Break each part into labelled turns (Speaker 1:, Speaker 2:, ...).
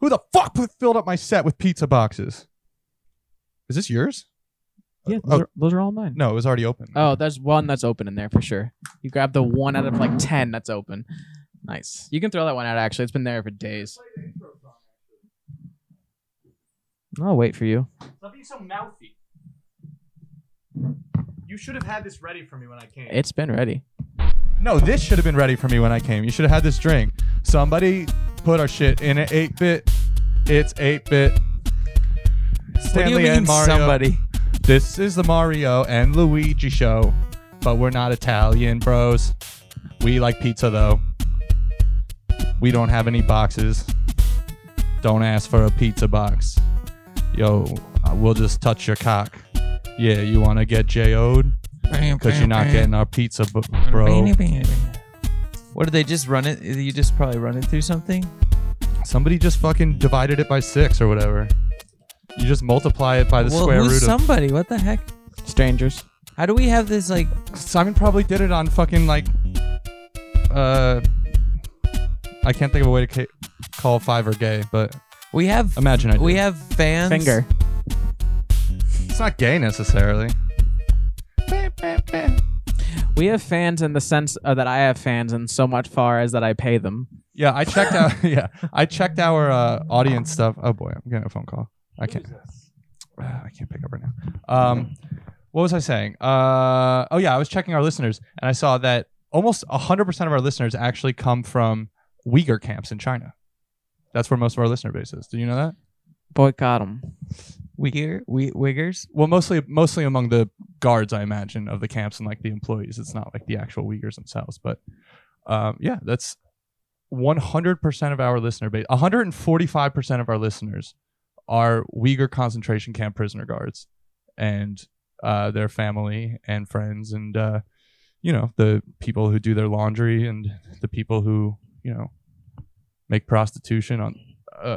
Speaker 1: Who the fuck put- filled up my set with pizza boxes? Is this yours?
Speaker 2: Yeah,
Speaker 1: Oh.
Speaker 2: those, are, those are all mine.
Speaker 1: No, it was already open.
Speaker 2: Oh, there's one that's open in there for sure. You grab the one out of like ten that's open. Nice. You can throw that one out. Actually, it's been there for days. I'll wait for you.
Speaker 3: Stop being so mouthy. You should have had this ready for me when I came.
Speaker 2: It's been ready.
Speaker 1: No, this should have been ready for me when I came. You should have had this drink. Somebody put our shit in an 8 bit. It's 8 bit.
Speaker 4: What do
Speaker 1: Stanley
Speaker 4: you mean
Speaker 1: and Mario.
Speaker 4: somebody?
Speaker 1: This is the Mario and Luigi show, but we're not Italian bros. We like pizza though. We don't have any boxes. Don't ask for a pizza box. Yo, uh, we'll just touch your cock. Yeah, you want to get JO'd? Because you're not getting our pizza, b- bro.
Speaker 4: What did they just run it? You just probably run it through something.
Speaker 1: Somebody just fucking divided it by six or whatever. You just multiply it by the
Speaker 4: well,
Speaker 1: square
Speaker 4: who's
Speaker 1: root of.
Speaker 4: somebody? What the heck?
Speaker 2: Strangers.
Speaker 4: How do we have this like?
Speaker 1: Simon probably did it on fucking like, uh, I can't think of a way to ca- call Fiverr gay, but
Speaker 4: We have
Speaker 1: imagine I.
Speaker 4: we
Speaker 1: do.
Speaker 4: have fans.
Speaker 2: Finger.
Speaker 1: It's not gay necessarily.
Speaker 2: We have fans in the sense uh, that I have fans, in so much far as that I pay them.
Speaker 1: Yeah, I checked out. yeah, I checked our uh, audience stuff. Oh boy, I'm getting a phone call. I can't. I can't pick up right now. Um, what was I saying? Uh, oh yeah, I was checking our listeners, and I saw that almost 100% of our listeners actually come from Uyghur camps in China. That's where most of our listener base is. Do you know that?
Speaker 2: Boycott them.
Speaker 4: We here. We wiggers.
Speaker 1: Well, mostly mostly among the guards, I imagine, of the camps and like the employees. It's not like the actual Uyghurs themselves, but um, yeah, that's 100% of our listener base. 145% of our listeners are Uyghur concentration camp prisoner guards and uh, their family and friends and uh, you know the people who do their laundry and the people who you know make prostitution on uh,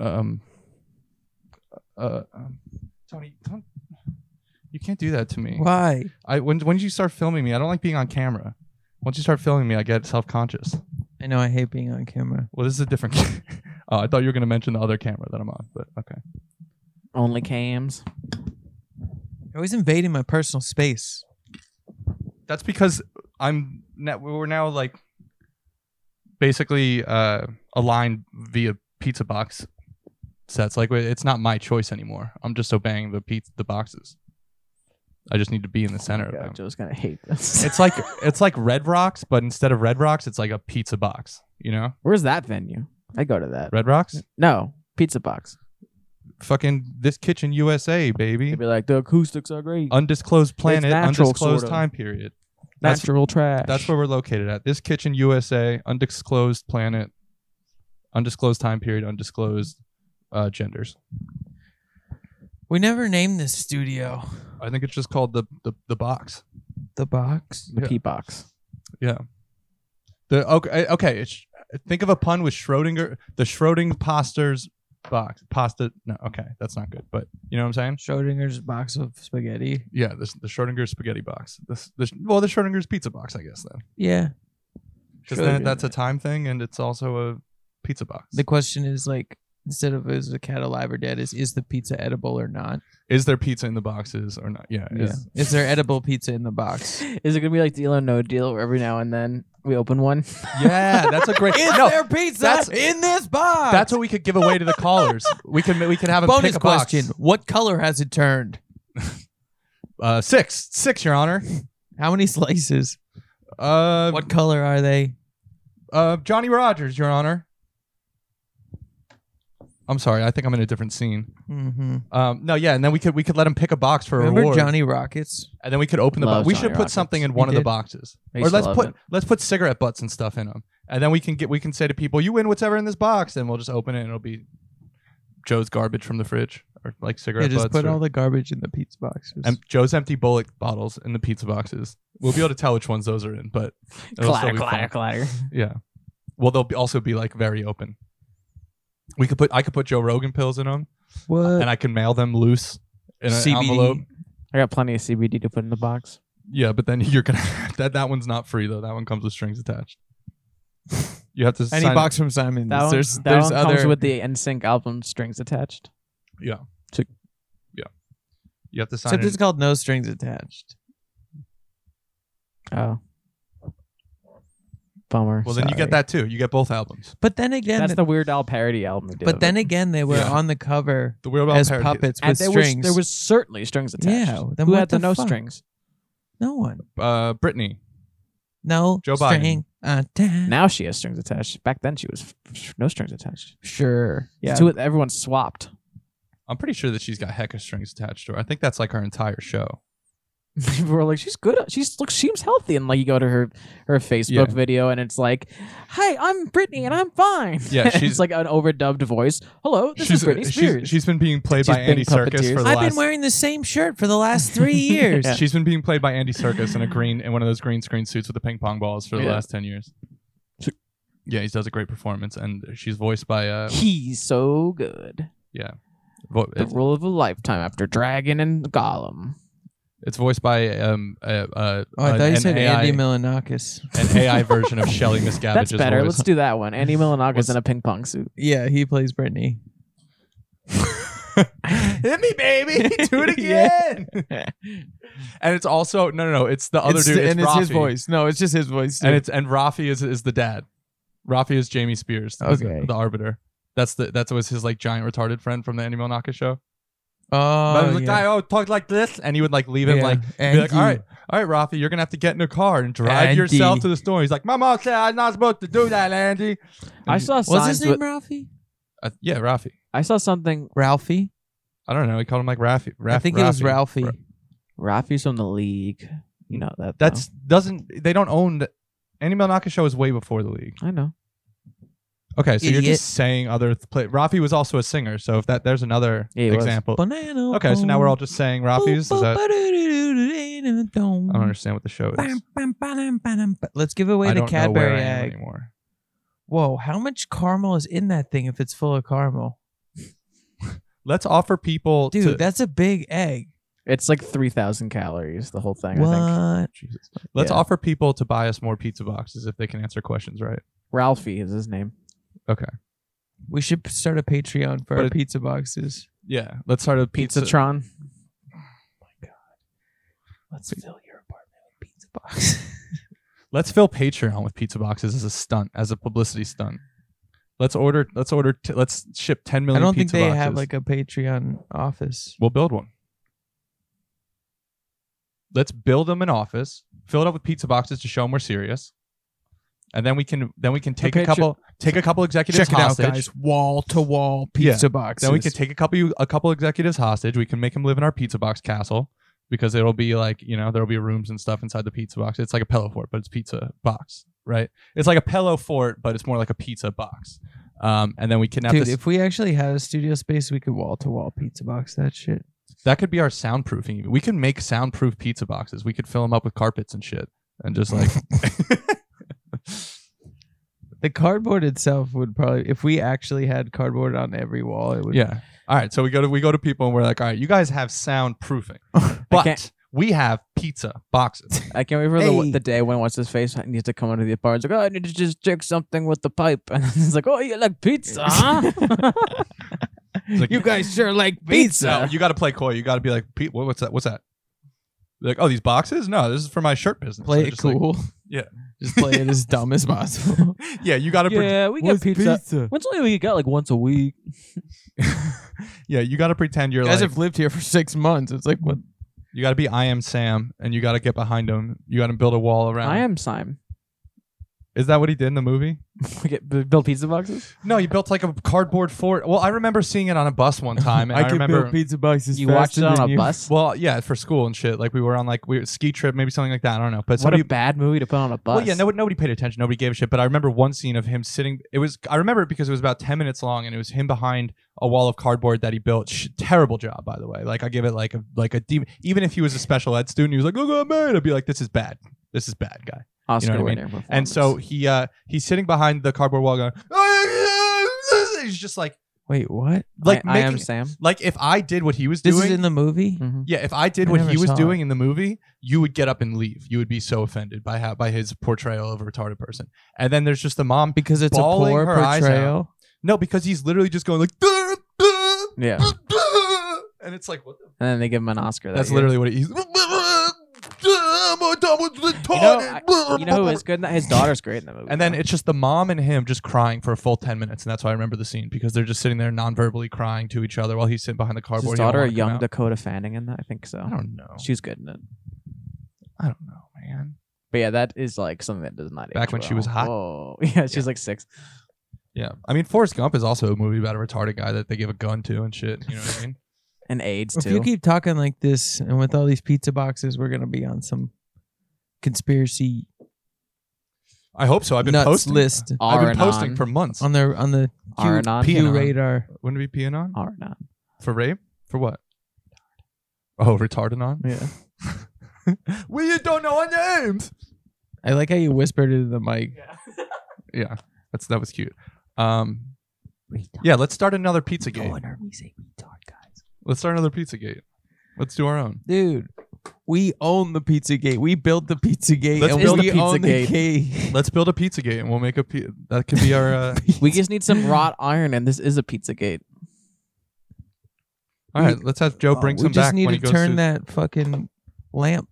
Speaker 1: um uh, um, Tony, don't, you can't do that to me.
Speaker 4: Why?
Speaker 1: I when when did you start filming me? I don't like being on camera. Once you start filming me, I get self conscious.
Speaker 4: I know I hate being on camera.
Speaker 1: Well, this is a different. ca- oh, I thought you were gonna mention the other camera that I'm on, but okay.
Speaker 2: Only cams.
Speaker 4: You're always invading my personal space.
Speaker 1: That's because I'm now we're now like basically uh aligned via pizza box sets. Like it's not my choice anymore. I'm just obeying the pizza the boxes. I just need to be in the center of them.
Speaker 2: Joe's gonna hate this.
Speaker 1: It's like it's like Red Rocks, but instead of Red Rocks, it's like a pizza box. You know,
Speaker 2: Where's that venue? I go to that.
Speaker 1: Red Rocks,
Speaker 2: No, Pizza Box.
Speaker 1: fucking this kitchen USA, baby.
Speaker 2: They'd be like, the acoustics are great.
Speaker 1: Uh, Undisclosed planet,
Speaker 2: natural,
Speaker 1: undisclosed
Speaker 2: sorta.
Speaker 1: time period. That's
Speaker 2: Natural trash.
Speaker 1: that's where we're located at. This kitchen USA, undisclosed planet, undisclosed time period, undisclosed uh, genders.
Speaker 4: We never named this studio
Speaker 1: I think it's just called the the, the box.
Speaker 4: the box.
Speaker 2: the
Speaker 1: yeah.
Speaker 2: P box.
Speaker 1: The okay okay. It's, think of a pun with Schrodinger, the Schrodinger posters box pasta. No, okay, that's not good. But you know what I'm saying.
Speaker 4: Schrodinger's box of spaghetti.
Speaker 1: Yeah, this, the Schrodinger's spaghetti box. This, this, well, the Schrodinger's pizza box, I guess then,
Speaker 4: Yeah.
Speaker 1: because then that's a time thing, and it's also a pizza box.
Speaker 4: The question is like instead of is the cat alive or dead, is is the pizza edible or not?
Speaker 1: is there pizza in the boxes or not? Yeah.
Speaker 4: Yeah.
Speaker 1: Is,
Speaker 4: Is there edible pizza in the box?
Speaker 2: Is it gonna be like Deal or No Deal, where every now and then we open one?
Speaker 1: yeah. That's a great. no,
Speaker 4: there pizza
Speaker 1: that's-
Speaker 4: in this box?
Speaker 1: that's what we could give away to the callers. We can we can have a
Speaker 4: bonus
Speaker 1: pick a
Speaker 4: question.
Speaker 1: Box.
Speaker 4: What color has it turned?
Speaker 1: Uh, six, six, Your Honor.
Speaker 4: How many slices?
Speaker 5: Um,
Speaker 1: Uh,
Speaker 4: What color are they?
Speaker 1: uh, Johnny Rogers, Your Honor. I'm sorry. I think I'm in a different scene.
Speaker 4: Mm-hmm.
Speaker 1: Um, no, yeah, and then we could we could let him pick a box for
Speaker 4: Remember
Speaker 1: a reward.
Speaker 4: Johnny Rockets?
Speaker 1: and then we could open the
Speaker 2: Love
Speaker 1: box. We
Speaker 2: Johnny
Speaker 1: should put
Speaker 2: Rockets.
Speaker 1: something in
Speaker 4: We
Speaker 1: one of the
Speaker 4: did.
Speaker 1: boxes,
Speaker 2: I
Speaker 1: or
Speaker 2: used to
Speaker 1: let's
Speaker 2: love
Speaker 1: put
Speaker 2: it.
Speaker 1: let's put cigarette butts and stuff in them, and then we can get we can say to people, "You win whatever in this box," and we'll just open it, and it'll be Joe's garbage from the fridge, or like cigarette
Speaker 4: Yeah, just
Speaker 1: butts,
Speaker 4: put
Speaker 1: or-
Speaker 4: all the garbage in the pizza boxes.
Speaker 1: and Joe's empty bullet bottles in the pizza boxes. We'll be able to tell which ones those are in, but it'll still
Speaker 2: clatter,
Speaker 1: be
Speaker 2: clatter,
Speaker 1: fun.
Speaker 2: clatter.
Speaker 1: yeah. Well, they'll be also be like very open. We could put I could put Joe Rogan pills in them,
Speaker 4: what?
Speaker 1: and I can mail them loose in an
Speaker 4: CBD.
Speaker 1: envelope.
Speaker 2: I got plenty of CBD to put in the box.
Speaker 1: Yeah, but then you're gonna that that one's not free though. That one comes with strings attached. You have to
Speaker 5: Any
Speaker 1: sign
Speaker 5: box from Simon.
Speaker 2: That one,
Speaker 5: There's
Speaker 2: that
Speaker 5: there's
Speaker 2: one
Speaker 5: other.
Speaker 2: comes with the NSYNC album strings attached.
Speaker 1: Yeah.
Speaker 2: To-
Speaker 1: yeah. You have to sign.
Speaker 5: except
Speaker 1: in-
Speaker 5: it's called No Strings Attached.
Speaker 2: Oh, bummer.
Speaker 1: well, then you get
Speaker 2: sorry.
Speaker 1: that too. You get both albums.
Speaker 5: But then again,
Speaker 2: That's the Weird Al parody album. he did
Speaker 5: but
Speaker 2: of
Speaker 5: then
Speaker 2: it.
Speaker 5: again, they were
Speaker 1: Yeah.
Speaker 5: on the cover
Speaker 1: The Weird Al
Speaker 5: as
Speaker 1: parody.
Speaker 5: puppets
Speaker 2: and
Speaker 5: with
Speaker 2: there
Speaker 5: strings.
Speaker 2: was there was certainly strings attached.
Speaker 5: Yeah, then
Speaker 2: Who
Speaker 5: what
Speaker 2: had
Speaker 5: the
Speaker 2: no
Speaker 5: fuck?
Speaker 2: strings?
Speaker 5: no one,
Speaker 1: Uh, Britney.
Speaker 5: no
Speaker 1: Joe Biden.
Speaker 5: string attached.
Speaker 2: Now she has strings attached. Back then she was f- f- no strings attached.
Speaker 5: sure,
Speaker 2: The
Speaker 5: yeah.
Speaker 2: two, everyone swapped.
Speaker 1: I'm pretty sure that she's got heck of strings attached to her. I think that's like her entire show.
Speaker 2: People were like, she's good. She's look, she seems healthy. And like, you go to her her Facebook
Speaker 1: Yeah.
Speaker 2: video, and it's like, "Hi, I'm Britney, and I'm fine."
Speaker 1: Yeah,
Speaker 2: And
Speaker 1: she's-
Speaker 2: it's like an overdubbed voice. Hello, this
Speaker 1: she's
Speaker 2: is Britney Spears.
Speaker 1: she's she's been being played
Speaker 2: She's
Speaker 1: by
Speaker 2: being
Speaker 1: Andy Circus
Speaker 2: puppeteers.
Speaker 1: for the
Speaker 5: I've
Speaker 1: last.
Speaker 5: been wearing the same shirt for the last three years.
Speaker 2: Yeah.
Speaker 1: She's been being played by Andy Circus in a green in one of those green screen suits with the ping pong balls for the
Speaker 2: Yeah.
Speaker 1: last ten years. Yeah, he does a great performance, and she's voiced by uh,
Speaker 2: He's so good.
Speaker 1: vo-
Speaker 2: The role of a lifetime after Dragon and Gollum.
Speaker 1: it's voiced by um uh, uh
Speaker 5: Oh, I
Speaker 1: an-
Speaker 5: thought you
Speaker 1: an
Speaker 5: said
Speaker 1: AI,
Speaker 5: Andy Milanakis.
Speaker 1: an AI version of Shelly Miscavige's
Speaker 2: That's better.
Speaker 1: voice.
Speaker 2: Let's do that one. Andy
Speaker 1: What's-
Speaker 2: Milanaka's in a ping pong suit.
Speaker 5: Yeah, he plays Brittany.
Speaker 1: Hit me, baby. Do it again. and it's also no, no, no. It's the other
Speaker 5: It's-
Speaker 1: dude. It's
Speaker 5: and it's his
Speaker 1: Rafi.
Speaker 5: voice. No, it's just his voice.
Speaker 1: And
Speaker 5: too.
Speaker 1: it's and Rafi is is the dad. Rafi is Jamie Spears. who's the-
Speaker 5: Okay.
Speaker 1: The, arbiter. That's the that was his like giant retarded friend from the Andy Milonakis show.
Speaker 5: oh,
Speaker 1: but the
Speaker 5: yeah.
Speaker 1: guy oh talked like this, and he would like leave him
Speaker 5: Yeah.
Speaker 1: like be
Speaker 5: Andy.
Speaker 1: like, all right, all right, Rafi, you're gonna have to get in a car and drive
Speaker 5: Andy.
Speaker 1: yourself to the store. He's like, my mom said I'm not supposed to do that, Andy.
Speaker 2: I saw
Speaker 5: was his
Speaker 2: signs.
Speaker 5: name
Speaker 2: With,
Speaker 5: Ralphie?
Speaker 1: Uh, yeah, Rafi.
Speaker 2: I saw something.
Speaker 5: Ralphie?
Speaker 1: I don't know. He called him like Rafi. Rafi
Speaker 5: I think it was Ralphie.
Speaker 1: Ra-
Speaker 2: Rafi's from the league. You know that. though.
Speaker 1: That's doesn't they don't own the Andy Milonakis show is way before the league.
Speaker 2: I know.
Speaker 1: Okay, so you're
Speaker 5: Idiot.
Speaker 1: just saying other th- play. Rafi was also a singer, so if that there's another
Speaker 2: Yeah, he was.
Speaker 1: example.
Speaker 5: Banana.
Speaker 1: Okay, so now we're all just saying Rafi's. Is that, I don't
Speaker 5: that?
Speaker 1: understand what the show is.
Speaker 5: Let's give away
Speaker 1: I
Speaker 5: the
Speaker 1: don't know where
Speaker 5: Cadbury
Speaker 1: I am
Speaker 5: egg.
Speaker 1: anymore.
Speaker 5: Whoa, how much caramel is in that thing if it's full of caramel?
Speaker 1: Let's offer people.
Speaker 5: Dude,
Speaker 1: to,
Speaker 5: that's a big egg.
Speaker 2: It's like three thousand calories. The whole thing. I think.
Speaker 5: What?
Speaker 1: Jesus. Let's
Speaker 2: Yeah.
Speaker 1: offer people to buy us more pizza boxes if they can answer questions right.
Speaker 2: Ralphie is his name.
Speaker 1: Okay.
Speaker 5: We should start a Patreon for
Speaker 1: But
Speaker 5: our
Speaker 1: it-
Speaker 5: pizza boxes.
Speaker 1: Yeah. Let's start a pizza.
Speaker 2: Pizzatron.
Speaker 5: Let's fill your apartment with pizza boxes.
Speaker 1: let's fill Patreon with pizza boxes as a stunt, as a publicity stunt. Let's order. Let's order. T- let's ship ten
Speaker 5: I
Speaker 1: million.
Speaker 5: don't think
Speaker 1: pizza
Speaker 5: they
Speaker 1: boxes.
Speaker 5: have like a Patreon office.
Speaker 1: We'll build one. Let's build them an office, fill it up with pizza boxes to show them we're serious, and then we can then we can take
Speaker 2: Okay,
Speaker 1: a
Speaker 2: check-
Speaker 1: couple take a couple executives
Speaker 5: Check it out,
Speaker 1: hostage.
Speaker 5: guys. Wall to wall
Speaker 1: Yeah.
Speaker 5: pizza boxes.
Speaker 1: Then we can take a couple a couple executives hostage. We can make them live in our pizza box castle because it'll be like you know there'll be rooms and stuff inside the pizza box. It's like a pillow fort, but it's pizza box, right? It's like a pillow fort, but it's more like a pizza box. Um, and then we kidnap
Speaker 5: Dude,
Speaker 1: this.
Speaker 5: if we actually had a studio space, we could wall to wall pizza box that shit.
Speaker 1: that could be our soundproofing. We could make soundproof pizza boxes. We could fill them up with carpets and shit, and just like
Speaker 5: The cardboard itself would probably, if we actually had cardboard on every wall, it would.
Speaker 1: Yeah. All right. So we go to we go to people and we're like, all right, you guys have soundproofing, but
Speaker 2: can't-
Speaker 1: we have pizza boxes.
Speaker 2: I can't wait for the,
Speaker 5: Hey.
Speaker 2: the day when what's his face needs to come into the apartment. It's like, oh, I need to just check something with the pipe, and he's like, oh, you like pizza? huh?"
Speaker 1: It's like,
Speaker 5: You guys sure like
Speaker 1: no,
Speaker 5: pizza.
Speaker 1: you got to play coy. You got to be like, "Pete, what- what's that? What's that? They're like, oh, these boxes? No, this is for my shirt business.
Speaker 5: Play
Speaker 1: They're
Speaker 5: it
Speaker 1: just like,
Speaker 5: cool.
Speaker 1: Yeah.
Speaker 5: Just play it as dumb as possible.
Speaker 1: yeah, you got to.
Speaker 2: yeah, we get pizza. When's only we got like once a week?
Speaker 1: yeah, you got to pretend you're
Speaker 5: You guys
Speaker 1: like.
Speaker 5: have lived here for six months. It's like, what?
Speaker 1: you got to be I am Sam, and you got to get behind him. You got to build a wall around.
Speaker 2: I
Speaker 1: him.
Speaker 2: am Simon.
Speaker 1: Is that what he did in the movie?
Speaker 2: We get b- build pizza boxes.
Speaker 1: No, he built like a cardboard fort. Well, I remember seeing it on a bus one time, and I, remember
Speaker 5: pizza boxes.
Speaker 2: You watched it on a bus.
Speaker 1: Well, yeah, for school and shit. Like we were on like we ski trip, maybe something like that. I don't know. But
Speaker 2: what
Speaker 1: somebody.
Speaker 2: a bad movie to put on a bus.
Speaker 1: Well, yeah, nobody, nobody paid attention. Nobody gave a shit. But I remember one scene of him sitting. It was I remember it because it was about ten minutes long, and it was him behind a wall of cardboard that he built. Sh- terrible job, by the way. Like I give it like a like a deep. Even if he was a special ed student, he was like, "Look what I made." I'd be like, "This is bad. This is bad, guy."
Speaker 2: Oscar
Speaker 1: what I mean?
Speaker 2: winner. performance.
Speaker 1: "Oh, And so he uh he's sitting behind the cardboard wall going, he's just like,
Speaker 5: Wait, what?
Speaker 1: Like
Speaker 2: I, I am
Speaker 1: making-
Speaker 2: Sam.
Speaker 1: Like if I did what he was
Speaker 5: This
Speaker 1: doing, Mm.
Speaker 5: is in the movie.
Speaker 2: Mhm.
Speaker 1: yeah, if I did
Speaker 5: I
Speaker 1: what
Speaker 5: never
Speaker 1: he was
Speaker 5: saw it.
Speaker 1: doing in the movie, you would get up and leave. You would be so offended by how by his portrayal of a retarded person. And then there's just the mom.
Speaker 5: Because it's
Speaker 1: Bawling
Speaker 5: a poor
Speaker 1: her eyes out.
Speaker 5: portrayal.
Speaker 1: No, because he's literally just going like, "Duh, duh,
Speaker 2: Yeah, and
Speaker 1: duh, duh," and it's like what the
Speaker 2: then they give him an Oscar. that
Speaker 1: That's
Speaker 2: year.
Speaker 1: literally what he's. I'm a double
Speaker 2: know,
Speaker 1: retarded.
Speaker 2: You know who is good? In that? His daughter's great in the movie.
Speaker 1: And then
Speaker 2: though.
Speaker 1: it's just the mom and him just crying for a full ten minutes, and that's why I remember the scene because they're just sitting there non-verbally crying to each other while he's sitting behind the
Speaker 2: Is
Speaker 1: cardboard.
Speaker 2: his
Speaker 1: He don't
Speaker 2: daughter, a
Speaker 1: wanna come
Speaker 2: young
Speaker 1: out.
Speaker 2: Dakota Fanning, in that I think so.
Speaker 1: I don't know.
Speaker 2: She was good in it.
Speaker 1: I don't know, man.
Speaker 2: But yeah, that is like something that does not.
Speaker 1: Back
Speaker 2: age
Speaker 1: when she
Speaker 2: well.
Speaker 1: was hot.
Speaker 2: Whoa. Yeah, she's like six.
Speaker 1: Yeah, I mean, Forrest Gump is also a movie about a retarded guy that they give a gun to and shit. You know what I mean?
Speaker 2: And AIDS
Speaker 5: If you
Speaker 2: too.
Speaker 5: keep talking like this and with all these pizza boxes, we're gonna be on some conspiracy
Speaker 1: I hope so. I've been
Speaker 5: nuts
Speaker 1: posting.
Speaker 5: list
Speaker 1: I've
Speaker 2: R
Speaker 1: been
Speaker 2: and
Speaker 1: posting
Speaker 2: on.
Speaker 1: for months.
Speaker 5: on the on the
Speaker 2: R
Speaker 5: Q,
Speaker 2: and on.
Speaker 1: P-
Speaker 5: Q
Speaker 1: Peon.
Speaker 5: radar.
Speaker 1: Wouldn't it be peeing on
Speaker 2: R and on.
Speaker 1: for rape? For what? Oh, retarded on.
Speaker 2: Yeah.
Speaker 1: we don't know our names.
Speaker 5: I like how you whispered into the mic.
Speaker 6: Yeah.
Speaker 1: Yeah, that's that was cute. Um, yeah, let's start another pizza gate. Let's start another pizza gate. Let's do our own.
Speaker 5: Dude, we own the pizza gate. We built the pizza gate
Speaker 1: Let's
Speaker 5: and
Speaker 1: build
Speaker 5: we
Speaker 2: the
Speaker 5: own
Speaker 2: Pizzagate.
Speaker 5: the gate.
Speaker 1: Let's build a pizza gate and we'll make a pi- that could be our. Uh,
Speaker 2: We just need some wrought iron, and this is a pizza gate.
Speaker 1: all right, let's have Joe bring
Speaker 5: Oh, we
Speaker 1: some
Speaker 5: just
Speaker 1: back
Speaker 5: need
Speaker 1: when he
Speaker 5: to
Speaker 1: goes
Speaker 5: turn
Speaker 1: to-
Speaker 5: that fucking lamp.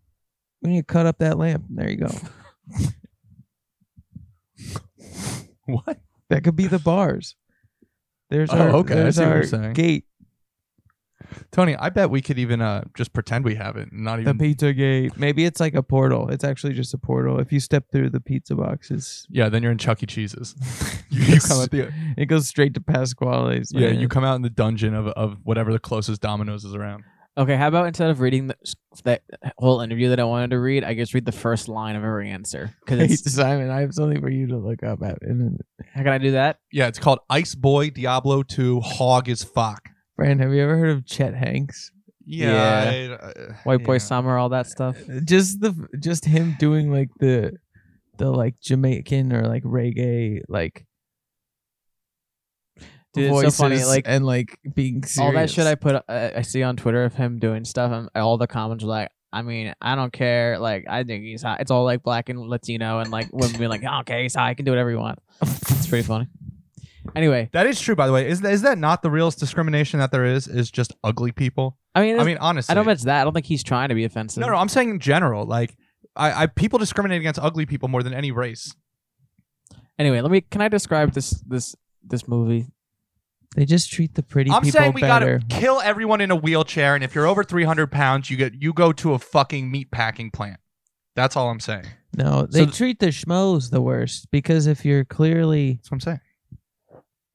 Speaker 5: We need to cut up that lamp. There you go.
Speaker 1: What?
Speaker 5: That could be the bars. There's
Speaker 1: Oh,
Speaker 5: our
Speaker 1: okay, I
Speaker 5: there's
Speaker 1: see what you're
Speaker 5: our
Speaker 1: saying.
Speaker 5: gate.
Speaker 1: Tony, I bet we could even uh just pretend we have it and not
Speaker 5: The
Speaker 1: even.
Speaker 5: pizza gate. Maybe it's like a portal. It's actually just a portal. If you step through the pizza boxes,
Speaker 1: yeah, then you're in Chuck E. Cheese's. you, you come out the
Speaker 5: it goes straight to Pasquale's.
Speaker 1: yeah,
Speaker 5: man.
Speaker 1: you come out in the dungeon of of whatever the closest Domino's is around.
Speaker 2: Okay, how about instead of reading the, that whole interview that I wanted to read, I just read the first line of every answer.
Speaker 5: Hey,
Speaker 2: Because
Speaker 5: Simon, I have something for you to look up at. And
Speaker 2: how can I do that?
Speaker 1: Yeah, it's called Ice Boy Diablo Two Hog is Fuck.
Speaker 5: Brian, have you ever heard of Chet Hanks?
Speaker 1: Yeah, I-
Speaker 2: White boy
Speaker 1: yeah.
Speaker 2: summer, all that stuff.
Speaker 5: Just the just him doing like the the like Jamaican or like reggae like
Speaker 2: Dude, it's so funny,
Speaker 5: voices
Speaker 2: like-
Speaker 5: and like being serious.
Speaker 2: All that shit I put, uh, I see on Twitter of him doing stuff, and all the comments were like, "I mean, I don't care. Like, I think he's hot." It's all like black and Latino, and like women being like, "Oh, "Okay, he's hot. I can do whatever you want." It's pretty funny. Anyway,
Speaker 1: That is true, by the way. Is is that not the realest discrimination that there is? Is just ugly people?
Speaker 2: I mean,
Speaker 1: I
Speaker 2: I,
Speaker 1: mean, honestly,
Speaker 2: don't bet it's that. I don't think he's trying to be offensive.
Speaker 1: no, no. I'm saying in general, like I, I people discriminate against ugly people more than any race.
Speaker 2: Anyway, let me. Can I describe this this this movie?
Speaker 5: They just treat the pretty
Speaker 1: I'm
Speaker 5: people
Speaker 1: saying we
Speaker 5: better.
Speaker 1: gotta kill everyone in a wheelchair, and if you're over 300 pounds, you get you go to a fucking meat packing plant. That's all I'm saying. That's
Speaker 5: No, they
Speaker 1: So-
Speaker 5: treat the schmoes the worst because if you're clearly
Speaker 1: what I'm saying.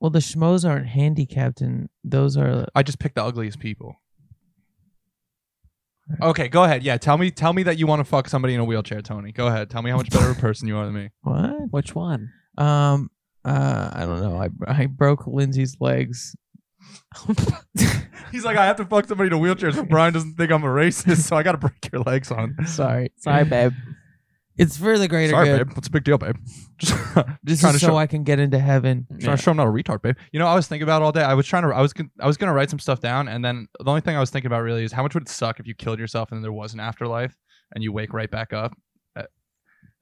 Speaker 5: well, the schmoes aren't handicapped and those are
Speaker 1: I just picked the ugliest people. Okay, go ahead. Yeah, tell me tell me that you want to fuck somebody in a wheelchair, Tony. Go ahead. Tell me how much better of a person you are than me.
Speaker 5: what?
Speaker 2: Which one?
Speaker 5: Um, uh, I don't know. I I broke Lindsay's legs.
Speaker 1: He's like, I have to fuck somebody in a wheelchair so Brian doesn't think I'm a racist, so I gotta break your legs on.
Speaker 5: Sorry,
Speaker 2: Sorry, babe.
Speaker 5: It's for the greater
Speaker 1: Sorry,
Speaker 5: good.
Speaker 1: babe. What's a big deal, babe? Just
Speaker 5: This
Speaker 1: trying to
Speaker 5: is so
Speaker 1: show
Speaker 5: I can get into heaven.
Speaker 1: Trying to show I'm not a retard, babe. You know, I was thinking about it all day. I was trying to, I was, gon- I was gonna write some stuff down, and then the only thing I was thinking about really is how much would it suck if you killed yourself and then there was an afterlife and you wake right back up, Uh,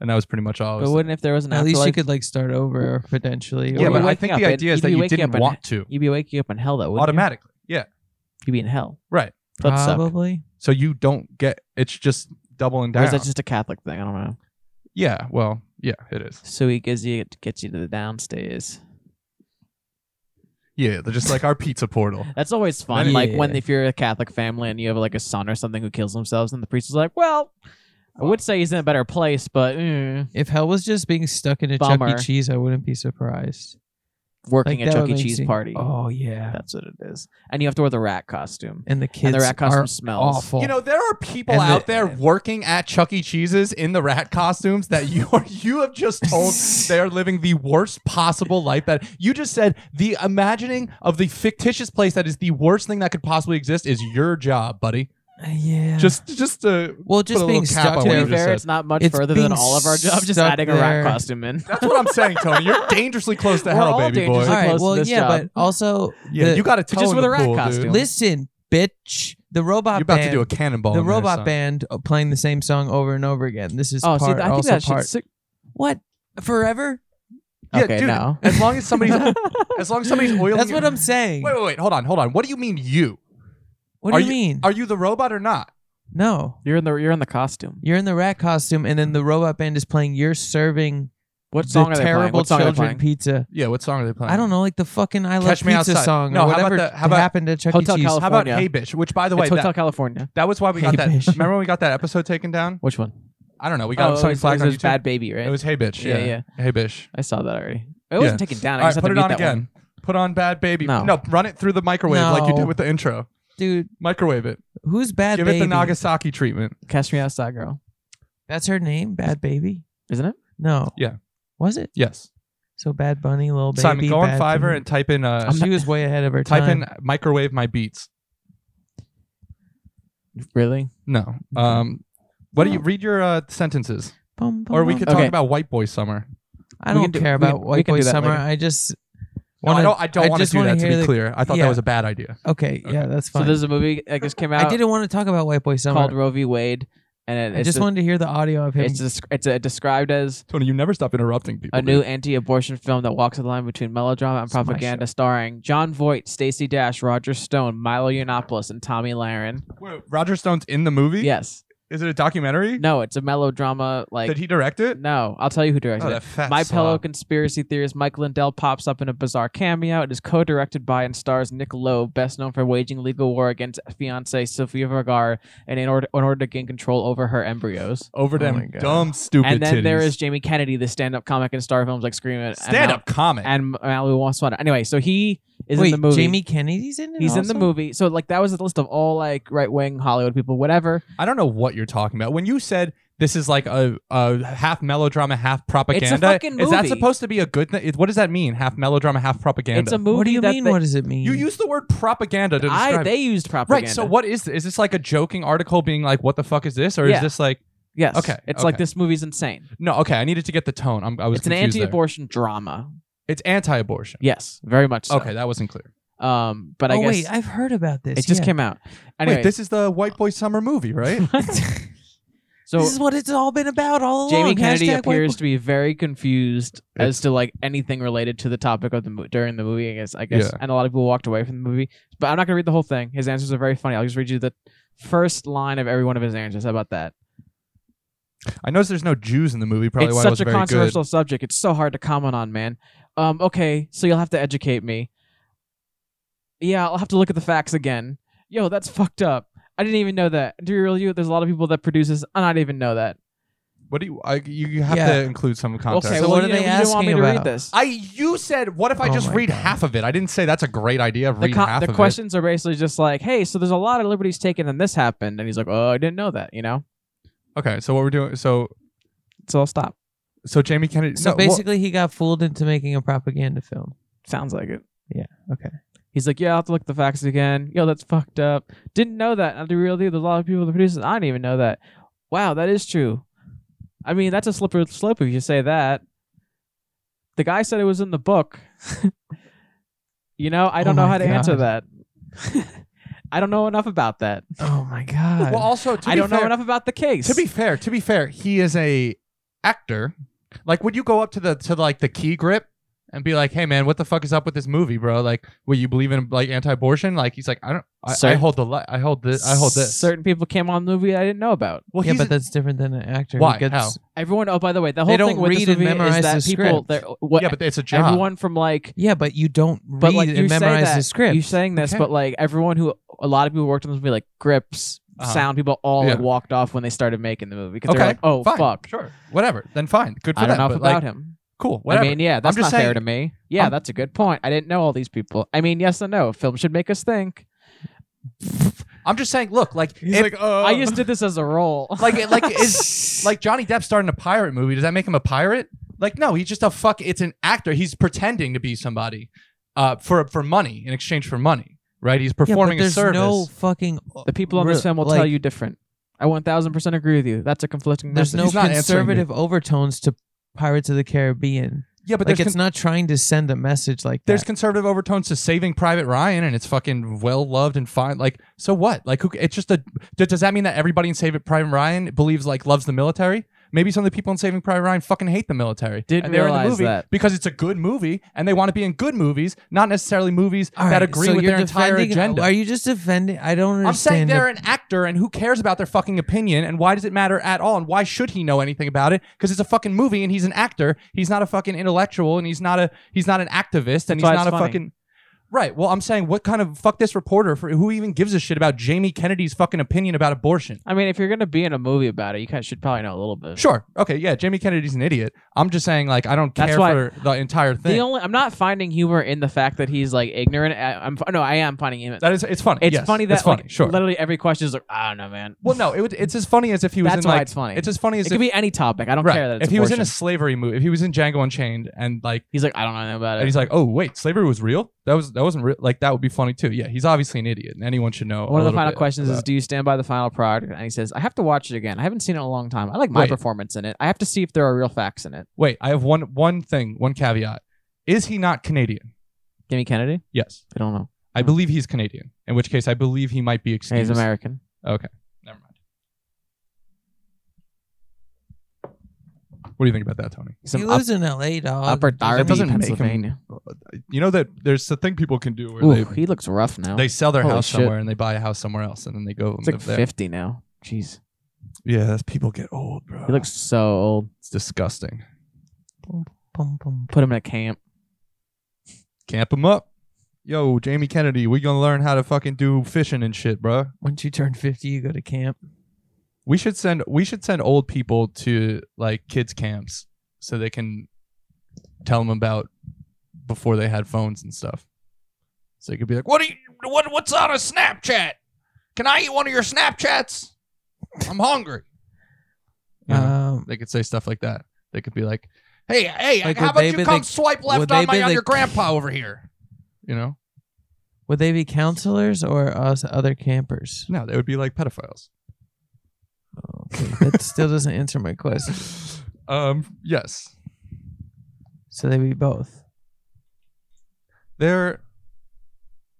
Speaker 1: and that was pretty much all. I
Speaker 2: But
Speaker 1: was
Speaker 2: wouldn't if there was an
Speaker 5: At least you
Speaker 2: afterlife,
Speaker 5: could like start over potentially.
Speaker 1: thinking. yeah,
Speaker 5: or-
Speaker 2: you're
Speaker 1: but I
Speaker 2: waking
Speaker 1: think
Speaker 2: up
Speaker 1: the
Speaker 2: and-
Speaker 1: idea is
Speaker 2: you'd
Speaker 1: that
Speaker 2: be
Speaker 1: you
Speaker 2: waking up
Speaker 1: didn't
Speaker 2: and-
Speaker 1: want to
Speaker 2: you'd be waking up in hell though. wouldn't you?
Speaker 1: automatically. Yeah,
Speaker 2: You'd be in hell.
Speaker 1: right.
Speaker 2: That'd suck.
Speaker 5: probably.
Speaker 1: So you don't get. It's just doubling
Speaker 2: Or
Speaker 1: down.
Speaker 2: is that just a Catholic thing? I don't know.
Speaker 1: yeah. Well, yeah, it is.
Speaker 2: So he gives you gets you to the downstairs.
Speaker 1: Yeah, they're just like our pizza portal.
Speaker 2: That's always fun. Like when
Speaker 5: Yeah.
Speaker 2: if you're a Catholic family and you have like a son or something who kills themselves, and the priest is like, "Well, I would say he's in a better place, but mm,
Speaker 5: If hell was just being stuck in a
Speaker 2: Bummer.
Speaker 5: Chuck E. Cheese, I wouldn't be surprised.
Speaker 2: working
Speaker 5: Like,
Speaker 2: a
Speaker 5: that
Speaker 2: Chuck
Speaker 5: would
Speaker 2: E.
Speaker 5: make
Speaker 2: Cheese
Speaker 5: se-
Speaker 2: party."
Speaker 5: Oh yeah,
Speaker 2: That's what it is. And you have to wear the rat costume.
Speaker 5: and the kids
Speaker 2: and the rat costume
Speaker 5: are
Speaker 2: smells.
Speaker 5: awful.
Speaker 1: You know, there are people
Speaker 5: And the-
Speaker 1: out there working at Chuck E. Cheese's in the rat costumes that you are you have just told they're living the worst possible life that you just said the imagining of the fictitious place that is the worst thing that could possibly exist is your job, buddy.
Speaker 4: yeah.
Speaker 1: Just just uh,
Speaker 5: Well, just
Speaker 1: a
Speaker 5: being
Speaker 1: little cap
Speaker 5: stuck
Speaker 1: on what
Speaker 2: To
Speaker 5: there.
Speaker 2: be
Speaker 1: you just
Speaker 2: fair,
Speaker 1: said.
Speaker 2: it's not much
Speaker 4: It's
Speaker 2: further than
Speaker 4: being
Speaker 2: all of our jobs. Just
Speaker 4: stuck
Speaker 2: adding a
Speaker 4: there.
Speaker 2: rat costume in.
Speaker 1: that's what I'm saying, Tony. You're dangerously close to
Speaker 2: We're
Speaker 1: hell,
Speaker 2: all
Speaker 1: baby boy.
Speaker 2: dangerously
Speaker 5: All right.
Speaker 2: close to
Speaker 5: Well,
Speaker 2: this
Speaker 5: yeah,
Speaker 2: job.
Speaker 5: but also,
Speaker 1: Yeah,
Speaker 5: the-
Speaker 1: you got a toe
Speaker 2: Just
Speaker 1: in
Speaker 2: with
Speaker 1: the
Speaker 2: a rat
Speaker 1: pool, dude.
Speaker 2: costume.
Speaker 5: listen, bitch. The robot
Speaker 1: You're about
Speaker 5: band,
Speaker 1: to do a cannonball.
Speaker 5: the
Speaker 1: in there,
Speaker 5: robot
Speaker 1: son.
Speaker 5: band uh, playing the same song over and over again. This is
Speaker 2: Oh, see,
Speaker 5: part,
Speaker 2: I think
Speaker 5: also
Speaker 2: that
Speaker 5: part.
Speaker 2: shit's sick.
Speaker 5: What forever?
Speaker 1: Yeah,
Speaker 2: okay,
Speaker 1: dude.
Speaker 2: no.
Speaker 1: As long as somebody's as long as somebody's oiling.
Speaker 5: That's what
Speaker 1: your-
Speaker 5: I'm saying.
Speaker 1: Wait, wait, wait. Hold on, hold on. What do you mean you?
Speaker 5: what
Speaker 1: are
Speaker 5: do you,
Speaker 1: you-
Speaker 5: mean?
Speaker 1: Are you the robot or not?
Speaker 5: no,
Speaker 2: You're in the you're in the costume.
Speaker 5: you're in the rat costume, and then the robot band is playing. You're serving
Speaker 2: What
Speaker 5: the
Speaker 2: song are they playing?
Speaker 5: terrible
Speaker 2: What song are they
Speaker 5: children
Speaker 2: playing?
Speaker 5: pizza.
Speaker 1: Yeah. What song are they playing?
Speaker 5: I don't know, like the fucking I love
Speaker 1: Catch Me
Speaker 5: pizza
Speaker 1: Outside.
Speaker 5: song
Speaker 1: No,
Speaker 5: or
Speaker 1: how about
Speaker 5: whatever
Speaker 1: the- how about
Speaker 5: happened at Chuck
Speaker 2: Hotel
Speaker 5: E. Cheese.
Speaker 2: Calif-
Speaker 1: How about Hey
Speaker 2: California.
Speaker 1: Bitch? Which, by the way,
Speaker 2: it's Hotel
Speaker 1: that,
Speaker 2: California.
Speaker 1: that was why we got
Speaker 5: Hey
Speaker 1: that.
Speaker 5: Bitch.
Speaker 1: Remember when we got that episode taken down?
Speaker 2: Which one?
Speaker 1: I don't know. We got
Speaker 2: oh,
Speaker 1: some
Speaker 2: it was,
Speaker 1: flack
Speaker 2: it
Speaker 1: on
Speaker 2: was
Speaker 1: YouTube.
Speaker 2: Bad Baby, right?
Speaker 1: It was Hey Bitch.
Speaker 2: Yeah,
Speaker 1: Yeah,
Speaker 2: yeah.
Speaker 1: Hey Bitch.
Speaker 2: I saw that already. It wasn't taken down. I
Speaker 1: All right,
Speaker 2: just had
Speaker 1: put
Speaker 2: to
Speaker 1: it
Speaker 2: mute
Speaker 1: on
Speaker 2: that
Speaker 1: again.
Speaker 2: One.
Speaker 1: Put on Bad Baby.
Speaker 2: No.
Speaker 1: no, run it through the microwave like you
Speaker 5: No.
Speaker 1: did with the intro.
Speaker 5: Dude,
Speaker 1: Microwave it.
Speaker 5: who's Bad
Speaker 1: Give
Speaker 5: Baby?
Speaker 1: it the Nagasaki treatment.
Speaker 2: Cast me outside, girl.
Speaker 5: That's her name, Bad Baby.
Speaker 2: Isn't it?
Speaker 5: No.
Speaker 1: Yeah.
Speaker 5: Was it?
Speaker 1: Yes.
Speaker 5: So Bad Bunny, little baby.
Speaker 1: Simon, go on
Speaker 5: Bad
Speaker 1: Fiverr
Speaker 5: Bunny.
Speaker 1: and type in uh,
Speaker 5: she was way ahead of her
Speaker 1: type
Speaker 5: time.
Speaker 1: in microwave my beats.
Speaker 2: Really?
Speaker 1: No. Um, what do you read your uh, sentences?
Speaker 5: Bum, bum,
Speaker 1: Or we
Speaker 5: bum.
Speaker 1: could talk
Speaker 2: Okay.
Speaker 1: about White Boy Summer.
Speaker 5: I
Speaker 2: we
Speaker 5: don't
Speaker 2: can do-
Speaker 5: care
Speaker 2: we can-
Speaker 5: about
Speaker 2: we
Speaker 5: White
Speaker 2: can do
Speaker 5: Boy
Speaker 2: that
Speaker 5: Summer.
Speaker 2: later.
Speaker 5: I just
Speaker 1: No, I
Speaker 5: Wanna-
Speaker 1: don't. I don't
Speaker 5: I
Speaker 1: want to
Speaker 5: just
Speaker 1: do
Speaker 5: wanna
Speaker 1: that. To
Speaker 5: hear
Speaker 1: be
Speaker 5: the-
Speaker 1: clear, I thought
Speaker 5: yeah.
Speaker 1: that was a bad idea.
Speaker 5: okay,
Speaker 1: Okay.
Speaker 5: yeah, that's
Speaker 2: So
Speaker 5: fine.
Speaker 2: there's a movie that just came out
Speaker 5: I didn't want to talk about White Boy Summer.
Speaker 2: called Roe v. Wade, and it,
Speaker 5: I
Speaker 2: it's
Speaker 5: just
Speaker 2: a-
Speaker 5: wanted to hear the audio of him.
Speaker 2: it's des- it's uh described as
Speaker 1: Tony, you never stop interrupting people.
Speaker 2: a new
Speaker 1: dude.
Speaker 2: anti-abortion film that walks the line between melodrama and
Speaker 5: It's my
Speaker 2: propaganda, starring John Voight, Stacey Dash, Roger Stone, Milo Yiannopoulos, and Tommy Lahren.
Speaker 1: Wait, Roger Stone's in the movie.
Speaker 2: Yes.
Speaker 1: Is it a documentary?
Speaker 2: No, it's a melodrama. Like
Speaker 1: Did he direct it?
Speaker 2: no, I'll tell you who directed
Speaker 1: Oh,
Speaker 2: it.
Speaker 1: that fat
Speaker 2: My
Speaker 1: slob.
Speaker 2: Pillow conspiracy theorist Mike Lindell pops up in a bizarre cameo. It is co-directed by and stars Nick Lowe, best known for waging legal war against fiancee Sofia Vergara, and in order in order to gain control over her embryos.
Speaker 1: over
Speaker 5: Oh
Speaker 1: them
Speaker 5: my God.
Speaker 1: dumb stupid.
Speaker 2: and then there
Speaker 1: titties.
Speaker 2: is Jamie Kennedy, the stand-up comic and star of films like Scream and-
Speaker 1: stand up comic.
Speaker 2: and Mal- and Malibu Wants Water. Anyway, so he is
Speaker 5: Wait,
Speaker 2: in the movie.
Speaker 5: Jamie Kennedy's in it.
Speaker 2: He's in the
Speaker 5: also?
Speaker 2: movie. So like that was the list of all like right wing Hollywood people, whatever.
Speaker 1: I don't know what you're talking about. When you said this is like a, a half melodrama, half propaganda,
Speaker 2: fucking
Speaker 1: is that
Speaker 2: movie.
Speaker 1: supposed to be a good thing? What does that mean? Half melodrama, half propaganda.
Speaker 2: It's a movie.
Speaker 5: What do you
Speaker 2: that
Speaker 5: mean?
Speaker 2: they-
Speaker 5: what does it mean?
Speaker 1: you use the word propaganda to describe.
Speaker 2: I they used
Speaker 1: Mm-hmm.
Speaker 2: propaganda.
Speaker 1: right. So what is this? Is this like a joking article being like, "What the fuck is this?" Or
Speaker 2: Yeah.
Speaker 1: is this like,
Speaker 2: Yes.
Speaker 1: Okay,
Speaker 2: It's like
Speaker 1: okay.
Speaker 2: this movie's insane.
Speaker 1: no? Okay, I needed to get the tone. I'm, I was.
Speaker 2: It's an
Speaker 1: confused there.
Speaker 2: anti-abortion drama.
Speaker 1: It's anti-abortion.
Speaker 2: Yes, very much. So.
Speaker 1: Okay, that wasn't clear.
Speaker 2: Um, but I
Speaker 5: oh
Speaker 2: guess
Speaker 5: wait, I've heard about this.
Speaker 2: it just
Speaker 5: yeah.
Speaker 2: came out. Anyway,
Speaker 1: Wait, this is the White Boy Summer movie, right?
Speaker 2: so
Speaker 5: this is what it's all been about all
Speaker 2: Jamie
Speaker 5: along.
Speaker 2: Kennedy
Speaker 5: Hashtag White
Speaker 2: appears
Speaker 5: Boy-
Speaker 2: to be very confused
Speaker 1: It's-
Speaker 2: as to like anything related to the topic of the mo- during the movie. I guess. I guess.
Speaker 1: Yeah.
Speaker 2: And a lot of people walked away from the movie. But I'm not gonna read the whole thing. His answers are very funny. I'll just read you the first line of every one of his answers. How about that?
Speaker 1: I noticed there's no Jews in the movie. Probably
Speaker 2: it's
Speaker 1: why it
Speaker 2: such
Speaker 1: was
Speaker 2: a
Speaker 1: very
Speaker 2: controversial subject. It's so hard to comment on, man. Um, okay, so you'll have to educate me. Yeah, I'll have to look at the facts again. Yo, that's fucked up. I didn't even know that. Do you really? you- There's a lot of people that produces. I not even know that.
Speaker 1: Good. What do you? I, you you have
Speaker 5: Yeah.
Speaker 1: to include some context.
Speaker 2: Okay,
Speaker 5: So
Speaker 2: well,
Speaker 5: what
Speaker 2: you
Speaker 5: are they
Speaker 2: didn't- you didn't want me
Speaker 5: asking
Speaker 2: to read
Speaker 5: about?
Speaker 2: this.
Speaker 1: I you said what if I
Speaker 5: Oh
Speaker 1: just
Speaker 5: my
Speaker 1: read
Speaker 5: God.
Speaker 1: half of it? I didn't say that's a great idea. Read
Speaker 2: the co-
Speaker 1: half
Speaker 2: the
Speaker 1: of
Speaker 2: questions are basically just like, hey, so there's a lot of liberties taken, and this happened, and he's like, oh, I didn't know that. You know,
Speaker 1: it. Okay, so what we're doing? So
Speaker 2: so I'll stop.
Speaker 1: so Jamie Kennedy.
Speaker 5: So
Speaker 1: no, well-
Speaker 5: basically, he got fooled into making a propaganda film.
Speaker 2: Sounds like it.
Speaker 5: Yeah, okay.
Speaker 2: He's like, yeah, I'll have to look at the facts again. Yo, that's fucked up. Didn't know that. I do real deal. There's a lot of people that produce it. I didn't even know that. Wow, that is true. I mean, that's a slippery slope if you say that. The guy said it was in the book. you know, I
Speaker 5: Oh
Speaker 2: don't know
Speaker 5: my
Speaker 2: how to answer
Speaker 5: God.
Speaker 2: that. I don't know enough about that.
Speaker 5: Oh my god.
Speaker 1: well, also to
Speaker 2: I
Speaker 1: be
Speaker 2: don't know
Speaker 1: fair-
Speaker 2: enough about the case.
Speaker 1: To be fair, to be fair, he is a actor. Like, would you go up to the to like the key grip and be like, "Hey, man, what the fuck is up with this movie, bro? Like, what you believe in like anti-abortion? Like, he's like, I don't, I, I
Speaker 2: Sir?
Speaker 1: hold the, li- I hold this, I hold this.
Speaker 2: Certain people came on the movie I didn't know about.
Speaker 1: well,
Speaker 5: yeah,
Speaker 1: he's
Speaker 5: but
Speaker 1: a-
Speaker 5: that's different than an actor. who
Speaker 1: Why?
Speaker 5: gets-
Speaker 1: How?
Speaker 2: Everyone. Oh, by the way, the whole
Speaker 5: They don't
Speaker 2: thing with
Speaker 5: read
Speaker 2: this
Speaker 5: and
Speaker 2: movie
Speaker 5: memorize
Speaker 2: is that
Speaker 5: the
Speaker 2: people.
Speaker 5: script.
Speaker 2: they're- What,
Speaker 1: yeah, but it's a job.
Speaker 2: everyone from like
Speaker 5: Yeah, but you don't read
Speaker 2: but like you
Speaker 5: and memorize
Speaker 2: say that,
Speaker 5: the script.
Speaker 2: You saying this,
Speaker 1: Okay.
Speaker 2: but like everyone who a lot of people worked on this movie, like grips,
Speaker 1: Uh-huh.
Speaker 2: sound people, all like
Speaker 1: Yeah.
Speaker 2: walked off when they started making the movie because
Speaker 1: Okay,
Speaker 2: they're like, oh
Speaker 1: fine,
Speaker 2: fuck,
Speaker 1: sure, whatever. Then fine, good for
Speaker 2: I
Speaker 1: them.
Speaker 2: don't know
Speaker 1: but,
Speaker 2: about
Speaker 1: like,
Speaker 2: him.
Speaker 1: Cool, whatever.
Speaker 2: I mean, yeah, that's
Speaker 1: just
Speaker 2: not fair
Speaker 1: saying-
Speaker 2: to me. Yeah,
Speaker 1: I'm-
Speaker 2: that's a good point. I didn't know all these people. I mean, yes and no. Film should make us think.
Speaker 1: I'm just saying. Look, like, if-
Speaker 4: uh,
Speaker 2: I
Speaker 1: Oh.
Speaker 2: just did this as a role.
Speaker 1: like, like is like Johnny Depp starring a pirate movie. Does that make him a pirate? Like, no, he's just a fuck. It's an actor. He's pretending to be somebody, uh, for for money in exchange for money. right? He's
Speaker 5: Yeah, but
Speaker 1: performing a
Speaker 5: there's
Speaker 1: service.
Speaker 5: no fucking.
Speaker 2: The people on this
Speaker 5: Re-
Speaker 2: film will
Speaker 5: like-
Speaker 2: tell you different. I 1000% agree with you. That's a conflicting
Speaker 5: There's
Speaker 2: message.
Speaker 5: no
Speaker 1: He's not answering
Speaker 5: conservative overtones to Pirates of the Caribbean.
Speaker 1: yeah, but
Speaker 5: like
Speaker 1: there's,
Speaker 5: it's
Speaker 1: con-
Speaker 5: not trying to send a message like
Speaker 1: there's
Speaker 5: that.
Speaker 1: conservative overtones to Saving Private Ryan, and it's fucking well loved and fine. Like, so what? Like, who? It's just a. d- Does that mean that everybody in Saving Private Ryan believes like loves the military? Maybe some of the people in Saving Private Ryan fucking hate the military.
Speaker 2: Didn't
Speaker 1: and they're in the
Speaker 2: realize
Speaker 1: movie
Speaker 2: that.
Speaker 1: because it's a good movie, and they want to be in good movies, not necessarily movies
Speaker 5: All
Speaker 1: that
Speaker 5: right,
Speaker 1: agree
Speaker 5: so
Speaker 1: with
Speaker 5: you're
Speaker 1: their entire
Speaker 5: defending-
Speaker 1: agenda.
Speaker 5: Are you just defending? I don't understand.
Speaker 1: I'm saying
Speaker 5: the-
Speaker 1: they're an actor, and who cares about their fucking opinion? And why does it matter at all? And why should he know anything about it? Because it's a fucking movie, and he's an actor. He's not a fucking intellectual, and he's not a he's not an activist, and
Speaker 2: That's why
Speaker 1: he's
Speaker 2: it's
Speaker 1: not a
Speaker 2: funny.
Speaker 1: fucking right. Well, I'm saying what kind of fuck this reporter for who even gives a shit about Jamie Kennedy's fucking opinion about abortion?
Speaker 2: I mean, if you're going to be in a movie about it, you kind of should probably know a little bit.
Speaker 1: Sure, okay, yeah, Jamie Kennedy's an idiot. I'm just saying, like, I don't
Speaker 2: That's
Speaker 1: care
Speaker 2: why-
Speaker 1: for the entire
Speaker 2: The
Speaker 1: thing.
Speaker 2: only I'm not finding humor in the fact that he's like ignorant. I, I'm no, I am finding him.
Speaker 1: that is, it's funny.
Speaker 2: It's
Speaker 1: yes,
Speaker 2: funny that
Speaker 1: it's funny.
Speaker 2: like
Speaker 1: sure.
Speaker 2: literally every question is like I don't know, man.
Speaker 1: well, no, it, would- it's as funny as if he was
Speaker 2: That's
Speaker 1: in
Speaker 2: why
Speaker 1: like
Speaker 2: it's funny.
Speaker 1: It's as funny as if
Speaker 2: It could be any topic. I don't
Speaker 1: right.
Speaker 2: care that it's
Speaker 1: if he was in a
Speaker 2: abortion.
Speaker 1: slavery movie, if he was in Django Unchained, and like.
Speaker 2: He's like, I don't know about it.
Speaker 1: and he's like, "Oh wait, slavery was real. That was that wasn't real. Like that would be funny too. Yeah, he's obviously an idiot, and anyone should know." a
Speaker 2: One of the
Speaker 1: little
Speaker 2: final
Speaker 1: bit
Speaker 2: questions is,
Speaker 1: about-
Speaker 2: do you stand by the final product? And he says, I have to watch it again. I haven't seen it in a long time. I like my
Speaker 1: Wait.
Speaker 2: performance in it. I have to see if there are real facts in it.
Speaker 1: wait, I have one one thing, one caveat. Is he not Canadian?
Speaker 2: Jimmy Kennedy?
Speaker 1: Yes,
Speaker 2: I don't know.
Speaker 1: I believe he's Canadian. In which case, I believe he might be excused.
Speaker 2: Hmm. He's American.
Speaker 1: Okay, never mind. What do you think about that, Tony?
Speaker 2: He's from
Speaker 5: He
Speaker 2: up-
Speaker 5: lives in L.A. Dog.
Speaker 2: Upper Darby,
Speaker 1: doesn't make him-
Speaker 2: Pennsylvania.
Speaker 1: You know that there's a thing people can do where
Speaker 2: Ooh,
Speaker 1: they
Speaker 2: he looks rough now.
Speaker 1: they sell their
Speaker 2: Holy
Speaker 1: house
Speaker 2: shit.
Speaker 1: somewhere and they buy a house somewhere else and then they go
Speaker 2: it's
Speaker 1: live
Speaker 2: like
Speaker 1: there.
Speaker 2: 50 now. Jeez.
Speaker 1: Yeah, that's, people get old, bro.
Speaker 2: He looks so old.
Speaker 1: it's disgusting.
Speaker 5: Bum, bum.
Speaker 2: Put him in a camp.
Speaker 1: Camp him up. Yo, Jamie Kennedy, we gonna learn how to fucking do fishing and shit, bro.
Speaker 5: Once you turn fifty, you go to camp.
Speaker 1: We should send we should send old people to like kids camps so they can tell them about before they had phones and stuff. So they could be like, "What do you what what's on a Snapchat? Can I eat one of your Snapchats? I'm hungry." You know,
Speaker 5: Um,
Speaker 1: they could say stuff like that. They could be like, "Hey, hey,
Speaker 5: Like,
Speaker 1: how
Speaker 5: would
Speaker 1: about
Speaker 5: they
Speaker 1: you
Speaker 5: be
Speaker 1: come
Speaker 5: the-
Speaker 1: swipe left
Speaker 5: would
Speaker 1: on
Speaker 5: they
Speaker 1: my
Speaker 5: be
Speaker 1: on
Speaker 5: the-
Speaker 1: your grandpa over here?" You know?
Speaker 5: Would they be counselors or us other campers?
Speaker 1: No, they would be like pedophiles.
Speaker 5: Okay, that still doesn't answer my question.
Speaker 1: Um, yes.
Speaker 5: So they'd be both.
Speaker 1: They're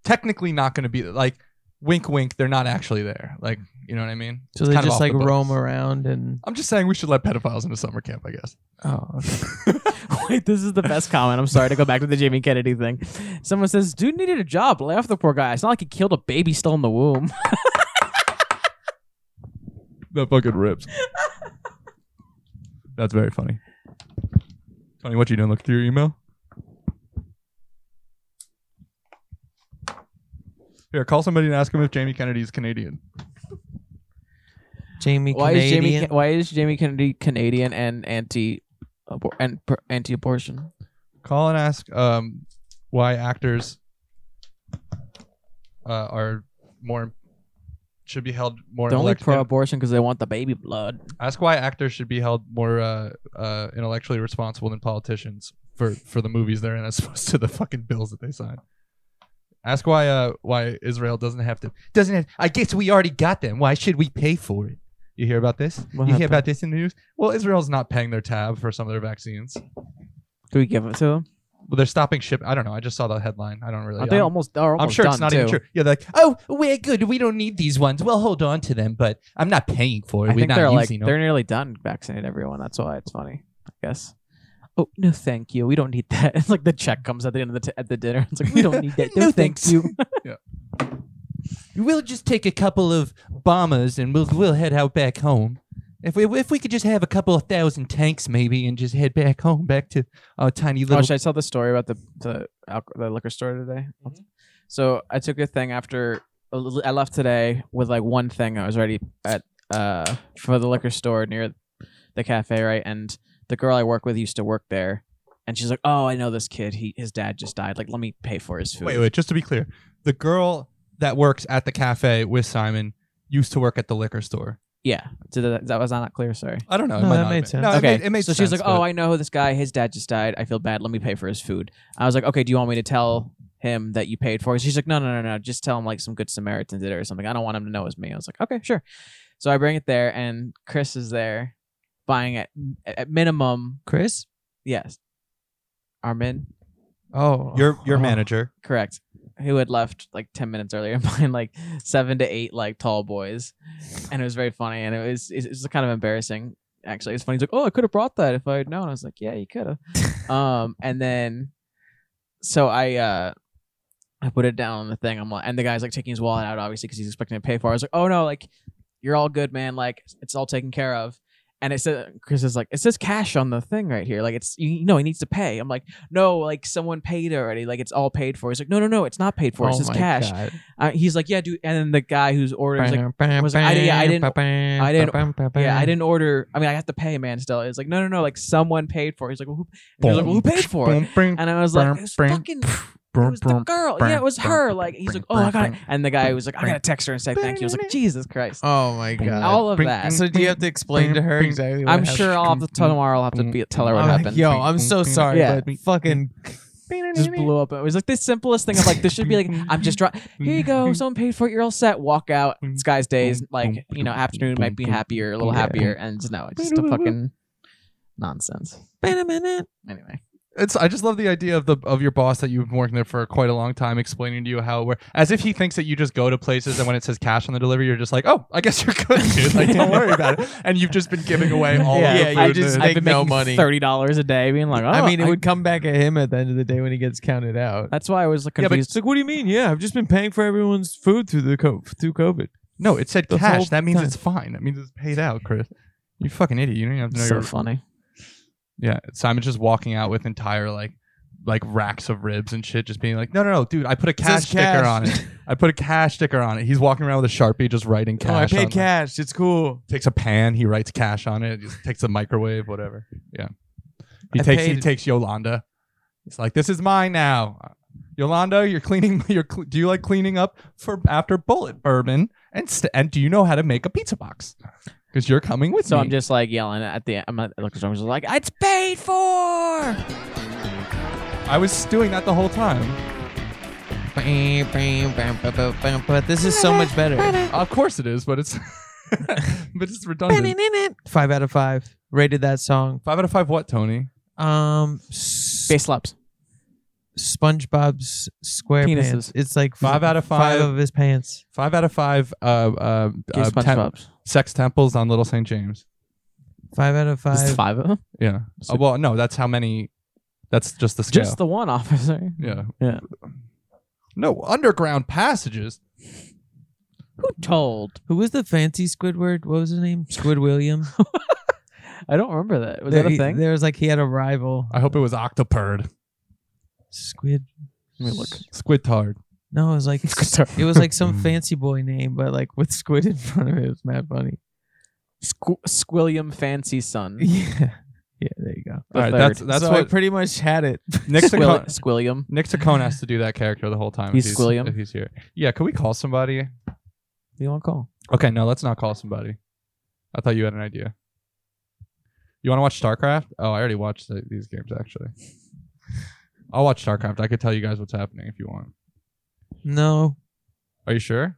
Speaker 1: technically not going to be like wink wink, they're not actually there. Like, you know what I mean?
Speaker 5: So
Speaker 1: It's
Speaker 5: they
Speaker 1: kind of
Speaker 5: just
Speaker 1: off the
Speaker 5: like roam
Speaker 1: books.
Speaker 5: around and
Speaker 1: I'm just saying we should let pedophiles into summer camp, I guess.
Speaker 5: oh, okay.
Speaker 2: Wait, this is the best comment. I'm sorry to go back to the Jamie Kennedy thing. Someone says, dude needed a job. Lay off the poor guy. It's not like he killed a baby still in the womb.
Speaker 1: That fucking rips. That's very funny. Tony, what you doing? Look through your email? Here, call somebody and ask them if Jamie Kennedy is Canadian.
Speaker 5: Jamie
Speaker 2: Why is
Speaker 5: Canadian.
Speaker 2: Jamie? Ke- Why is Jamie Kennedy Canadian and anti, abor- and per- anti-abortion?
Speaker 1: call and ask um, why actors uh, are more should be held more
Speaker 2: They're only
Speaker 1: intellectual.
Speaker 2: pro-abortion because they want the baby blood.
Speaker 1: ask why actors should be held more uh, uh, intellectually responsible than politicians for for the movies they're in as opposed to the fucking bills that they sign ask why uh, why israel doesn't have to doesn't have i guess we already got them why should we pay for it you hear about this you
Speaker 2: What
Speaker 1: hear about this in the news well israel's not paying their tab for some of their vaccines
Speaker 2: Do we give it to them?
Speaker 1: well they're stopping ship i don't know i just saw the headline i don't really
Speaker 2: Aren't they
Speaker 1: I'm-
Speaker 2: almost? Are almost
Speaker 1: I'm sure it's
Speaker 2: done,
Speaker 1: not
Speaker 2: too.
Speaker 1: even true. Yeah, they're like, oh, we're good. We don't need these ones. We'll hold on to them, but I'm not paying for it.
Speaker 2: I
Speaker 1: we're
Speaker 2: think
Speaker 1: not
Speaker 2: they're like
Speaker 1: using
Speaker 2: they're
Speaker 1: them.
Speaker 2: nearly done vaccinating everyone. That's why it's funny. I guess. Oh no, thank you. We don't need that. It's like the check comes at the end of the t- at the dinner. It's like we don't need that.
Speaker 1: No
Speaker 2: No, thanks.
Speaker 1: thanks.
Speaker 2: you.
Speaker 1: We'll just take a couple of bombers and we'll we'll head out back home. If we if we could just have a couple of thousand tanks maybe and just head back home back to our tiny
Speaker 2: Oh,
Speaker 1: little.
Speaker 2: should I tell the story about the the, alco- the liquor store today?
Speaker 1: Mm-hmm.
Speaker 2: So I took a thing after I left today with like one thing. I was already at uh for the liquor store near the cafe, right? And the girl I work with used to work there, and she's like, "Oh, I know this kid. He his dad just died. Like, let me pay for his food."
Speaker 1: Oh, wait, wait. Just to be clear, the girl that works at the cafe with Simon used to work at the liquor store.
Speaker 2: Yeah, did that, that was not clear. Sorry.
Speaker 1: I don't know. it
Speaker 5: No,
Speaker 1: might
Speaker 5: that
Speaker 1: not have
Speaker 5: made
Speaker 1: been-
Speaker 5: sense.
Speaker 1: No, it
Speaker 2: okay,
Speaker 1: made, Uh, it made
Speaker 2: so
Speaker 1: sense,
Speaker 2: she's like, "Oh, I know this guy. His dad just died. I feel bad. Let me pay for his food." I was like, "Okay, do you want me to tell him that you paid for. She's like, no, no, no, no. Just tell him like some good Samaritan did it or something. I don't want him to know it was me. I was like, okay, sure. So I bring it there, and Chris is there buying at, at minimum.
Speaker 5: Chris?
Speaker 2: Yes. Armin,
Speaker 5: Oh,
Speaker 7: Your your
Speaker 5: oh.
Speaker 7: manager.
Speaker 2: correct. Who had left like 10 minutes earlier and buying like seven to eight like tall boys. And it was very funny. And it was, it's it's kind of embarrassing. Actually, it's funny. He's like, oh, I could have brought that if I had known. I was like, yeah, you could have um and then so i uh i put it down on the thing i'm like and the guy's like taking his wallet out obviously because he's expecting to pay for it i was like oh no like you're all good man like it's all taken care of and it says chris is like it says cash on the thing right here like it's you you know he needs to pay i'm like no like someone paid already like it's all paid for he's like no no no it's not
Speaker 5: Oh
Speaker 2: paid for it says cash I, he's like yeah dude and then the guy who's ordering is like was like, I didn't- I didn't- I
Speaker 5: didn't.
Speaker 2: yeah, I didn't order. I mean, I have to pay, man. Still, it's like, no, no, no. Like someone paid for. it. He's like, well, who? and he was like, well, who paid for it? And I was like, it's fucking it was the girl. Yeah, it was her. Like he's like, oh, I got it. And the guy was like, I gotta text her and say thank you. I was like, Jesus Christ.
Speaker 5: Oh my god.
Speaker 2: All of that.
Speaker 5: So do you have to explain to her exactly what
Speaker 2: I'm
Speaker 5: happened?
Speaker 2: sure I'll have to tomorrow. I'll have to be, tell her what
Speaker 5: I'm like,
Speaker 2: happened.
Speaker 5: Yo, I'm so sorry,
Speaker 2: Yeah.
Speaker 5: but fucking
Speaker 2: Just blew up. It was like the simplest thing. of like, this should be like, I'm just dry. Here you go. Someone paid for it. You're all set. Walk out. It's guy's days. Like you know, afternoon might be happier, a little
Speaker 5: Yeah.
Speaker 2: happier. And no, it's just a fucking nonsense.
Speaker 5: Wait a minute.
Speaker 2: Anyway,
Speaker 1: It's I just love the idea of the of your boss that you've been working there for quite a long time explaining to you how where as if he thinks that you just go to places and when it says cash on the delivery you're just like oh I guess you're good dude like don't worry about it and you've just been giving away all
Speaker 5: Yeah,
Speaker 1: of the
Speaker 5: yeah,
Speaker 1: food
Speaker 5: you
Speaker 1: and
Speaker 5: just-
Speaker 1: the-
Speaker 5: Make
Speaker 2: I've been
Speaker 5: no
Speaker 2: making
Speaker 5: money.
Speaker 2: thirty dollars a day, being like, oh,
Speaker 5: I mean, it would come back at him at the end of the day when he gets counted out.
Speaker 2: That's why I was like
Speaker 1: Yeah, but-
Speaker 2: confused.
Speaker 5: It's like, what do you mean? Yeah, I've just been paying for everyone's food through the co- through COVID.
Speaker 1: no it said
Speaker 5: the whole
Speaker 1: cash that means
Speaker 5: time.
Speaker 1: it's fine that means it's paid out Chris you fucking idiot you don't even have to know
Speaker 2: so
Speaker 1: your
Speaker 2: funny.
Speaker 1: Yeah, Simon's just walking out with entire like like racks of ribs and shit, just being like, no, no, no, dude, I put a
Speaker 5: says
Speaker 1: cash sticker
Speaker 5: cash."
Speaker 1: on it. I put a cash sticker on it. He's walking around with a sharpie, just writing cash.
Speaker 5: oh, I
Speaker 1: on
Speaker 5: paid
Speaker 1: it.
Speaker 5: cash. It's cool.
Speaker 1: Takes a pan, he writes cash on it. Just takes a microwave, whatever. Yeah, he
Speaker 5: I
Speaker 1: takes he
Speaker 5: paid-
Speaker 1: takes Yolanda. He's like, this is mine now. Yolanda, you're cleaning. You're cle do you like cleaning up for after bullet bourbon? And st- and do you know how to make a pizza box? Because you're coming with
Speaker 2: So
Speaker 1: me.
Speaker 2: I'm just like yelling at the. I'm not like I'm just like it's paid for.
Speaker 1: I was doing that the whole time.
Speaker 5: But this is so much better.
Speaker 1: Of course it is, but it's but it's redundant.
Speaker 5: Five out of five. Rated that song.
Speaker 1: Five out of five. What Tony?
Speaker 5: Um, S-
Speaker 2: Bass slaps.
Speaker 5: SpongeBob's SquarePants.
Speaker 2: Penises.
Speaker 5: It's like f-
Speaker 1: Five out of five.
Speaker 5: of his pants.
Speaker 1: Five out of five. Uh, uh,
Speaker 2: Give
Speaker 1: uh, tem-
Speaker 2: SpongeBob's.
Speaker 1: sex temples on Little Saint James.
Speaker 5: Five out of
Speaker 2: Just
Speaker 5: five.
Speaker 2: five of them.
Speaker 1: Yeah.
Speaker 2: So-
Speaker 1: Uh, well, no, that's how many. That's just the scale.
Speaker 2: Just the one officer.
Speaker 1: yeah.
Speaker 2: Yeah.
Speaker 1: No underground passages.
Speaker 2: Who told?
Speaker 5: Who was the fancy Squidward? What was his name? Squid William.
Speaker 2: I don't remember that. Was that
Speaker 5: There-
Speaker 2: a thing?
Speaker 5: There was like he had a rival.
Speaker 1: I hope it was octopurd.
Speaker 5: Squid.
Speaker 2: Let me look.
Speaker 1: Squidtard.
Speaker 5: No, it was like it was like some fancy boy name, but like with squid in front of it. It was mad funny.
Speaker 2: Squ- Squilliam Fancy Son.
Speaker 5: Yeah. Yeah, there you go.
Speaker 2: The
Speaker 1: All right,
Speaker 2: third.
Speaker 1: that's that's
Speaker 5: so I
Speaker 1: what
Speaker 5: pretty much had it.
Speaker 1: Nick
Speaker 2: Squill-
Speaker 1: Sacone,
Speaker 2: Squilliam.
Speaker 1: Nick Sacone has to do that character the whole time.
Speaker 2: He's
Speaker 1: if
Speaker 2: Squilliam?
Speaker 1: If he's here. Yeah. Could we call somebody?
Speaker 2: You want to call?
Speaker 1: Okay, no, let's not call somebody. I thought you had an idea. You want to watch StarCraft? Oh, I already watched the, these games actually. I'll watch StarCraft. I could tell you guys what's happening if you want.
Speaker 5: No.
Speaker 1: Are you sure?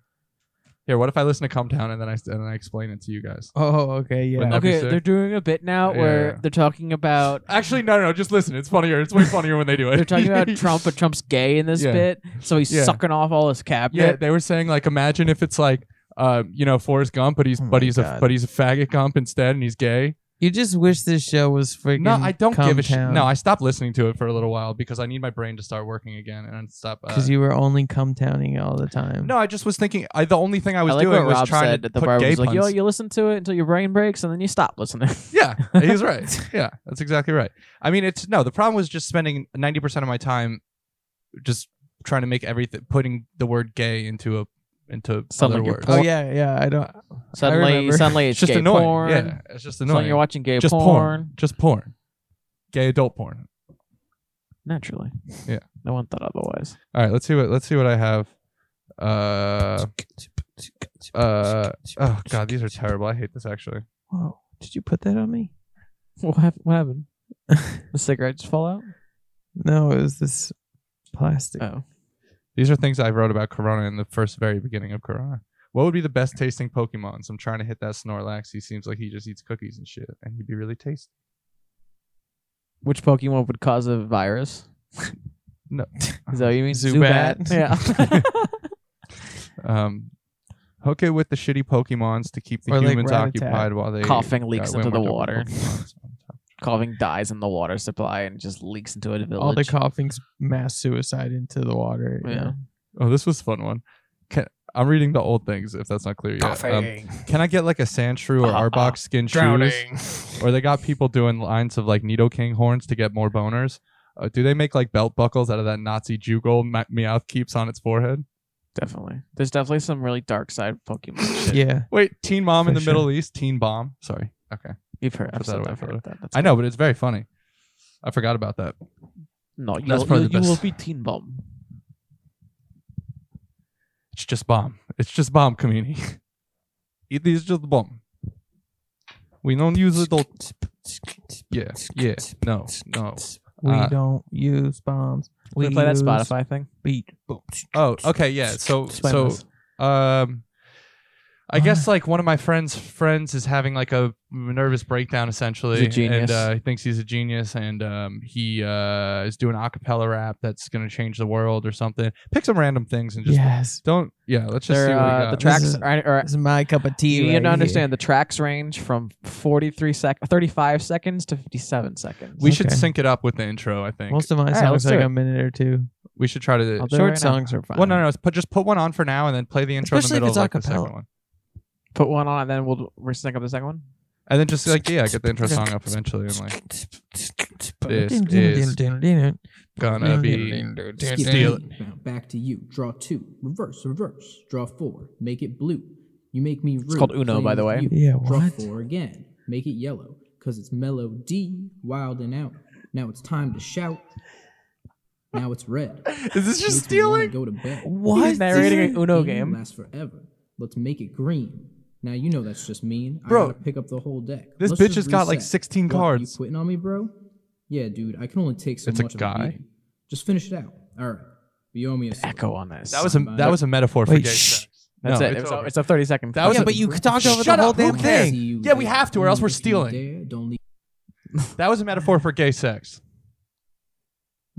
Speaker 1: Here, what if I listen to Come Down and then I s- and then I explain it to you guys?
Speaker 5: Oh, okay, yeah.
Speaker 1: Wouldn't that be
Speaker 2: Okay,
Speaker 1: sick?
Speaker 2: they're doing a bit now where
Speaker 1: Yeah.
Speaker 2: they're talking about
Speaker 1: Actually, no, no, no, just listen. It's funnier. It's way funnier when they do it.
Speaker 2: they're talking about Trump, but Trump's gay in this
Speaker 1: Yeah.
Speaker 2: bit, so he's
Speaker 1: Yeah.
Speaker 2: sucking off all his cabinet.
Speaker 1: Yeah, they were saying like, imagine if it's like, uh, you know, Forrest Gump, but he's
Speaker 5: Oh
Speaker 1: but
Speaker 5: my
Speaker 1: he's a
Speaker 5: God.
Speaker 1: but he's a faggot Gump instead, and he's gay.
Speaker 5: You just wish this show was freaking.
Speaker 1: No, I don't give a shit.
Speaker 5: Cumtown.
Speaker 1: No, I stopped listening to it for a little while because I need my brain to start working again and I'd stop. Uh,
Speaker 5: because you were only cumtowning all the time.
Speaker 1: no, I just was thinking. I the only thing I was
Speaker 2: I like
Speaker 1: doing
Speaker 2: what
Speaker 1: was
Speaker 2: Rob
Speaker 1: trying
Speaker 2: said
Speaker 1: to
Speaker 2: at the
Speaker 1: put
Speaker 2: bar.
Speaker 1: gay
Speaker 2: He's like, yo,
Speaker 1: puns.
Speaker 2: you listen to it until your brain breaks and then you stop listening.
Speaker 1: Yeah, he's right. Yeah, that's exactly right. I mean, it's no. The problem was just spending ninety percent of my time just trying to make everything, putting the word "gay" into a into
Speaker 2: Sound
Speaker 1: other
Speaker 2: like your
Speaker 1: words.
Speaker 5: Oh yeah, yeah. I don't.
Speaker 2: suddenly,
Speaker 5: remember.
Speaker 2: suddenly it's,
Speaker 1: it's just
Speaker 2: gay
Speaker 1: annoying.
Speaker 2: porn.
Speaker 1: Yeah, it's just
Speaker 2: Suddenly
Speaker 1: annoying.
Speaker 2: you're watching gay
Speaker 1: just
Speaker 2: porn.
Speaker 1: porn. just porn, gay adult porn.
Speaker 2: Naturally.
Speaker 1: Yeah.
Speaker 2: No one thought otherwise.
Speaker 1: All right, let's see what let's see what I have. Uh, uh, oh god, these are terrible. I hate this actually.
Speaker 5: Whoa! Did you put that on me?
Speaker 2: What, hap- what happened? the cigarettes fall out?
Speaker 5: No, it was this plastic.
Speaker 2: Oh.
Speaker 1: These are things I wrote about Corona in the first very beginning of Corona. What would be the best tasting Pokemons? I'm trying to hit that Snorlax. He seems like he just eats cookies and shit, and he'd be really tasty.
Speaker 2: Which Pokemon would cause a virus?
Speaker 1: No.
Speaker 2: Is that what you mean?
Speaker 5: Zubat.
Speaker 2: Yeah.
Speaker 1: Um, hook it with the shitty Pokemons to keep the
Speaker 4: Or like
Speaker 1: humans
Speaker 4: Rattata.
Speaker 1: occupied while they
Speaker 2: Coughing leaks
Speaker 1: uh, when
Speaker 2: into the
Speaker 1: we're done with
Speaker 2: water.
Speaker 1: Pokemons.
Speaker 2: Coughing dies in the water supply and just leaks into a village.
Speaker 4: All the coughing's mass suicide into the water. you
Speaker 2: Yeah.
Speaker 4: know?
Speaker 1: Oh, this was a fun one. Can, I'm reading the old things if that's not clear yet. Um, can I get like a Sandshrew or
Speaker 2: Ah, ah.
Speaker 1: Arbok skin shoes? Or they got people doing lines of like Nido King horns to get more boners. Uh, do they make like belt buckles out of that Nazi Jew gold Ma- Meowth keeps on its forehead?
Speaker 2: Definitely. There's definitely some really dark side Pokemon shit.
Speaker 4: Yeah.
Speaker 1: Wait, Teen Mom in
Speaker 4: For
Speaker 1: the
Speaker 4: sure.
Speaker 1: Middle East, Teen Bomb. Sorry. Okay.
Speaker 2: You've heard, I've
Speaker 1: Put that
Speaker 2: said
Speaker 1: away,
Speaker 2: that, I've
Speaker 1: put it
Speaker 2: heard that. That's
Speaker 1: I know, but it's very funny. I forgot about that.
Speaker 2: No, you'll,
Speaker 1: That's probably
Speaker 2: you'll-
Speaker 1: the
Speaker 2: you will
Speaker 1: best.
Speaker 2: be Teen Bomb.
Speaker 1: It's just bomb. It's just bomb, community. it is just bomb. We don't use it all. Yeah. Yeah. No. No.
Speaker 4: We
Speaker 1: Uh,
Speaker 4: don't use bombs.
Speaker 2: We, play that Spotify thing.
Speaker 4: Beat.
Speaker 1: Oh, okay, yeah. So
Speaker 2: Explain
Speaker 1: so
Speaker 2: this.
Speaker 1: um I guess like one of my friends' friends is having like a nervous breakdown essentially.
Speaker 2: He's a
Speaker 1: And
Speaker 2: genius.
Speaker 1: uh, he thinks he's a genius and um, he uh, is doing a cappella rap that's gonna change the world or something. Pick some random things and just
Speaker 4: Yes.
Speaker 1: don't yeah, let's just see
Speaker 2: They're,
Speaker 1: what we
Speaker 2: uh,
Speaker 1: got.
Speaker 2: the tracks
Speaker 4: This is-
Speaker 2: are, are
Speaker 4: This is my cup of tea.
Speaker 2: you
Speaker 4: right
Speaker 2: need to
Speaker 4: here.
Speaker 2: understand the tracks range from 43 sec 35 seconds to 57 seconds.
Speaker 1: we should
Speaker 4: okay.
Speaker 1: sync it up with the intro, I think.
Speaker 4: Most of my
Speaker 2: right,
Speaker 4: songs
Speaker 2: let's
Speaker 4: are
Speaker 2: do
Speaker 4: like
Speaker 2: it.
Speaker 4: a minute or two.
Speaker 1: we should try to
Speaker 2: I'll do it
Speaker 4: Short
Speaker 2: right now.
Speaker 4: songs are fine.
Speaker 1: Well no no put, just put one on for now and then play the intro
Speaker 4: Especially
Speaker 1: in the
Speaker 4: if
Speaker 1: middle
Speaker 4: it's
Speaker 1: of like, the
Speaker 4: a
Speaker 1: second
Speaker 4: cappella.
Speaker 1: one.
Speaker 2: Put one on, and then we'll we're sync up the second one.
Speaker 1: And then just like yeah, get the intro song up eventually and like This is gonna be
Speaker 7: Skip
Speaker 1: Steal
Speaker 7: eight. Now back to you. Draw two. Reverse, reverse. Draw four. Make it blue. You make me. Rude.
Speaker 2: called Uno,
Speaker 7: Playing
Speaker 2: by the
Speaker 7: with
Speaker 2: way.
Speaker 7: you.
Speaker 4: Yeah,
Speaker 7: Draw
Speaker 4: what?
Speaker 7: four again. Make it yellow. Cause it's mellow D, wild and out. Now it's time to shout. Now it's red.
Speaker 1: Is this
Speaker 7: Makes
Speaker 1: just
Speaker 7: me wanna
Speaker 1: stealing?
Speaker 7: Go to bed.
Speaker 4: What?
Speaker 2: He's narrating an
Speaker 7: This
Speaker 2: Uno
Speaker 7: game
Speaker 2: game.
Speaker 7: lasts forever. Let's make it green. Now you know that's just mean.
Speaker 1: Bro,
Speaker 7: I gotta pick up the whole deck.
Speaker 1: this
Speaker 7: Let's
Speaker 1: bitch
Speaker 7: just
Speaker 1: has got, like,
Speaker 7: reset.
Speaker 1: 16
Speaker 7: What,
Speaker 1: cards.
Speaker 7: You quitting on me, bro? Yeah, dude. I can only take so
Speaker 1: It's a
Speaker 7: much. of
Speaker 1: guy.
Speaker 7: beating. Just finish it out. All right. You owe me a soda.
Speaker 2: Echo on this.
Speaker 1: That was a that was a metaphor for
Speaker 4: Wait,
Speaker 1: gay
Speaker 4: shh.
Speaker 1: sex.
Speaker 2: That's
Speaker 1: No,
Speaker 2: it.
Speaker 1: it's
Speaker 2: It was a- It's,
Speaker 1: over.
Speaker 2: a 30 second.
Speaker 1: That was
Speaker 4: Yeah,
Speaker 1: a-
Speaker 4: but you talked over
Speaker 1: Shut
Speaker 4: the whole
Speaker 1: up, who
Speaker 4: damn
Speaker 1: cares?
Speaker 4: thing.
Speaker 7: See you
Speaker 1: Yeah, we
Speaker 7: later.
Speaker 1: have to, or else we're
Speaker 7: If you
Speaker 1: stealing.
Speaker 7: dare, don't leave.
Speaker 1: That was a metaphor for gay sex.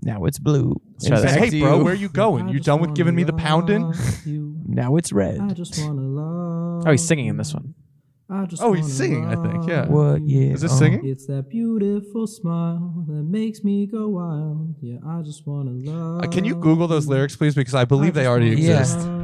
Speaker 4: Now it's blue.
Speaker 2: try
Speaker 4: And
Speaker 2: this.
Speaker 4: back
Speaker 1: hey,
Speaker 4: to
Speaker 1: bro,
Speaker 4: you.
Speaker 1: where are you going?
Speaker 7: I
Speaker 1: You
Speaker 7: just
Speaker 1: done with
Speaker 7: wanna
Speaker 1: giving me the
Speaker 7: love
Speaker 1: pounding?
Speaker 7: you.
Speaker 4: Now it's
Speaker 7: I
Speaker 4: red.
Speaker 7: just wanna love.
Speaker 2: Oh, he's singing in this one.
Speaker 7: I just
Speaker 1: Oh, he's
Speaker 7: wanna
Speaker 1: singing, I think,
Speaker 7: love
Speaker 1: yeah.
Speaker 4: What?
Speaker 7: you.
Speaker 4: Yeah.
Speaker 1: Is this
Speaker 4: uh,
Speaker 1: singing?
Speaker 7: It's that beautiful smile that makes me go wild. Yeah, I just wanna love.
Speaker 1: Uh, can you Google those lyrics, please? Because I believe they already
Speaker 4: wanna
Speaker 1: exist.
Speaker 4: love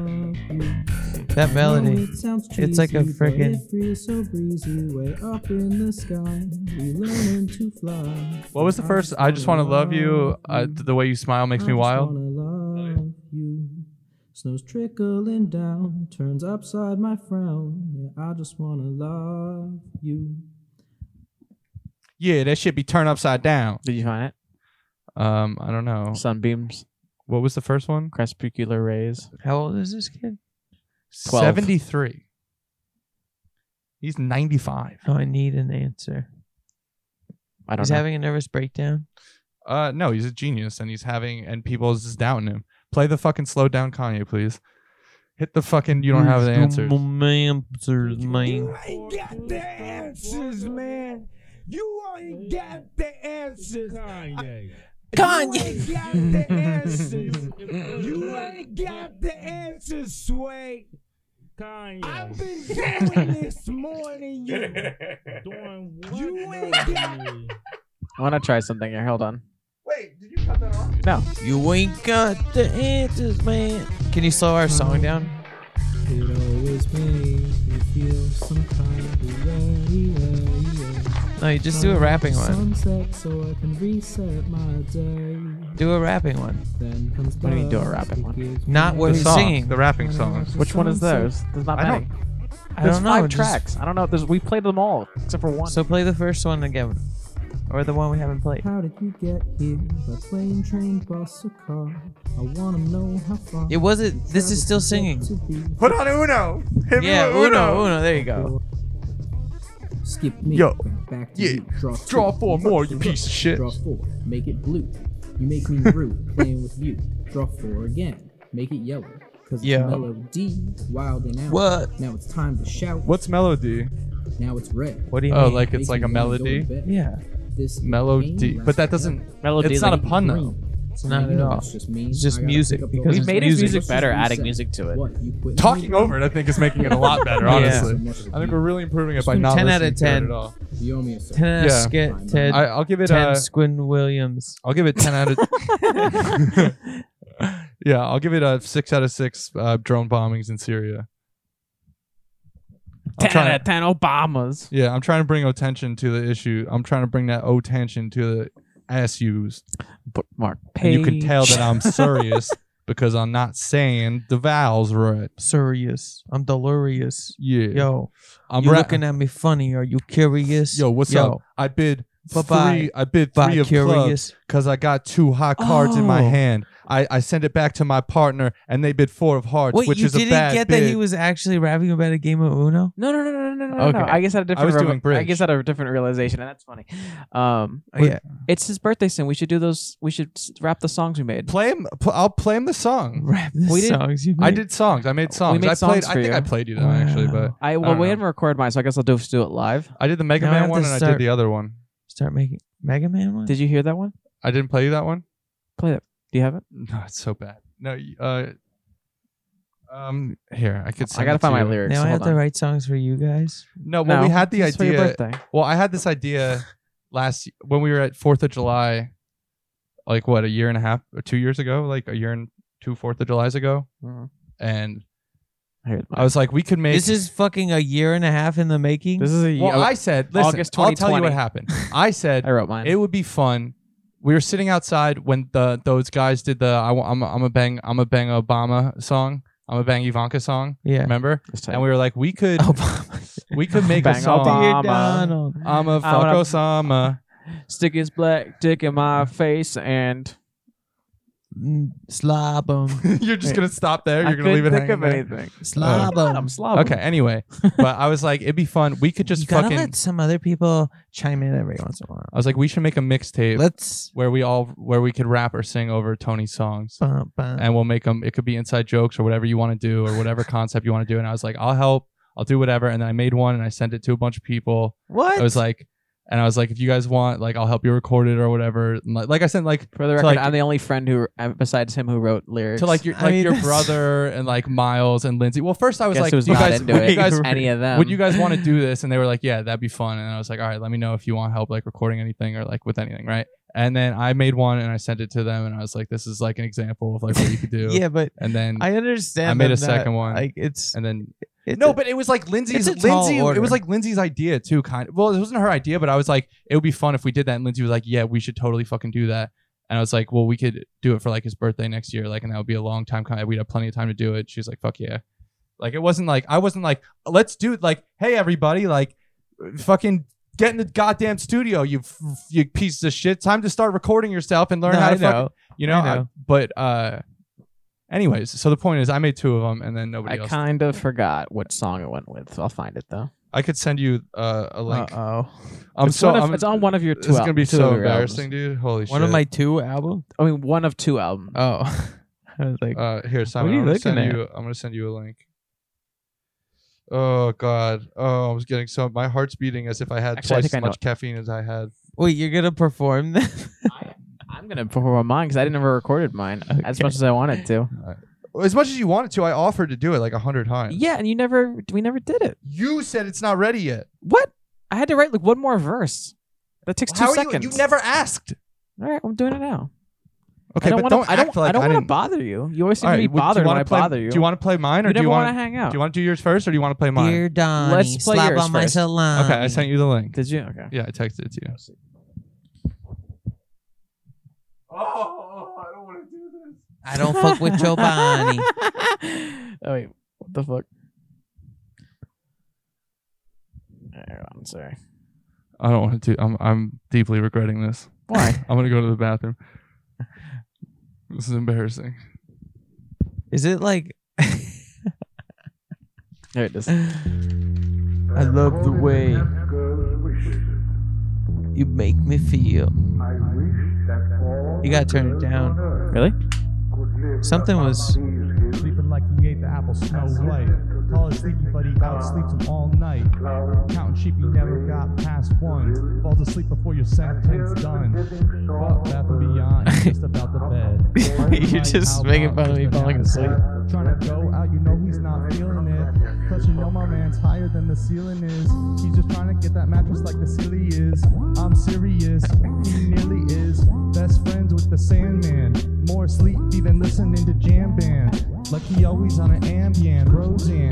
Speaker 7: That
Speaker 4: That melody.
Speaker 7: It's
Speaker 4: It's like a frickin'-
Speaker 7: so breezy way up in the sky. We learning to fly.
Speaker 1: What was the
Speaker 7: I
Speaker 1: first? I just want to love you. Uh,
Speaker 7: you.
Speaker 1: the way you smile makes
Speaker 7: I
Speaker 1: me
Speaker 7: just
Speaker 1: wild.
Speaker 7: wanna love you. Snow's trickling down, turns upside my frown. Yeah, I just wanna love you.
Speaker 1: Yeah, that should be turned upside down.
Speaker 2: Did you find it?
Speaker 1: Um, I don't know.
Speaker 2: Sunbeams,
Speaker 1: What was the first one?
Speaker 2: crepuscular rays.
Speaker 4: How old is this kid?
Speaker 2: Twelve.
Speaker 1: Seventy-three. He's ninety-five.
Speaker 4: Oh, I need an answer.
Speaker 2: I don't
Speaker 4: He's
Speaker 2: know.
Speaker 4: having a nervous breakdown.
Speaker 1: Uh, no, he's a genius, and he's having and people's just doubting him. Play the fucking slow down, Kanye, please. Hit the fucking. You don't have
Speaker 5: Mm,
Speaker 1: the answers.
Speaker 4: Answers, man.
Speaker 8: ain't got the answers, man. You ain't got the answers. Kanye. You ain't got the answers. You ain't got the answers, Sway. Kanye. I've been doing this more than you. doing what? You ain't got
Speaker 2: I want to try something here. Hold on.
Speaker 1: Wait, did you cut that off?
Speaker 2: No.
Speaker 4: You ain't got the answers, man. Can you slow our song down?
Speaker 7: It always makes me feel some kind of way, way, way.
Speaker 4: No, you just do a rapping one.
Speaker 7: Sunset so I can reset my day.
Speaker 4: Do a rapping one.
Speaker 7: Then comes
Speaker 2: What do you mean do a
Speaker 7: dusk,
Speaker 2: rapping
Speaker 7: it
Speaker 2: one?
Speaker 7: gives me
Speaker 4: Not what
Speaker 1: The
Speaker 4: he's
Speaker 1: songs,
Speaker 4: singing.
Speaker 1: the rapping songs.
Speaker 2: Which one is those? There's not
Speaker 1: I
Speaker 2: many.
Speaker 1: don't.
Speaker 4: I
Speaker 2: There's
Speaker 4: don't know.
Speaker 2: five
Speaker 4: just-
Speaker 2: tracks. I don't know. There's, we played them all except for one.
Speaker 4: So play the first one again, or the one we haven't played.
Speaker 7: How did you get here? By plane, train, bus, or car? I wanna know how far.
Speaker 4: It wasn't. This is still singing.
Speaker 7: to be.
Speaker 1: Put on Uno. Hit me
Speaker 4: Yeah,
Speaker 1: with
Speaker 4: Uno, Uno. There you go.
Speaker 7: Skip me.
Speaker 1: Yo,
Speaker 7: back to
Speaker 1: yeah.
Speaker 7: you. Draw, two.
Speaker 1: Draw four more,
Speaker 7: Reverse,
Speaker 1: you piece of
Speaker 7: reverse.
Speaker 1: shit.
Speaker 7: Draw four. Make it blue. You make me rude playing with you. Draw four again. make it yellow. Cause
Speaker 5: Yeah.
Speaker 7: it's mellow D, wild and out.
Speaker 5: What?
Speaker 7: Now it's time to shout.
Speaker 1: What's melody?
Speaker 7: Now it's red.
Speaker 5: What do you
Speaker 1: Oh,
Speaker 5: mean?
Speaker 1: like it's like
Speaker 7: Make you
Speaker 1: a
Speaker 7: wanna go to
Speaker 1: melody.
Speaker 7: bed.
Speaker 5: yeah,
Speaker 7: This
Speaker 1: Melody,
Speaker 7: game
Speaker 1: but that
Speaker 7: rests on
Speaker 1: doesn't.
Speaker 2: Melody.
Speaker 1: It's not a
Speaker 2: like-
Speaker 1: pun though.
Speaker 7: green. So
Speaker 5: not
Speaker 7: you
Speaker 5: at
Speaker 7: know
Speaker 5: all.
Speaker 7: It's just, me.
Speaker 5: It's just
Speaker 7: I gotta
Speaker 5: music,
Speaker 7: pick up
Speaker 5: because
Speaker 7: the-
Speaker 5: We've
Speaker 2: We've
Speaker 5: it's
Speaker 2: made his
Speaker 5: music.
Speaker 2: music better,
Speaker 7: Let's just
Speaker 2: adding
Speaker 7: reset.
Speaker 2: music to it.
Speaker 7: What, you quit
Speaker 1: Talking
Speaker 7: music?
Speaker 1: over it, I think, is making it a lot better.
Speaker 5: Yeah.
Speaker 1: Honestly,
Speaker 7: So
Speaker 1: I
Speaker 7: much
Speaker 1: think
Speaker 7: as
Speaker 1: we're really improving it by
Speaker 5: Just
Speaker 1: not
Speaker 5: 10
Speaker 1: listening
Speaker 5: out of
Speaker 1: to it
Speaker 5: 10.
Speaker 1: at all.
Speaker 7: you owe me a sip.
Speaker 5: ten
Speaker 1: Yeah.
Speaker 5: yeah. skit, Ted.
Speaker 1: I, I'll give it
Speaker 5: ten
Speaker 1: a.
Speaker 5: Squin Williams.
Speaker 1: I'll give it ten out of. yeah, I'll give it a six out of six uh, drone bombings in Syria. I'm
Speaker 2: Ten
Speaker 1: trying,
Speaker 2: out of ten Obamas.
Speaker 1: yeah, I'm trying to bring attention to the issue. I'm trying to bring that O tension to the SUs.
Speaker 2: Bookmark
Speaker 1: And
Speaker 2: page.
Speaker 1: you can tell that I'm serious because I'm not saying the vowels right.
Speaker 5: Serious. I'm delirious.
Speaker 1: Yeah,
Speaker 5: Yo,
Speaker 1: I'm
Speaker 5: you
Speaker 1: ra-
Speaker 5: looking at me funny. Are you curious?
Speaker 1: Yo, what's
Speaker 5: Yo,
Speaker 1: up? I bid
Speaker 5: Bye-bye.
Speaker 1: three. I bid
Speaker 5: By
Speaker 1: three of clubs
Speaker 5: curious.
Speaker 1: because I got two hot cards in my
Speaker 5: Oh.
Speaker 1: hand. I, I send it back to my partner, and they bid four of hearts,
Speaker 5: Wait,
Speaker 1: which
Speaker 5: you
Speaker 1: is
Speaker 5: didn't
Speaker 1: a bad
Speaker 5: get
Speaker 1: bid.
Speaker 5: that he was actually rapping about a game of Uno?
Speaker 2: No, no, no, no, no, no, no, no.
Speaker 5: Okay.
Speaker 2: I guess I had a different.
Speaker 1: was
Speaker 2: rev-
Speaker 1: doing bridge.
Speaker 2: I guess I had a different realization, and that's funny. Um,
Speaker 5: Oh, yeah.
Speaker 2: it's his birthday soon. We should do those. We should s- wrap the songs we made.
Speaker 1: play him. Pl- I'll play him the song.
Speaker 5: Rap the
Speaker 2: We did-
Speaker 5: songs you
Speaker 1: I
Speaker 5: made.
Speaker 1: did songs. I made songs.
Speaker 2: made
Speaker 1: I played.
Speaker 2: songs
Speaker 1: I
Speaker 2: for
Speaker 1: think
Speaker 2: you.
Speaker 1: I played you that actually, but
Speaker 5: Wow.
Speaker 2: I well,
Speaker 1: don't
Speaker 2: we
Speaker 1: know.
Speaker 2: haven't recorded mine, so I guess I'll do, do it live.
Speaker 1: I did the Mega
Speaker 5: Now I
Speaker 1: Man
Speaker 5: have
Speaker 1: one
Speaker 5: to
Speaker 1: and I
Speaker 5: start-
Speaker 1: did the other one.
Speaker 5: start making Mega Man one.
Speaker 2: Did you hear that one?
Speaker 1: I didn't play you that one.
Speaker 2: Play it. Do you have it?
Speaker 1: No, it's so bad. No. y- Uh, um. Here, I could.
Speaker 2: I
Speaker 1: send
Speaker 2: gotta
Speaker 1: it to
Speaker 2: find my
Speaker 1: you.
Speaker 2: lyrics.
Speaker 5: now I
Speaker 2: Hold
Speaker 5: have
Speaker 2: on.
Speaker 5: to write songs for you guys.
Speaker 1: No, well, we
Speaker 2: No,
Speaker 1: had the
Speaker 2: it's for your
Speaker 1: idea.
Speaker 2: birthday.
Speaker 1: Well, I had this idea last when we were at Fourth of July, like what a year and a half or two years ago, like a year and two Fourth of July's ago,
Speaker 2: Mhm.
Speaker 1: and
Speaker 2: Here's
Speaker 1: I
Speaker 2: mine.
Speaker 1: was like, we could make.
Speaker 5: This is fucking a year and a half in the making.
Speaker 2: This is a.
Speaker 1: well,
Speaker 2: I,
Speaker 1: I said, listen,
Speaker 2: uh, August
Speaker 1: I'll tell you what
Speaker 2: 2020.
Speaker 1: happened. I said
Speaker 2: I wrote mine.
Speaker 1: it would be fun. We were sitting outside when the those guys did the I, am I'm a bang I'm a bang Obama song. I'm a bang Ivanka song.
Speaker 5: yeah.
Speaker 1: Remember?
Speaker 2: This time.
Speaker 1: And we were like, we could
Speaker 5: Obama.
Speaker 1: we could make a
Speaker 2: Bang
Speaker 1: song.
Speaker 2: Obama.
Speaker 5: Dear Donald.
Speaker 1: I'm a fuck
Speaker 2: wanna-
Speaker 1: Osama.
Speaker 2: Stick his black dick in my face, and
Speaker 5: Mm, Slob 'em.
Speaker 1: You're just gonna stop there.
Speaker 2: I
Speaker 1: You're gonna leave it
Speaker 2: couldn't think
Speaker 1: hanging
Speaker 2: of
Speaker 1: there?
Speaker 2: anything. Uh,
Speaker 5: Slob 'em.
Speaker 2: I'm slobbing.
Speaker 1: Okay. Anyway, but I was like, it'd be fun. We could
Speaker 5: You
Speaker 1: just
Speaker 5: gotta
Speaker 1: fucking.
Speaker 5: let some other people chime in every once in a while.
Speaker 1: I was like, we should make a mixtape
Speaker 5: Let's
Speaker 1: where we all where we could rap or sing over Tony's songs,
Speaker 5: bum, bum.
Speaker 1: and we'll make them. It could be inside jokes or whatever you want to do or whatever concept you want to do. And I was like, I'll help. I'll do whatever. And then I made one and I sent it to a bunch of people.
Speaker 5: what?
Speaker 1: I was like, and I was like, if you guys want, like, I'll help you record it or whatever. And like, like I said, like
Speaker 2: For
Speaker 1: To,
Speaker 2: the record,
Speaker 1: like-
Speaker 2: I'm the only friend who, uh, besides him, who wrote lyrics.
Speaker 1: to like your
Speaker 5: I
Speaker 1: like
Speaker 5: mean,
Speaker 1: your
Speaker 5: that's-
Speaker 1: brother and like Miles and Lindsay. Well, first I was
Speaker 2: guess
Speaker 1: like,
Speaker 2: who was
Speaker 1: do you
Speaker 2: not
Speaker 1: guys,
Speaker 2: into
Speaker 1: would
Speaker 2: it.
Speaker 1: you guys
Speaker 2: any of them.
Speaker 5: Um,
Speaker 1: would you guys want to do this? And they were like, yeah, that'd be fun. And I was like, all right, let me know if you want help like recording anything or like with anything, right? And then I made one and I sent it to them and I was like, this is like an example of like what you could do.
Speaker 5: yeah, but
Speaker 1: And then
Speaker 5: I understand.
Speaker 1: I made
Speaker 5: them
Speaker 1: a
Speaker 5: that,
Speaker 1: second one.
Speaker 5: Like it's,
Speaker 1: and then
Speaker 5: it's
Speaker 1: no,
Speaker 5: a-
Speaker 1: but it was like Lindsay's
Speaker 5: it's a tall
Speaker 1: Lindsay. It
Speaker 5: order.
Speaker 1: was like Lindsay's idea too, kind of. Well, it wasn't her idea, but I was like, it would be fun if we did that. And Lindsay was like, yeah, we should totally fucking do that. And I was like, well, we could do it for like his birthday next year, like, and that would be a long time coming. We'd have plenty of time to do it. She's like, fuck yeah. Like it wasn't like I wasn't like let's do it. Like hey everybody, like fucking get in the goddamn studio, you f- you pieces of shit. Time to start recording yourself and learn
Speaker 5: no,
Speaker 1: how
Speaker 5: I
Speaker 1: to fucking-
Speaker 5: know.
Speaker 1: you know.
Speaker 5: I
Speaker 1: I-
Speaker 5: know.
Speaker 1: but uh, anyways, so the point is, I made two of them, and then nobody
Speaker 2: I
Speaker 1: else.
Speaker 2: kind of forgot what song it went with. I'll find it though.
Speaker 1: I could send you uh, a link.
Speaker 2: oh.
Speaker 1: I'm
Speaker 2: it's
Speaker 1: so.
Speaker 2: one of-
Speaker 1: I'm,
Speaker 2: it's on one of your
Speaker 1: this
Speaker 2: two.
Speaker 1: is
Speaker 2: al-
Speaker 1: gonna be
Speaker 2: two
Speaker 1: so
Speaker 2: of your
Speaker 1: embarrassing, dude. Holy shit.
Speaker 5: One of my two albums.
Speaker 2: Albums. I mean, one of two albums.
Speaker 5: Oh, I was like,
Speaker 1: Uh, here, Simon.
Speaker 5: are you
Speaker 1: I'm gonna
Speaker 5: looking
Speaker 1: send
Speaker 5: at?
Speaker 1: you. I'm gonna send you a link. Oh God. Oh, I was getting so. My heart's beating as if I had
Speaker 2: Actually, I
Speaker 1: twice
Speaker 2: think I
Speaker 1: as
Speaker 2: know
Speaker 1: much caffeine as I had.
Speaker 5: wait, you're gonna perform them?
Speaker 2: I'm gonna perform mine because I didn't ever recorded mine as
Speaker 5: Okay.
Speaker 2: much as I wanted to.
Speaker 1: As much as you wanted to, I offered to do it like a hundred times.
Speaker 2: Yeah, and you never. We never did it.
Speaker 1: You said it's not ready yet.
Speaker 2: What? I had to write like one more verse. That takes two
Speaker 1: How are
Speaker 2: seconds.
Speaker 1: you? You never asked.
Speaker 2: All right, I'm doing it now.
Speaker 1: Okay,
Speaker 2: I don't
Speaker 1: but
Speaker 2: wanna,
Speaker 1: don't
Speaker 2: I
Speaker 1: act
Speaker 2: don't,
Speaker 1: like
Speaker 2: I don't
Speaker 1: didn't.
Speaker 2: want to bother you. You always seem
Speaker 1: All right,
Speaker 2: to be
Speaker 1: would- do you
Speaker 2: bothered when
Speaker 1: wanna
Speaker 2: I
Speaker 1: play-
Speaker 2: bother you.
Speaker 1: Do you want to play mine or
Speaker 2: You
Speaker 1: do
Speaker 2: never
Speaker 1: you
Speaker 2: want to
Speaker 1: want?
Speaker 2: hang out.
Speaker 1: Do you want to do yours first or do you want to play mine?
Speaker 5: Dear Donnie,
Speaker 2: Let's play
Speaker 5: slap
Speaker 2: yours
Speaker 5: on my
Speaker 2: first.
Speaker 5: salon.
Speaker 1: okay,
Speaker 2: um,
Speaker 1: I sent you the link.
Speaker 2: Did you? Okay.
Speaker 1: Yeah, I texted it to you.
Speaker 9: Oh, I don't want to do this.
Speaker 5: I don't fuck with your Bonnie.
Speaker 2: oh wait, what the fuck? Oh, I'm sorry.
Speaker 1: I don't want to. do- I'm I'm deeply regretting this.
Speaker 2: Why?
Speaker 1: I'm gonna go to the bathroom. This is embarrassing.
Speaker 5: Is it like?
Speaker 2: There it is.
Speaker 5: I love the way you make me feel. You gotta turn it down.
Speaker 2: Really?
Speaker 5: Something was
Speaker 10: apple snow white. Call his sleepy buddy, out sleeps him all night. Counting sheep you never got past one. Falls asleep before your sentence done. Fuck Bath and Beyond, it's just about the bed.
Speaker 5: You're just making fun of me falling asleep.
Speaker 10: Trying to go out, you know he's not feeling it. Cause you know my man's higher than the ceiling is. He's just trying to get that mattress like the silly is. I'm serious, he nearly is. Best friends with the Sandman. More sleepy than listening to jam band. Like he always on an ambient, Roseanne.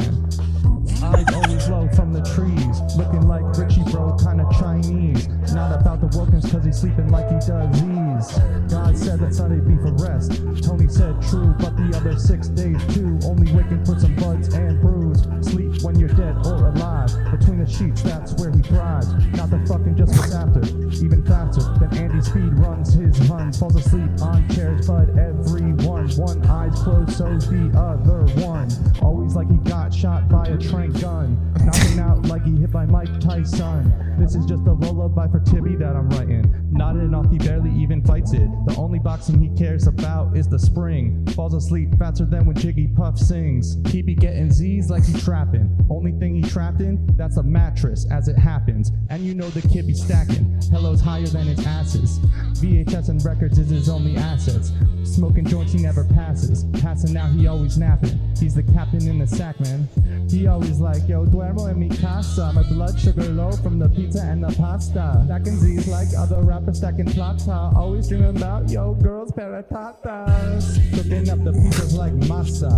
Speaker 10: Eyes always low from the trees. Looking like Richie Bro, kinda Chinese. Not about the Wilkins, cause he's sleeping like he does these. God said that Sunday be for rest. Tony said true, but the other six days too. Only waking for some buds and brews. Sleep when you're dead or alive. Between the sheets, that's where he thrives. Not the fucking just what's after. Even faster than Andy Speed runs his runs. Falls asleep on chairs, but everyone. One eye's closed, so's the other one. Always like he got shot by a train gun. Knocking out like he hit by Mike Tyson. This is just a lullaby for Tibby that I'm writing. Not enough, he barely even fights it. The only boxing he cares about is the spring. Falls asleep faster than when Jiggy Puff sings. He be getting Z's like he trapping. Only thing he trapped in, that's a mattress as it happens. And you know the kid be stacking. Hello's higher than his asses. VHS and records is his only assets. Smoking joints he never passes. Passing out he always napping. He's the captain in the sack, man. He always like, yo, duermo en mi casa. My blood sugar low from the pizza and the pasta. Stacking Z's like other rappers stacking plata. Always dreaming about, yo, girls, paratatas. Cooking up the pizzas like masa.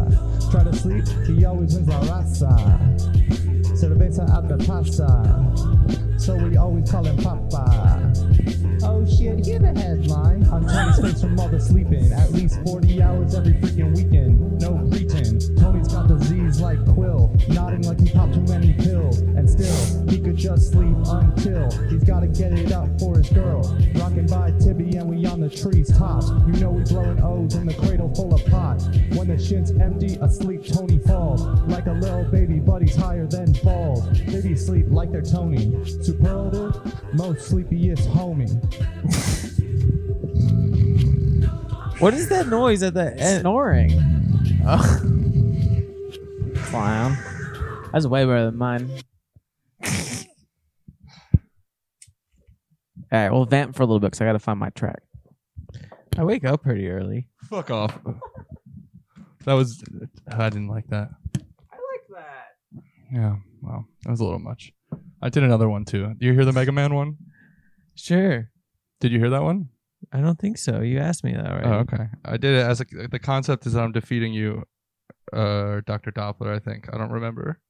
Speaker 10: Try to sleep, he always wins la raza. Cerveza at the pasta. So we always call him Papa. Oh shit, hear the headline. I'm trying to space from all the sleeping. At least 40 hours every freaking weekend. No preaching. Tony's got disease like Quill. Nodding like he popped too many pills. And still, he could just sleep until he's gotta get it up for his girl. Rocking by Tibby and we on the tree's tops. You know we blowing O's in the cradle full of pot. When the shin's empty, asleep Tony falls. Like a little baby, buddy's higher than balls. Baby sleep like they're Tony. Superlative, most sleepiest homie.
Speaker 5: What is that noise at the end?
Speaker 2: Snoring. Oh. Clown. That's way better than mine. All right, we'll vamp for a little bit because I got to find my track.
Speaker 5: I wake up pretty early.
Speaker 10: Fuck off. That was. I didn't like that.
Speaker 11: I like that.
Speaker 10: Yeah. Wow. That was a little much. I did another one too. Do you hear the Mega Man one?
Speaker 5: Sure.
Speaker 10: Did you hear that one?
Speaker 5: I don't think so. You asked me that, right?
Speaker 10: Oh, okay. I did it as a, the concept is that I'm defeating you, uh, Dr. Doppler. I think I don't remember.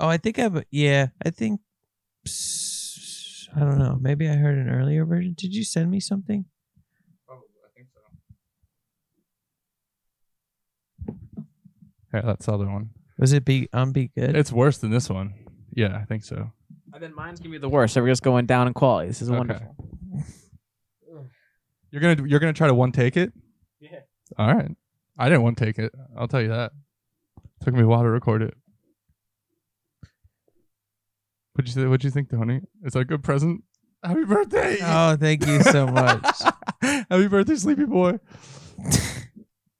Speaker 5: Oh, I think I've yeah. I think s- I don't know. Maybe I heard an earlier version. Did you send me something?
Speaker 10: Probably, I think so. Yeah, that's the other one.
Speaker 5: Was it be on be good?
Speaker 10: It's worse than this one. Yeah, I think so.
Speaker 2: And then mine's gonna be the worst. So we're just going down in quality. This is
Speaker 10: Okay.
Speaker 2: wonderful.
Speaker 10: You're gonna you're gonna try to one take it.
Speaker 2: Yeah.
Speaker 10: All right. I didn't one take it. I'll tell you that. Took me a while to record it. What'd you say? What'd you think, Tony? Is that a good present? Happy birthday!
Speaker 5: Oh, thank you so much.
Speaker 10: Happy birthday, sleepy boy.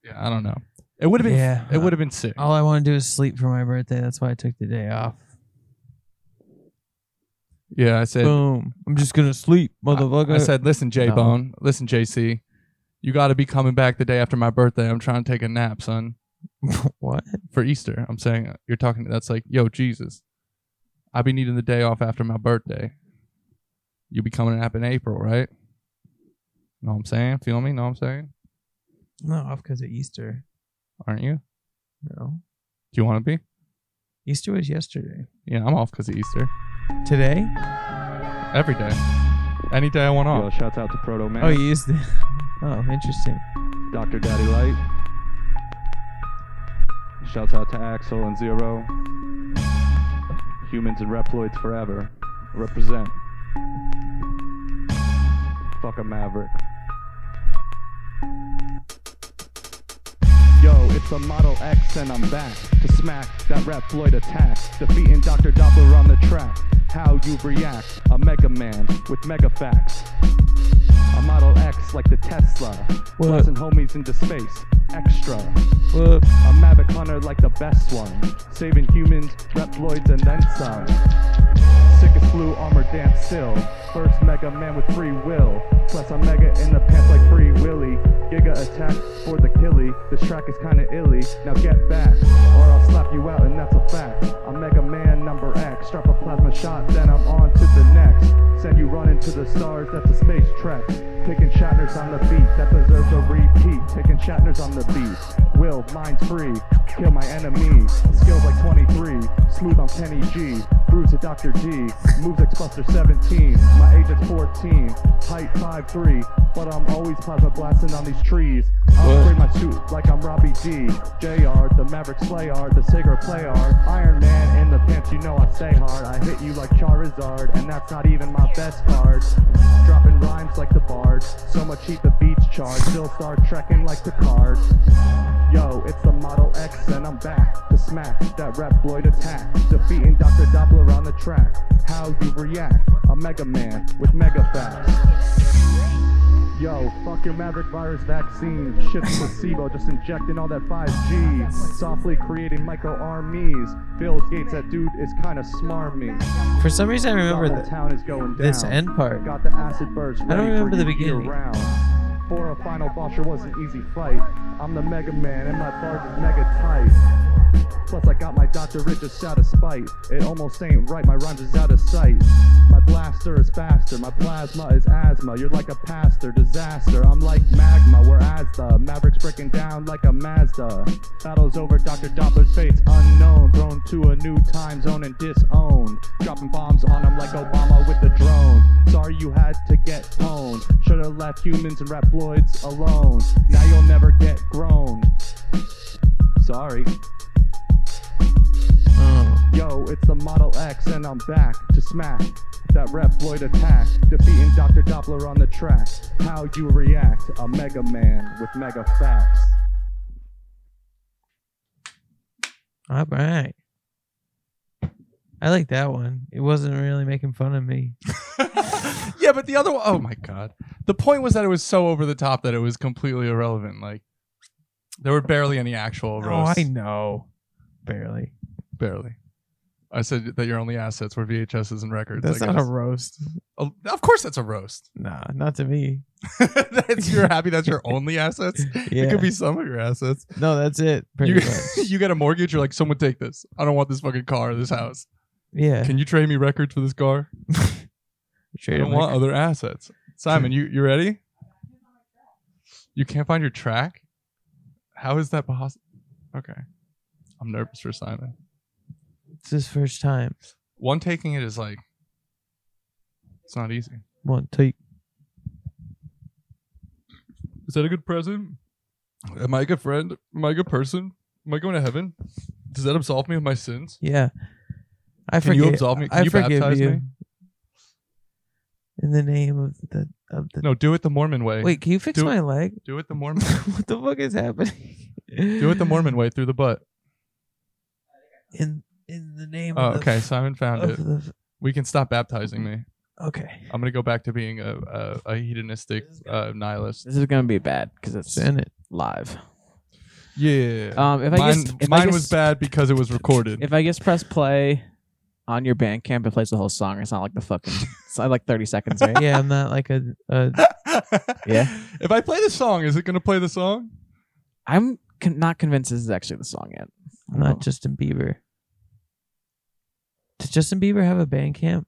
Speaker 10: yeah, I don't know. It would have been.
Speaker 5: Yeah. Oh.
Speaker 10: It would have been sick.
Speaker 5: All I want to do is sleep for my birthday. That's why I took the day off.
Speaker 10: Yeah, I said.
Speaker 5: Boom. I'm just gonna sleep, motherfucker.
Speaker 10: I said, listen, J Bone, listen, JC, you got to be coming back the day after my birthday. I'm trying to take a nap, son,
Speaker 5: what?
Speaker 10: for Easter. I'm saying you're talking. That's like, yo, Jesus, I be needing the day off after my birthday. You be coming up in April, right? Know what I'm saying? Feel me? Know what I'm saying?
Speaker 5: No, off because of Easter.
Speaker 10: Aren't you?
Speaker 5: No,
Speaker 10: Do you want to be?
Speaker 5: Easter was yesterday.
Speaker 10: Yeah, I'm off because of Easter.
Speaker 5: Today?
Speaker 10: Every day, any day I want off.
Speaker 12: shouts out to Proto Man,
Speaker 5: Oh, you used it. Oh, interesting.
Speaker 12: Dr. Daddy Light. Shouts out to Axel and Zero. Humans and Reploids forever. Represent. Fuck a maverick. Yo, it's a Model X and I'm back to smack that rap Floyd attack. Defeating Dr. Doppler on the track. How you react? A Mega Man with mega facts. A Model X like the Tesla. Blasting homies into space.
Speaker 10: extra. A Mavic Hunter like the best one. Saving humans, Reploids, and then some. Sickest blue armor dance still. First Mega Man with free will. Plus I'm Mega in the pants like Free Willy. Giga attack for the killie. This track is kinda illy. Now get back, or I'll slap you out, and that's a fact. I'm Mega Man number X. Strap a plasma shot, then I'm on to the next. Send you running to the stars, that's a space trek. Taking Shatners on the beat, that deserves a repeat. Taking Shatners on the beat. Will, mind's free. Kill my enemy. Skills like 23. Smooth on Kenny G. Bruise to Dr. D. Moves X-Buster 17. My age is 14. Height 5'3. But I'm always plasma blasting on these trees. I'll spray my suit like I'm Robbie D. JR, the Maverick Slayer, the Sigger Player. Iron Man in the pants, you know I stay hard. I hit you like Charizard, and that's not even my best card. Dropping rhymes like the bard. So much heat the beach charge. Still star trekking like the card. Yo, it's the Model X, and I'm back to smack that Reploid attack. Defeating Dr. Doppler on the track. How you react? A Mega Man with Mega Facts. Yo, fuck your Maverick virus vaccine. Shit's placebo, just injecting all that 5G. Softly creating micro armies. Bill Gates, that dude is kinda smarmy.
Speaker 5: For some reason, I remember
Speaker 10: Gotham
Speaker 5: the,
Speaker 10: town is going
Speaker 5: this
Speaker 10: down.
Speaker 5: end part.
Speaker 10: Got the acid burst.
Speaker 5: I don't
Speaker 10: ready for
Speaker 5: remember the
Speaker 10: you year
Speaker 5: beginning.
Speaker 10: Round. For a final boss, it was an easy fight. I'm the Mega Man, and my barge is mega tight. Plus, I got my Dr. Rich just out of spite. It almost ain't right, my rhymes is out of sight. My blaster is faster, my plasma is asthma. You're like a pastor, disaster. I'm like magma, whereas the Maverick's breaking down like a Mazda. Battles over Dr. Doppler's fate's unknown. Thrown to a new time zone and disowned. Dropping bombs on him like Obama with the drone. Sorry you had to get pwned. Should've left humans and Reploids alone. Now you'll never get grown. Sorry. Yo, it's the Model X, and I'm back to smack that Reploid attack. Defeating Dr. Doppler on the track. How you react? A Mega Man with Mega Facts.
Speaker 5: All right. I like that one. It wasn't really making fun of me.
Speaker 1: yeah, but the other one, oh my god. The point was that it was so over the top that it was completely irrelevant. Like there were barely any actual
Speaker 5: Oh,
Speaker 1: roasts.
Speaker 5: I know. Barely.
Speaker 1: barely. I said that your only assets were VHSs and records.
Speaker 5: That's
Speaker 1: I
Speaker 5: not a
Speaker 1: guess.
Speaker 5: roast.
Speaker 1: Oh, Of course, that's a roast.
Speaker 5: Nah, not to me.
Speaker 1: that's, you're happy that's your only assets. It
Speaker 5: Yeah.
Speaker 1: could be some of your assets.
Speaker 5: No, that's it. Pretty
Speaker 1: You,
Speaker 5: much.
Speaker 1: you get a mortgage. You're like, someone take this. I don't want this fucking car or this house.
Speaker 5: Yeah.
Speaker 1: Can you trade me records for this car? I
Speaker 5: Trade
Speaker 1: don't
Speaker 5: him
Speaker 1: want
Speaker 5: like-
Speaker 1: other assets. Simon, you you ready? You can't find your track. How is that possible? Okay, I'm nervous for Simon.
Speaker 5: it's his first time.
Speaker 1: One taking it is like, it's not easy.
Speaker 5: One take.
Speaker 1: Is that a good present? Am I a good friend? Am I a good person? Am I going to heaven? Does that absolve me of my sins?
Speaker 5: Yeah. I
Speaker 1: Can
Speaker 5: forgive
Speaker 1: you absolve me? Can
Speaker 5: I
Speaker 1: you
Speaker 5: forgive
Speaker 1: baptize
Speaker 5: you.
Speaker 1: me?
Speaker 5: In the name of the of the.
Speaker 1: No, do it the Mormon way.
Speaker 5: Wait, can you fix
Speaker 1: do it.
Speaker 5: my leg?
Speaker 1: Do it the Mormon.
Speaker 5: what the fuck is happening?
Speaker 1: do it the Mormon way through the butt.
Speaker 5: In in the name.
Speaker 1: Oh,
Speaker 5: of
Speaker 1: okay.
Speaker 5: The,
Speaker 1: Simon found
Speaker 5: of
Speaker 1: it.
Speaker 5: the,
Speaker 1: We can stop baptizing me.
Speaker 5: okay.
Speaker 1: I'm gonna go back to being a a, a hedonistic uh, nihilist.
Speaker 2: This is gonna be bad because it's
Speaker 5: Send it.
Speaker 2: live.
Speaker 1: Yeah.
Speaker 2: Um, if I
Speaker 1: mine
Speaker 2: just if I
Speaker 1: mine
Speaker 2: just,
Speaker 1: was bad because it was recorded.
Speaker 2: If I just press play on your Bandcamp, it plays the whole song. It's not like the fucking. it's not like thirty seconds, right?
Speaker 5: Yeah, I'm not like a. a
Speaker 2: Yeah.
Speaker 1: If I play the song, is it gonna play the song?
Speaker 2: I'm con- not convinced this is actually the song yet.
Speaker 5: I'm not Justin Bieber. Does Justin Bieber have a band camp?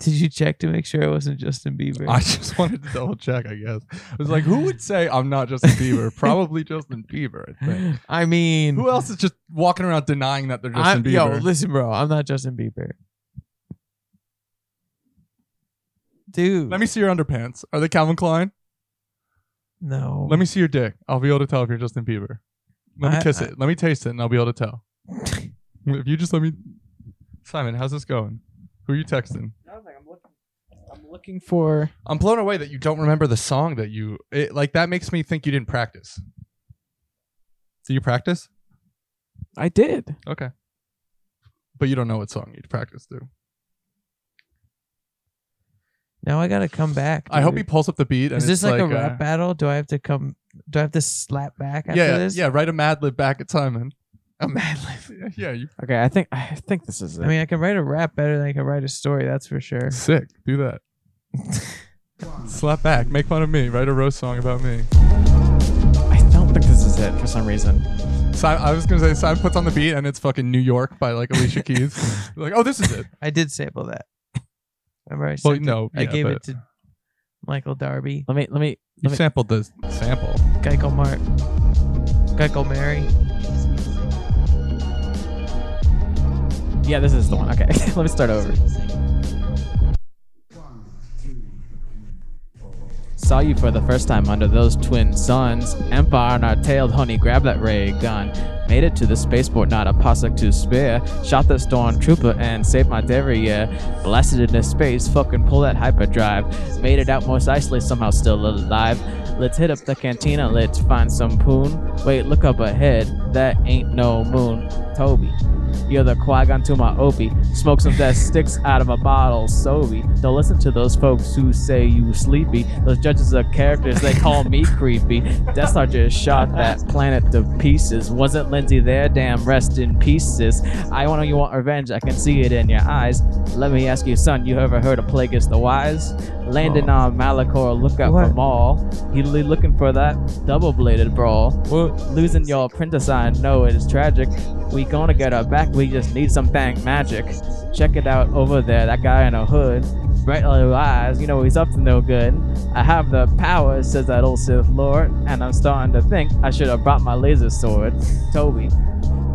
Speaker 5: Did you check to make sure it wasn't Justin Bieber?
Speaker 1: I just wanted to double check. I guess I was like, who would say I'm not Justin Bieber? Probably Justin Bieber. I think.
Speaker 5: I mean,
Speaker 1: Who else is just walking around denying that they're Justin
Speaker 5: I'm,
Speaker 1: Bieber?
Speaker 5: yo, listen, bro, I'm not Justin Bieber. Dude,
Speaker 1: Let me see your underpants. Are they Calvin Klein?
Speaker 5: no.
Speaker 1: Let me see your dick. I'll be able to tell if you're Justin Bieber. Let me
Speaker 5: I-
Speaker 1: kiss
Speaker 5: I-
Speaker 1: it. Let me taste it, and I'll be able to tell. if you just let me, Simon, how's this going? Who are you texting?
Speaker 2: I'm looking for.
Speaker 1: I'm blown away that you don't remember the song that you it, like. That makes me think you didn't practice. Do you practice?
Speaker 2: I did.
Speaker 1: Okay, but you don't know what song you practiced to.
Speaker 5: Now I gotta come back.
Speaker 1: I hope he
Speaker 5: dude.
Speaker 1: pulls up the beat. And
Speaker 5: Is this
Speaker 1: it's
Speaker 5: like, a
Speaker 1: uh,
Speaker 5: rap battle? Do I have to come? Do I have to slap back after
Speaker 1: Yeah,
Speaker 5: this?
Speaker 1: yeah. Write a Mad Lib back at Simon. A Mad Lib. Yeah, you
Speaker 2: Okay, I think I think this is it.
Speaker 5: I mean, I can write a rap better than I can write a story. That's for sure.
Speaker 1: sick. Do that. Slap back. Make fun of me. Write a roast song about me.
Speaker 2: I don't think this is it for some reason.
Speaker 1: Simon, I was gonna say Simon puts on the beat and it's fucking New York by like Alicia Keys. like, oh, this is it.
Speaker 5: I did sample that. Remember, I,
Speaker 1: Well,
Speaker 5: sent it-
Speaker 1: no,
Speaker 5: I
Speaker 1: yeah,
Speaker 5: gave
Speaker 1: but-
Speaker 5: it to Michael Darby,
Speaker 2: Let me let me
Speaker 1: You
Speaker 2: let me
Speaker 1: sampled the sample.
Speaker 5: Geico Mart, Geico Mary.
Speaker 2: Yeah, this is the one. Okay. let me start over. Saw you for the first time under those twin suns. Empire on our tailed honey, grab that ray gun. Made it to the spaceport, not a possack to spare. Shot the stormtrooper and saved my derriere. Blasted into space, fucking pull that hyperdrive. Made it out most nicely, somehow still alive. Let's hit up the cantina, let's find some poon. Wait, look up ahead, that ain't no moon. Toby. You're the Qui Gon to my Opie. Smoke some that sticks out of a bottle, Sobe. Don't listen to those folks who say you sleepy. Those judges are characters, they call me creepy. Death Star just shot that planet to pieces. Wasn't Lindsay there? Damn, rest in pieces. I want you want revenge, I can see it in your eyes. Let me ask you, son, you ever heard of Plagueis the Wise? Landing on Malachor, look out for
Speaker 5: What?
Speaker 2: Maul. He li- looking for that double bladed brawl. Losing your apprentice, I know it is tragic. We gonna get her back, we just need some bang magic. Check it out over there, that guy in a hood. Bright little eyes, you know he's up to no good. I have the power, says that old Sith Lord, and I'm starting to think I should have brought my laser sword. Toby.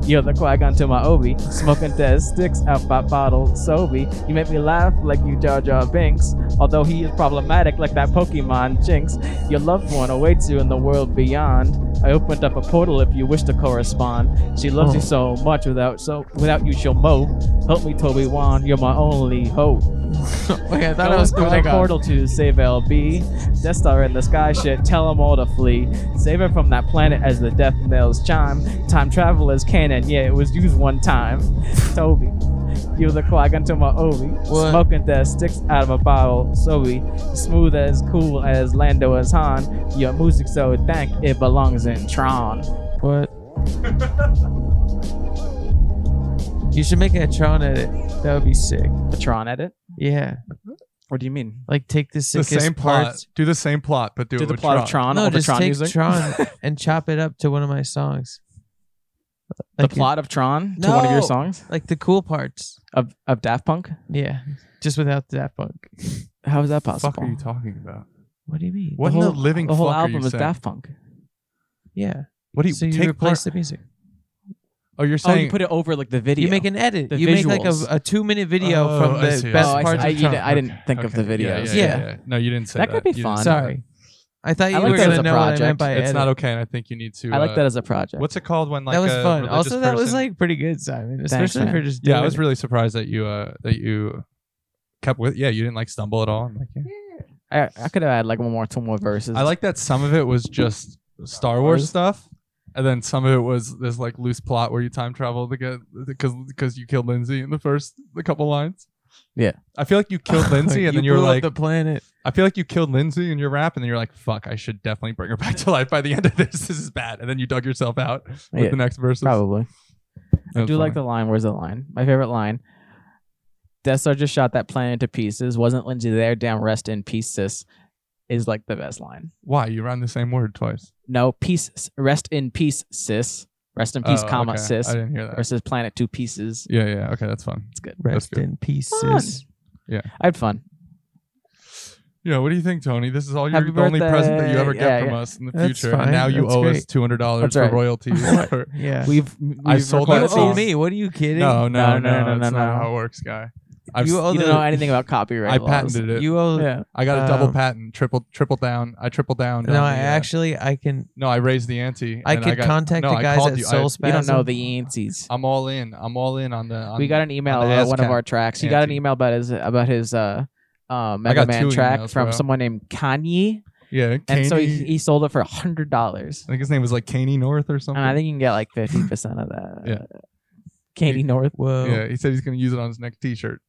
Speaker 2: You're the Qui-Gon to my Obi, smoking test sticks out by bottle Sobe. You make me laugh like you Jar Jar Binks, although he is problematic like that Pokemon Jinx. Your loved one awaits you in the world beyond. I opened up a portal if you wish to correspond. She loves you so much without so without you she'll mow. Help me, Toby Wan, you're my only hope.
Speaker 5: Okay, I thought
Speaker 2: Go
Speaker 5: I was
Speaker 2: through
Speaker 5: going
Speaker 2: the portal to save LB. Death Star in the sky shit, tell them all to flee. Save her from that planet as the death knells chime. Time travelers cannon, yeah, it was used one time. Toby, you the clock until my Obi.
Speaker 5: What?
Speaker 2: Smoking that sticks out of a bottle, so we smooth as cool as Lando as Han. Your music so dank, it belongs in Tron.
Speaker 5: What? you should make a Tron edit. That would be sick.
Speaker 2: The Tron edit?
Speaker 5: Yeah,
Speaker 2: What do you mean?
Speaker 5: like take the
Speaker 1: The
Speaker 5: sickest
Speaker 1: same plot.
Speaker 5: parts.
Speaker 1: Do the same plot, but do,
Speaker 2: Do
Speaker 1: it
Speaker 2: the
Speaker 1: with
Speaker 2: plot of Tron, all
Speaker 5: No,
Speaker 2: the
Speaker 5: just
Speaker 2: Tron
Speaker 5: take
Speaker 2: music?
Speaker 5: Tron and chop it up to one of my songs.
Speaker 2: the
Speaker 5: Like it-
Speaker 2: plot of Tron to one of your
Speaker 5: No.
Speaker 2: songs?
Speaker 5: like the cool parts.
Speaker 2: Of, of Daft Punk?
Speaker 5: Yeah, just without that Punk.
Speaker 2: How is that
Speaker 1: The fuck
Speaker 2: possible?
Speaker 1: are you talking about?
Speaker 5: What do you mean?
Speaker 1: What
Speaker 5: The
Speaker 1: in the
Speaker 5: whole-
Speaker 1: living
Speaker 2: the whole
Speaker 1: fuck are
Speaker 2: album
Speaker 1: you
Speaker 2: is
Speaker 1: saying?
Speaker 2: Daft Punk.
Speaker 5: Yeah.
Speaker 1: What do you
Speaker 5: so you
Speaker 1: take
Speaker 5: replace
Speaker 1: part-
Speaker 5: the music.
Speaker 1: Oh, you're
Speaker 2: Oh,
Speaker 1: saying
Speaker 2: you put it over like the video.
Speaker 5: You make an edit.
Speaker 2: The
Speaker 5: you make like
Speaker 2: visuals.
Speaker 5: a, a two minute video
Speaker 1: Oh,
Speaker 5: from
Speaker 1: I
Speaker 5: the
Speaker 1: see, I
Speaker 5: best
Speaker 1: see.
Speaker 2: oh, I,
Speaker 5: parts
Speaker 2: I,
Speaker 5: of
Speaker 2: you
Speaker 5: Tron.
Speaker 2: did- I didn't think of the
Speaker 1: Okay,
Speaker 2: videos.
Speaker 1: Yeah,
Speaker 5: yeah,
Speaker 1: yeah, yeah. No, you didn't say that.
Speaker 2: That could be
Speaker 1: You didn't
Speaker 2: fun.
Speaker 1: say
Speaker 5: Sorry, I thought you
Speaker 2: I like
Speaker 5: were
Speaker 2: that as
Speaker 5: gonna
Speaker 2: a
Speaker 5: know what I
Speaker 2: project.
Speaker 5: meant by
Speaker 1: that. It's
Speaker 5: edit.
Speaker 1: not okay. And I think you need to.
Speaker 2: I like
Speaker 1: uh,
Speaker 2: that as a project.
Speaker 1: What's it called when like
Speaker 5: that was
Speaker 1: a
Speaker 5: fun.
Speaker 1: religious
Speaker 5: Also, that was
Speaker 1: person-
Speaker 5: like pretty good, Simon. Especially
Speaker 2: man.
Speaker 5: for just doing
Speaker 1: Yeah, I was
Speaker 5: it.
Speaker 1: really surprised that you uh that you kept with. Yeah, you didn't like stumble at all. I'm like, yeah.
Speaker 2: I, I could have had like one more, two more verses.
Speaker 1: I like that some of it was just Star Wars
Speaker 2: Wars?
Speaker 1: stuff, and then some of it was this like loose plot where you time traveled to get because because you killed Lindsay in the first the couple lines.
Speaker 2: Yeah.
Speaker 1: I feel like you killed Lindsay, and then you were
Speaker 5: blew up
Speaker 1: like,
Speaker 5: the planet.
Speaker 1: I feel like you killed Lindsay in your rap, and then you're like, fuck, I should definitely bring her back to life by the end of this. This is bad, and then you dug yourself out with
Speaker 2: Yeah,
Speaker 1: the next verse.
Speaker 2: probably. I do like the line. Where's the line? My favorite line. Death Star just shot that planet to pieces. Wasn't Lindsay there? Damn, rest in peace, sis. Is like the best line.
Speaker 1: why you rhymed the same word twice.
Speaker 2: No, peace. Rest in peace, sis. Rest in peace,
Speaker 1: Oh,
Speaker 2: comma,
Speaker 1: okay. I
Speaker 2: sis.
Speaker 1: didn't hear that.
Speaker 2: Versus planet two pieces.
Speaker 1: Yeah, yeah. Okay, that's fun.
Speaker 2: It's good.
Speaker 1: That's
Speaker 5: Rest
Speaker 1: good.
Speaker 5: in peace.
Speaker 2: Fun.
Speaker 5: sis.
Speaker 2: I had fun.
Speaker 1: Yeah, what do you think, Tony? This is all your
Speaker 2: Happy
Speaker 1: the only present that you
Speaker 2: birthday.
Speaker 1: ever get
Speaker 2: Yeah,
Speaker 1: from
Speaker 2: yeah.
Speaker 1: us in the
Speaker 5: That's
Speaker 1: future, and
Speaker 5: fine.
Speaker 1: now you
Speaker 5: That's
Speaker 1: owe us
Speaker 5: great.
Speaker 1: two hundred dollars
Speaker 2: That's
Speaker 1: for
Speaker 2: right.
Speaker 1: royalties.
Speaker 5: What?
Speaker 1: for-
Speaker 5: Yeah.
Speaker 2: We've.
Speaker 1: I
Speaker 2: we've
Speaker 1: sold
Speaker 5: you
Speaker 1: that
Speaker 2: recorded
Speaker 1: song.
Speaker 5: owe
Speaker 2: these.
Speaker 5: me. What are you kidding?
Speaker 1: no, no, no,
Speaker 2: No, no, no,
Speaker 1: that's
Speaker 2: no,
Speaker 1: not
Speaker 2: no.
Speaker 1: how it works, guy. I've,
Speaker 5: You
Speaker 1: you
Speaker 5: owe
Speaker 2: You
Speaker 5: the,
Speaker 2: don't know anything about copyright.
Speaker 1: I
Speaker 2: laws.
Speaker 1: patented it.
Speaker 5: You owe.
Speaker 2: Yeah.
Speaker 1: I got a double
Speaker 5: um,
Speaker 1: patent, triple, triple down. I triple down.
Speaker 5: No,
Speaker 1: on
Speaker 5: I
Speaker 1: the, uh,
Speaker 5: actually I can
Speaker 1: no, I raised the ante.
Speaker 5: I
Speaker 1: and
Speaker 5: could
Speaker 1: got-
Speaker 5: contact
Speaker 1: no,
Speaker 5: the
Speaker 1: I
Speaker 5: guys
Speaker 1: called
Speaker 5: at
Speaker 1: you. I-
Speaker 5: Soul
Speaker 2: You
Speaker 5: Spasm.
Speaker 2: don't know the Yanceys.
Speaker 1: I'm all in. I'm all in on the. On,
Speaker 2: we got an email
Speaker 1: on the
Speaker 2: about one of
Speaker 1: ASCAP
Speaker 2: our tracks. He got an
Speaker 1: Yancey.
Speaker 2: email about his about his uh, uh Mega
Speaker 1: got
Speaker 2: Man
Speaker 1: two
Speaker 2: track
Speaker 1: emails,
Speaker 2: from
Speaker 1: bro.
Speaker 2: someone named Kanye,
Speaker 1: yeah,
Speaker 2: and so he,
Speaker 1: Caney-
Speaker 2: he sold it for hundred dollars.
Speaker 1: I think his name was like Caney North or something.
Speaker 2: And I think you can get like fifty percent of that.
Speaker 1: Yeah.
Speaker 2: Candy North.
Speaker 5: Whoa.
Speaker 1: yeah, he said he's gonna use it on his next T-shirt.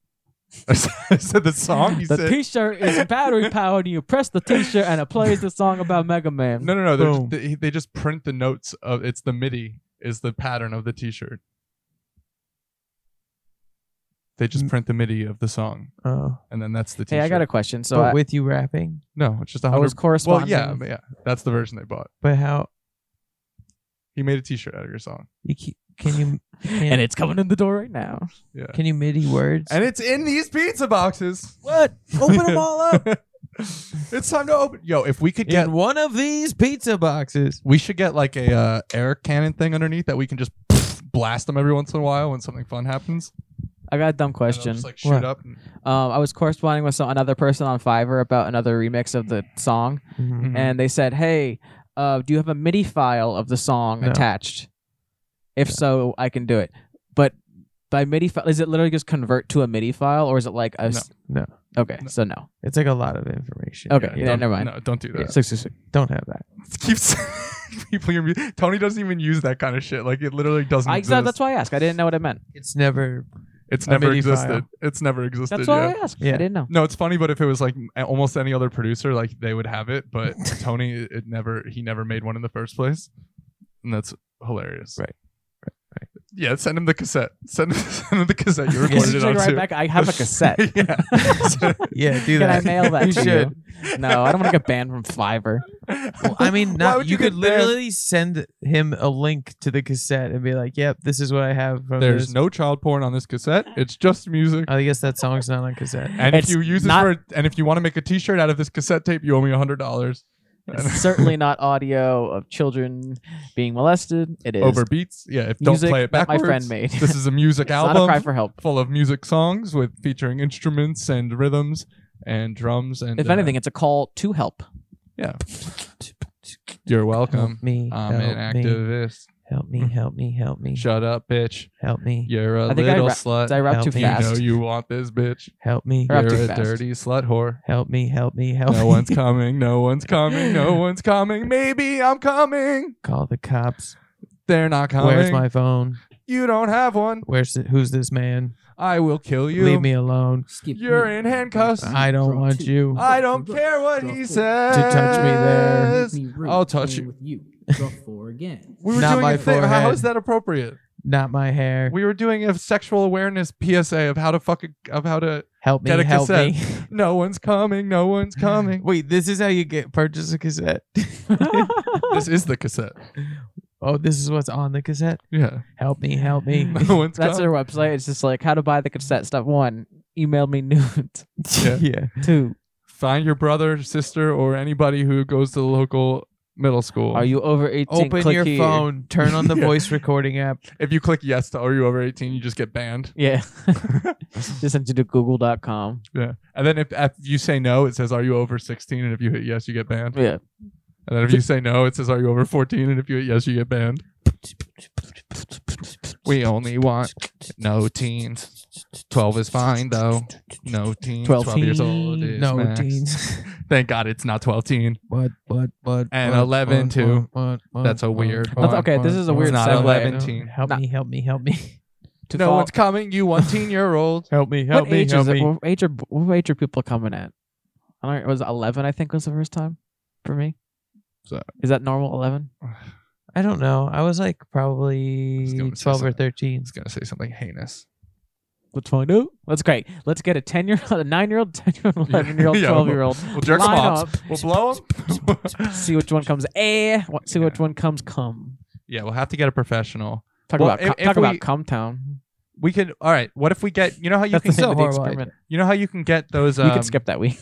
Speaker 1: I said the song. You
Speaker 2: The
Speaker 1: said
Speaker 2: T-shirt is battery powered. You press the T-shirt and it plays the song about Mega Man.
Speaker 1: no, no, no. they're- They, they just print the notes of it's the MIDI is the pattern of the T-shirt. They just print the MIDI of the song,
Speaker 5: Oh,
Speaker 1: and then that's the T-shirt.
Speaker 2: Mm. hey, I got a question. So
Speaker 5: but
Speaker 2: I,
Speaker 5: with you rapping,
Speaker 1: no. It's just a
Speaker 2: I was
Speaker 1: hundred. Well,
Speaker 2: corresponding.
Speaker 1: yeah, yeah. That's the version they bought.
Speaker 5: but how
Speaker 1: He made a T-shirt out of your song.
Speaker 5: you keep, can you
Speaker 2: and it's coming in the door right now.
Speaker 1: Yeah,
Speaker 5: can you MIDI words?
Speaker 1: and it's in these pizza boxes.
Speaker 5: what? Open them all up.
Speaker 1: it's time to open. Yo, if we could get
Speaker 5: In one of these pizza boxes.
Speaker 1: We should get like a uh, air cannon thing underneath that we can just blast them every once in a while when something fun happens.
Speaker 2: I got a dumb
Speaker 1: And they'll
Speaker 2: question.
Speaker 1: Just like shoot
Speaker 5: What?
Speaker 1: up. and-
Speaker 2: um, I was corresponding with some, another person on Fiverr about another remix of the song,
Speaker 1: Mm-hmm.
Speaker 5: Mhm.
Speaker 2: and they said, "Hey, uh, do you have a MIDI file of the song
Speaker 5: No.
Speaker 2: attached? If so, I can do it." But by MIDI file, is it literally just convert to a MIDI file, or is it like a s-
Speaker 5: No.
Speaker 2: Okay, so no.
Speaker 5: It's like a lot of information.
Speaker 2: Okay,
Speaker 1: Yeah,
Speaker 2: yeah,
Speaker 1: don't-
Speaker 2: never mind.
Speaker 1: No, don't do that.
Speaker 2: Six, six, six.
Speaker 5: Don't have that.
Speaker 1: Keeps people. Your mu- Tony doesn't even use that kind of shit. Like it literally doesn't.
Speaker 2: I,
Speaker 1: exist.
Speaker 2: that's why I asked. I didn't know what it meant.
Speaker 5: It's never.
Speaker 1: it's
Speaker 5: a
Speaker 1: never
Speaker 5: MIDI file.
Speaker 1: existed. It's never existed.
Speaker 2: That's
Speaker 1: yeah.
Speaker 2: why I asked.
Speaker 5: Yeah.
Speaker 2: I didn't know.
Speaker 1: No, it's funny, but if it was like m- almost any other producer, like they would have it. But Tony, it it never. He never made one in the first place, and that's hilarious.
Speaker 5: Right.
Speaker 1: Yeah, send him the cassette. Send him, send him the cassette. You
Speaker 2: Just
Speaker 1: recorded it
Speaker 2: check
Speaker 1: on
Speaker 2: right
Speaker 1: too.
Speaker 2: back. I have a cassette.
Speaker 1: yeah.
Speaker 5: Yeah, do
Speaker 2: Can I
Speaker 5: that.
Speaker 2: mail that
Speaker 5: You
Speaker 2: to
Speaker 5: should.
Speaker 2: you? No, I don't want to get banned from Fiverr.
Speaker 5: Well, I mean,
Speaker 1: Why
Speaker 5: not,
Speaker 1: would
Speaker 5: you,
Speaker 1: you
Speaker 5: could
Speaker 1: get banned?
Speaker 5: literally send him a link to the cassette and be like, "Yep, this is what I have from
Speaker 1: There's
Speaker 5: this."
Speaker 1: no child porn on this cassette. It's just music.
Speaker 5: I guess that song's not on cassette.
Speaker 1: And if
Speaker 2: It's
Speaker 1: you use
Speaker 2: not-
Speaker 1: it for, and if you want to make a T-shirt out of this cassette tape, you owe me hundred dollars.
Speaker 2: It's certainly not audio of children being molested. It is
Speaker 1: Over beats, yeah. If don't
Speaker 2: Music
Speaker 1: play it
Speaker 2: that my
Speaker 1: backwards,
Speaker 2: friend made.
Speaker 1: this is a music
Speaker 2: It's not a cry
Speaker 1: album
Speaker 2: for help.
Speaker 1: full of music songs with featuring instruments and rhythms and drums and.
Speaker 2: If
Speaker 1: uh,
Speaker 2: anything, it's a call to help.
Speaker 1: you're
Speaker 5: Help
Speaker 1: welcome.
Speaker 5: me,
Speaker 1: I'm
Speaker 5: help
Speaker 1: an
Speaker 5: me,
Speaker 1: activist.
Speaker 5: help me, help me, help me,
Speaker 1: Shut up, bitch.
Speaker 5: help me,
Speaker 1: You're a
Speaker 2: I think I
Speaker 1: little
Speaker 2: ra-
Speaker 1: slut.
Speaker 2: Did I rap
Speaker 5: help
Speaker 2: too
Speaker 5: me.
Speaker 1: Uh, you know
Speaker 2: fast?
Speaker 1: you want this, bitch.
Speaker 5: help me,
Speaker 2: Rap
Speaker 1: You're
Speaker 2: too
Speaker 1: a
Speaker 2: fast.
Speaker 1: dirty slut whore.
Speaker 5: help me, help me, help me.
Speaker 1: No one's coming. No one's coming. No one's coming. Maybe I'm coming.
Speaker 5: Call the cops.
Speaker 1: They're not coming.
Speaker 5: Where's my phone?
Speaker 1: You don't have one.
Speaker 5: Where's the, who's this man?
Speaker 1: I will kill you.
Speaker 5: Leave me alone.
Speaker 7: Skip
Speaker 1: You're
Speaker 7: me.
Speaker 1: in handcuffs.
Speaker 5: I don't
Speaker 7: Draw
Speaker 5: want
Speaker 7: two.
Speaker 5: you.
Speaker 1: I don't care what
Speaker 7: Draw
Speaker 1: he
Speaker 7: four.
Speaker 1: says.
Speaker 5: To touch me there.
Speaker 7: Make me root
Speaker 1: I'll touch
Speaker 7: playing
Speaker 1: you.
Speaker 7: With you. Draw four again.
Speaker 1: We were
Speaker 5: Not
Speaker 1: doing
Speaker 5: my
Speaker 1: a thing. How- How
Speaker 5: forehead.
Speaker 1: is that appropriate?
Speaker 5: Not my hair.
Speaker 1: We were doing a sexual awareness PSA of how to fucking of how to.
Speaker 5: Help me,
Speaker 1: Get a
Speaker 5: help
Speaker 1: cassette.
Speaker 5: me.
Speaker 1: No one's coming. No one's coming.
Speaker 5: Wait, this is how you get purchase a cassette.
Speaker 1: this is the cassette.
Speaker 5: oh, this is what's on the cassette.
Speaker 1: Yeah.
Speaker 5: Help me, help me.
Speaker 1: No one's
Speaker 2: That's their
Speaker 1: coming.
Speaker 2: website. It's just like how to buy the cassette stuff. One, email me nude.
Speaker 1: Yeah.
Speaker 5: yeah.
Speaker 2: Two,
Speaker 1: Find your brother, sister, or anybody who goes to the local middle school.
Speaker 2: are you over eighteen?
Speaker 5: Open
Speaker 2: Click
Speaker 5: your
Speaker 2: here.
Speaker 5: phone. Turn on the
Speaker 1: Yeah.
Speaker 5: voice recording app.
Speaker 1: if you click yes to are you over 18, you just get banned.
Speaker 2: Yeah. just send you to google.com.
Speaker 1: Yeah. And then if, if you say no, it says, Are you over 16? And if you hit yes, you get banned.
Speaker 2: Yeah.
Speaker 1: And then if you say no, it says, Are you over 14? And if you hit yes, you get banned. We only want no teens. 12 is fine, though. No teens. 12,
Speaker 2: 12
Speaker 1: years old is
Speaker 5: No
Speaker 1: max.
Speaker 5: teens.
Speaker 1: Thank God it's not 12 teen.
Speaker 5: What? What? What?
Speaker 1: And 11 too. That's a weird one.
Speaker 2: okay, this is a
Speaker 1: It's
Speaker 2: weird
Speaker 1: not
Speaker 2: segue.
Speaker 1: 11 teen.
Speaker 5: Help
Speaker 2: Nah.
Speaker 5: me! Help me! Help me!
Speaker 2: To
Speaker 1: no
Speaker 2: follow-
Speaker 1: one's coming. You 1 year old.
Speaker 5: Help me!
Speaker 2: what age is it? What age are what age are people coming at? I don't, it was eleven, I think, was the first time for me.
Speaker 1: So-
Speaker 2: is that normal eleven?
Speaker 5: I don't know. I was like
Speaker 1: was
Speaker 5: probably
Speaker 1: gonna say
Speaker 5: twelve or
Speaker 1: something.
Speaker 5: thirteen.
Speaker 1: He's going to say something heinous.
Speaker 2: Let's find out. That's great. Let's get a ten year old, a nine year old, ten year old, eleven year old,
Speaker 1: Yeah.
Speaker 2: twelve year old.
Speaker 1: We'll jerk 'em
Speaker 2: Line
Speaker 1: off.
Speaker 2: up.
Speaker 1: We'll blow 'em.
Speaker 2: See which one comes eh. what- See which one comes cum.
Speaker 1: yeah, we'll have to get a professional.
Speaker 2: Talk
Speaker 1: Well,
Speaker 2: about
Speaker 1: if-
Speaker 2: cum-
Speaker 1: if
Speaker 2: talk
Speaker 1: we-
Speaker 2: about cum town.
Speaker 1: We could. All right. What if we get? You know how you
Speaker 2: That's the
Speaker 1: can.
Speaker 2: name
Speaker 5: so
Speaker 2: of the
Speaker 5: horrible
Speaker 2: experiment.
Speaker 1: You know how you can get those. Um,
Speaker 2: you can skip that week.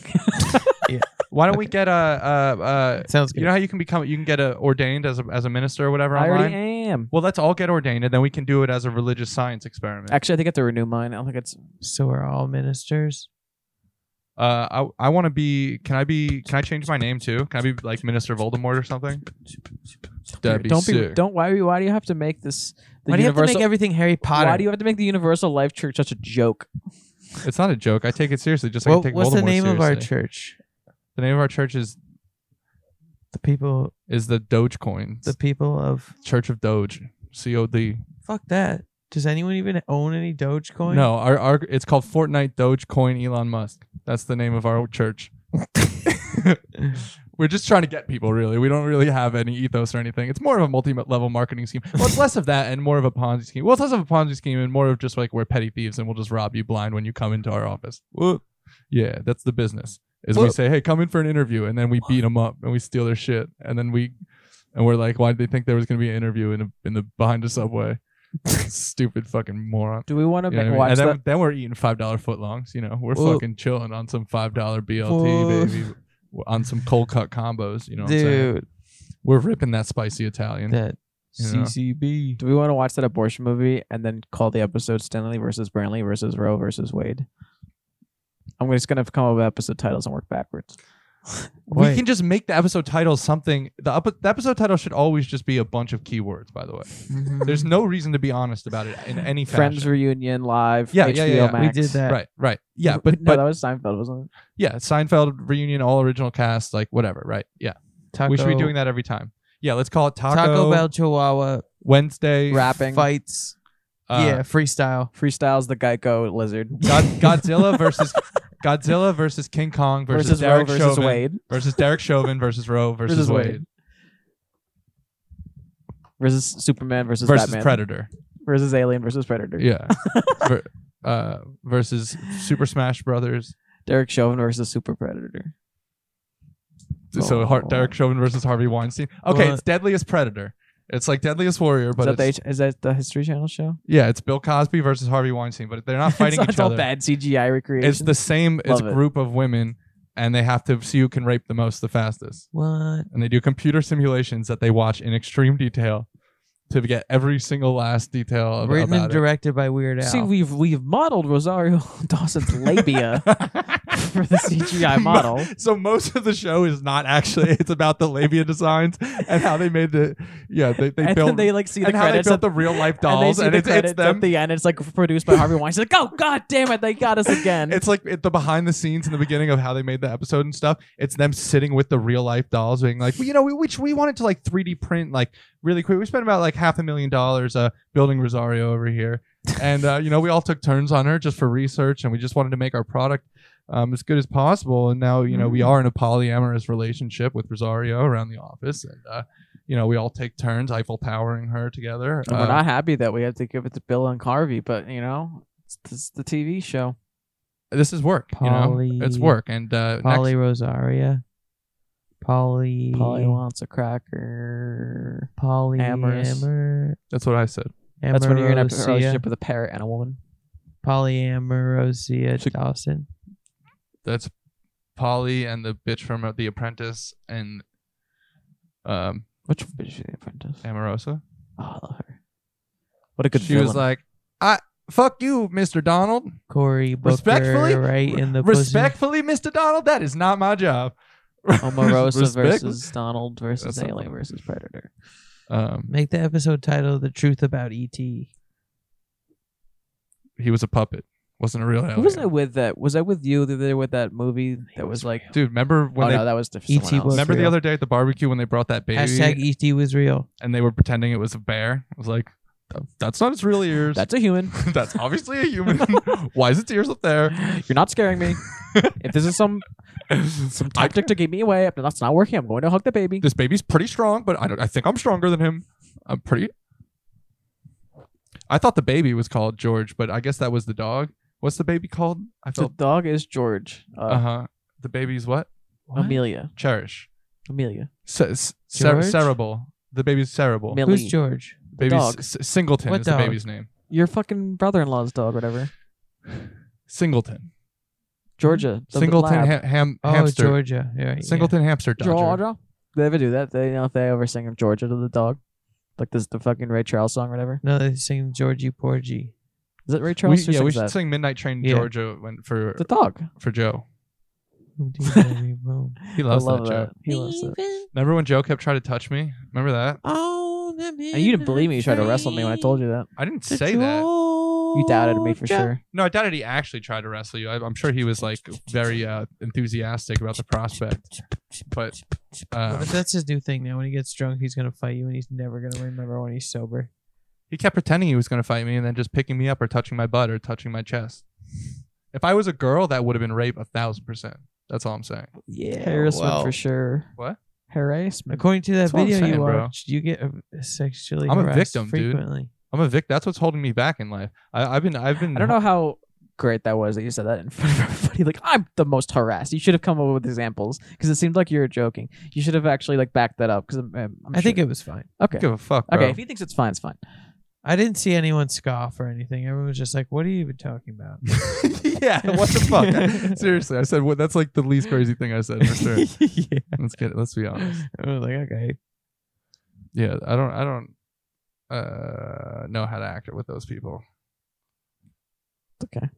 Speaker 1: Why don't we get a? a, a
Speaker 5: Sounds
Speaker 1: you
Speaker 5: good.
Speaker 1: know how you can become. You can get a, ordained as a as a minister or whatever
Speaker 2: I already
Speaker 1: online.
Speaker 2: am.
Speaker 1: Well, let's all get ordained, and then we can do it as a religious science experiment.
Speaker 2: Actually, I think I have to renew mine. I don't think it's
Speaker 5: so we're all ministers.
Speaker 1: Uh, I I want to be. Can I be? Can I change my name too? Can I be like Minister Voldemort or something? That'd be
Speaker 2: don't
Speaker 1: sick.
Speaker 2: be don't why do you- why do you have to make this the
Speaker 5: Why do you have to
Speaker 2: universal
Speaker 5: make everything Harry Potter?
Speaker 2: why do you have to make the universal life church such a joke?
Speaker 1: It's not a joke. I take it seriously. Just like
Speaker 5: Well,
Speaker 1: I take
Speaker 5: what's
Speaker 1: Voldemort
Speaker 5: the name of our
Speaker 1: seriously.
Speaker 5: church?
Speaker 1: The name of our church is
Speaker 5: The people.
Speaker 1: is the Dogecoin.
Speaker 5: The people of
Speaker 1: Church of Doge. C O D.
Speaker 5: fuck that. Does anyone even own any Dogecoin?
Speaker 1: No, our, our it's called Fortnite Dogecoin Elon Musk. That's the name of our church. We're just trying to get people, really. We don't really have any ethos or anything. It's more of a multi-level marketing scheme. Well, it's less of that and more of a Ponzi scheme. Well, it's less of a Ponzi scheme and more of just like we're petty thieves and we'll just rob you blind when you come into our office.
Speaker 5: Whoop.
Speaker 1: Yeah, that's the business. Is we
Speaker 5: Whoop.
Speaker 1: say, hey, come in for an interview, and then we beat them up and we steal their shit, and then we, and we're like, why did they think there was going to be an interview in a, in the behind the subway? Stupid fucking moron.
Speaker 2: Do we want to
Speaker 1: You know what I mean?
Speaker 2: watch
Speaker 1: And then,
Speaker 2: that?
Speaker 1: then we're eating five dollar footlongs. You know, we're
Speaker 5: Whoa.
Speaker 1: fucking chilling on some five dollar BLT,
Speaker 5: Whoa.
Speaker 1: baby. We're On some cold cut combos. You know, what I'm saying?
Speaker 5: dude,
Speaker 1: we're ripping that spicy Italian.
Speaker 5: that
Speaker 1: You know?
Speaker 5: CCB.
Speaker 2: Do we want to watch that abortion movie and then call the episode Stanley versus Brantley versus Roe versus Wade? I'm just gonna come up with episode titles and work backwards.
Speaker 1: we
Speaker 5: Wait.
Speaker 1: can just make the episode title something. The, up, the episode title should always just be a bunch of keywords. By the way, there's no reason to be honest about it in any
Speaker 2: Friends
Speaker 1: fashion.
Speaker 2: reunion live.
Speaker 1: Yeah,
Speaker 2: HBO
Speaker 1: yeah, yeah, yeah.
Speaker 2: Max.
Speaker 5: We did that.
Speaker 1: right, right, yeah, but
Speaker 2: no,
Speaker 1: but
Speaker 2: that was Seinfeld, wasn't it?
Speaker 1: yeah, Seinfeld reunion, all original cast, like whatever, right? Yeah,
Speaker 5: Taco,
Speaker 1: we should be doing that every time. Yeah, let's call it Taco,
Speaker 5: Taco Bell Chihuahua
Speaker 1: Wednesday.
Speaker 2: Rapping.
Speaker 5: fights.
Speaker 1: uh,
Speaker 5: yeah, freestyle.
Speaker 2: Freestyles the Geico lizard
Speaker 1: God, Godzilla versus Godzilla versus King Kong versus,
Speaker 2: versus Roe
Speaker 1: Derek
Speaker 2: versus
Speaker 1: Chauvin
Speaker 2: Wade
Speaker 1: versus Derek Chauvin versus Roe versus,
Speaker 2: Versus
Speaker 1: Wade,
Speaker 2: Wade. versus Superman versus,
Speaker 1: versus
Speaker 2: Batman
Speaker 1: Predator.
Speaker 2: versus Alien versus Predator.
Speaker 1: Yeah. Ver- uh, versus Super Smash Brothers.
Speaker 2: Derek Chauvin versus Super Predator. Oh.
Speaker 1: So Har- Derek Chauvin versus Harvey Weinstein. Okay,
Speaker 5: What?
Speaker 1: it's Deadliest Predator. It's like Deadliest Warrior, but
Speaker 2: is, that the,
Speaker 1: it's,
Speaker 2: H- is that the History Channel show?
Speaker 1: yeah, it's Bill Cosby versus Harvey Weinstein, but they're not fighting
Speaker 2: it's, all-
Speaker 1: each
Speaker 2: it's all
Speaker 1: other.
Speaker 2: bad CGI recreation.
Speaker 1: It's the same. It's
Speaker 2: Love it.
Speaker 1: group of women, and they have to see who can rape the most, the fastest.
Speaker 5: What?
Speaker 1: and they do computer simulations that they watch in extreme detail to get every single last detail of,
Speaker 5: Written
Speaker 1: about
Speaker 5: and
Speaker 1: it.
Speaker 5: directed by Weird Al.
Speaker 2: See, we've we've modeled Rosario Dawson's labia for the CGI model.
Speaker 1: So most of the show is not actually it's about the labia designs and how they made the yeah they they
Speaker 2: and then
Speaker 1: built
Speaker 2: they like see the
Speaker 1: and how they
Speaker 2: credits
Speaker 1: built
Speaker 2: at-
Speaker 1: the real life
Speaker 2: and they
Speaker 1: dolls
Speaker 2: see
Speaker 1: and,
Speaker 2: the
Speaker 1: it's, it's
Speaker 2: credits at
Speaker 1: them.
Speaker 2: the end. It's like produced by Harvey Weinstein. Like, oh god damn it, they got us again.
Speaker 1: It's like it, the behind the scenes in the beginning of how they made the episode and stuff. It's them sitting with the real life dolls, being like, well, you know, we which we wanted to like 3D print like really quick. We spent about like half a million dollars uh, building Rosario over here, and uh, you know, we all took turns on her just for research, and we just wanted to make our product. Um, as good as possible, and now you know
Speaker 2: Mm-hmm.
Speaker 1: we are in a polyamorous relationship with Rosario around the office, and uh, you know we all take turns Eiffel towering her together.
Speaker 2: And
Speaker 1: Uh,
Speaker 2: we're not happy that we had to give it to Bill and Harvey, but you know, it's, it's the TV show.
Speaker 1: this is work, you
Speaker 5: Poly-
Speaker 1: know, it's work, and uh, next-
Speaker 5: Polly Rosaria. Polly.
Speaker 2: Polly wants a cracker.
Speaker 5: Polly.
Speaker 2: Amorous.
Speaker 5: Amor,
Speaker 1: that's what I said.
Speaker 2: That's when you're in a
Speaker 5: Amorosia.
Speaker 2: relationship with a parrot and a woman.
Speaker 5: Polyamorosia
Speaker 1: So-
Speaker 5: Dawson.
Speaker 1: that's Polly and the bitch from uh, The Apprentice and um
Speaker 2: Which bitch is the apprentice?
Speaker 1: Amorosa.
Speaker 2: Oh, I love her. What a good
Speaker 1: she was
Speaker 2: villain.
Speaker 1: like, "I fuck you, Mr. Donald.
Speaker 5: Corey Booker.
Speaker 1: Respectfully?
Speaker 5: Right in the pussy.
Speaker 1: Respectfully, Mr. Donald, that is not my job."
Speaker 2: Omarosa
Speaker 1: Respect-
Speaker 2: versus Donald versus
Speaker 1: That's not
Speaker 2: Alien
Speaker 1: funny.
Speaker 2: versus Predator.
Speaker 1: Um,
Speaker 5: Make the episode title The Truth About E E.T.
Speaker 1: he was a puppet. Wasn't a real alien.
Speaker 2: Who was I with that? Was I with you the other day with that movie that was like?
Speaker 1: Dude, remember when
Speaker 2: oh
Speaker 1: they
Speaker 2: no, that was
Speaker 5: E.T.
Speaker 2: different. someone else.
Speaker 5: was
Speaker 1: remember the
Speaker 5: real.
Speaker 1: other day at the barbecue when they brought that baby
Speaker 5: Hashtag E.T. was real.
Speaker 1: and they were pretending it was a bear? I was like, "Th- "That's not its real ears.
Speaker 2: That's a human.
Speaker 1: That's obviously a human. Why is its ears up there?"
Speaker 2: You're not scaring me. if this is some some
Speaker 1: I-
Speaker 2: tactic to get me away, if that's not working, I'm going to hug the baby.
Speaker 1: this baby's pretty strong, but I don't. I think I'm stronger than him. I'm pretty. I thought the baby was called George, but I guess that was the dog. What's the baby called? I
Speaker 2: The
Speaker 1: felt.
Speaker 2: dog is George. Uh,
Speaker 1: Uh huh. The baby's what?
Speaker 2: Amelia.
Speaker 1: Cherish.
Speaker 2: Amelia.
Speaker 1: Ce- ce- cer-
Speaker 5: George?
Speaker 1: cerebral. The baby's cerebral.
Speaker 2: Millie.
Speaker 5: Who's George?
Speaker 1: baby's
Speaker 2: dog.
Speaker 1: S- Singleton
Speaker 5: What
Speaker 1: is
Speaker 5: dog?
Speaker 1: the baby's name.
Speaker 2: Your fucking brother-in-law's dog, whatever.
Speaker 1: Singleton.
Speaker 2: Georgia. The
Speaker 1: Singleton
Speaker 2: lab.
Speaker 1: ha- ham
Speaker 5: Oh,
Speaker 1: hamster.
Speaker 5: Georgia. Yeah, yeah.
Speaker 1: Singleton hamster dodger.
Speaker 2: Georgia. They ever do that? They you know if they ever sing Georgia to the dog, like this the fucking Ray Charles song or whatever.
Speaker 5: No, they sing Georgie Porgy.
Speaker 2: Is it Ray
Speaker 1: We,
Speaker 2: Charles? Who
Speaker 1: yeah, we
Speaker 2: sings
Speaker 1: should
Speaker 2: that?
Speaker 1: sing "Midnight Train
Speaker 5: Yeah.
Speaker 1: Georgia" when, for
Speaker 2: the dog.
Speaker 1: for Joe.
Speaker 5: Ooh, dee, baby, boom.
Speaker 1: He loves
Speaker 2: I love
Speaker 1: that, Joe.
Speaker 2: He loves that.
Speaker 1: Remember when Joe kept trying to touch me? Remember that?
Speaker 2: And you didn't believe me. You tried to wrestle me when I told you that.
Speaker 1: I didn't say that.
Speaker 2: You doubted me for sure.
Speaker 1: No, I doubted he actually tried to wrestle you. I, I'm sure he was like very uh, enthusiastic about the prospect, but
Speaker 5: Well,
Speaker 1: um,
Speaker 5: that's his new thing now. When he gets drunk, he's gonna fight you, and he's never gonna remember when he's sober.
Speaker 1: He kept pretending he was going to fight me and then just picking me up or touching my butt or touching my chest. If I was a girl, that would have been rape a thousand percent. That's all I'm saying.
Speaker 5: Yeah.
Speaker 4: Harassment
Speaker 5: well,
Speaker 4: for sure.
Speaker 1: What?
Speaker 2: Mm.
Speaker 4: Harassment.
Speaker 5: According to that
Speaker 1: what I'm
Speaker 5: video
Speaker 1: saying,
Speaker 5: you
Speaker 1: bro.
Speaker 5: watched, you get uh, sexually
Speaker 1: I'm a
Speaker 5: harassed
Speaker 1: victim, dude.
Speaker 5: frequently.
Speaker 1: I'm a vic. That's what's holding me back in life. I, I've been, I've been.
Speaker 2: I
Speaker 5: Uh-huh.
Speaker 2: don't know how great that was that you said that in front of everybody. Like, I'm the most harassed. You should have come up with examples because it seemed like you were joking. You should have actually like backed that up because I'm, I'm, I'm
Speaker 5: I think
Speaker 2: sure-
Speaker 5: it uh, was fine.
Speaker 1: I
Speaker 2: okay.
Speaker 1: don't give a fuck, bro.
Speaker 2: Okay, if he thinks it's fine, it's fine.
Speaker 5: I didn't see anyone scoff or anything. Everyone was just like, "What are you even talking about?"
Speaker 1: yeah, what the fuck? Seriously, I said well, that's like the least crazy thing I said for sure.
Speaker 5: yeah.
Speaker 1: let's get it. Let's be honest.
Speaker 5: I was like, "Okay,
Speaker 1: Yeah, I don't, I don't uh, know how to act with those people.
Speaker 2: It's okay.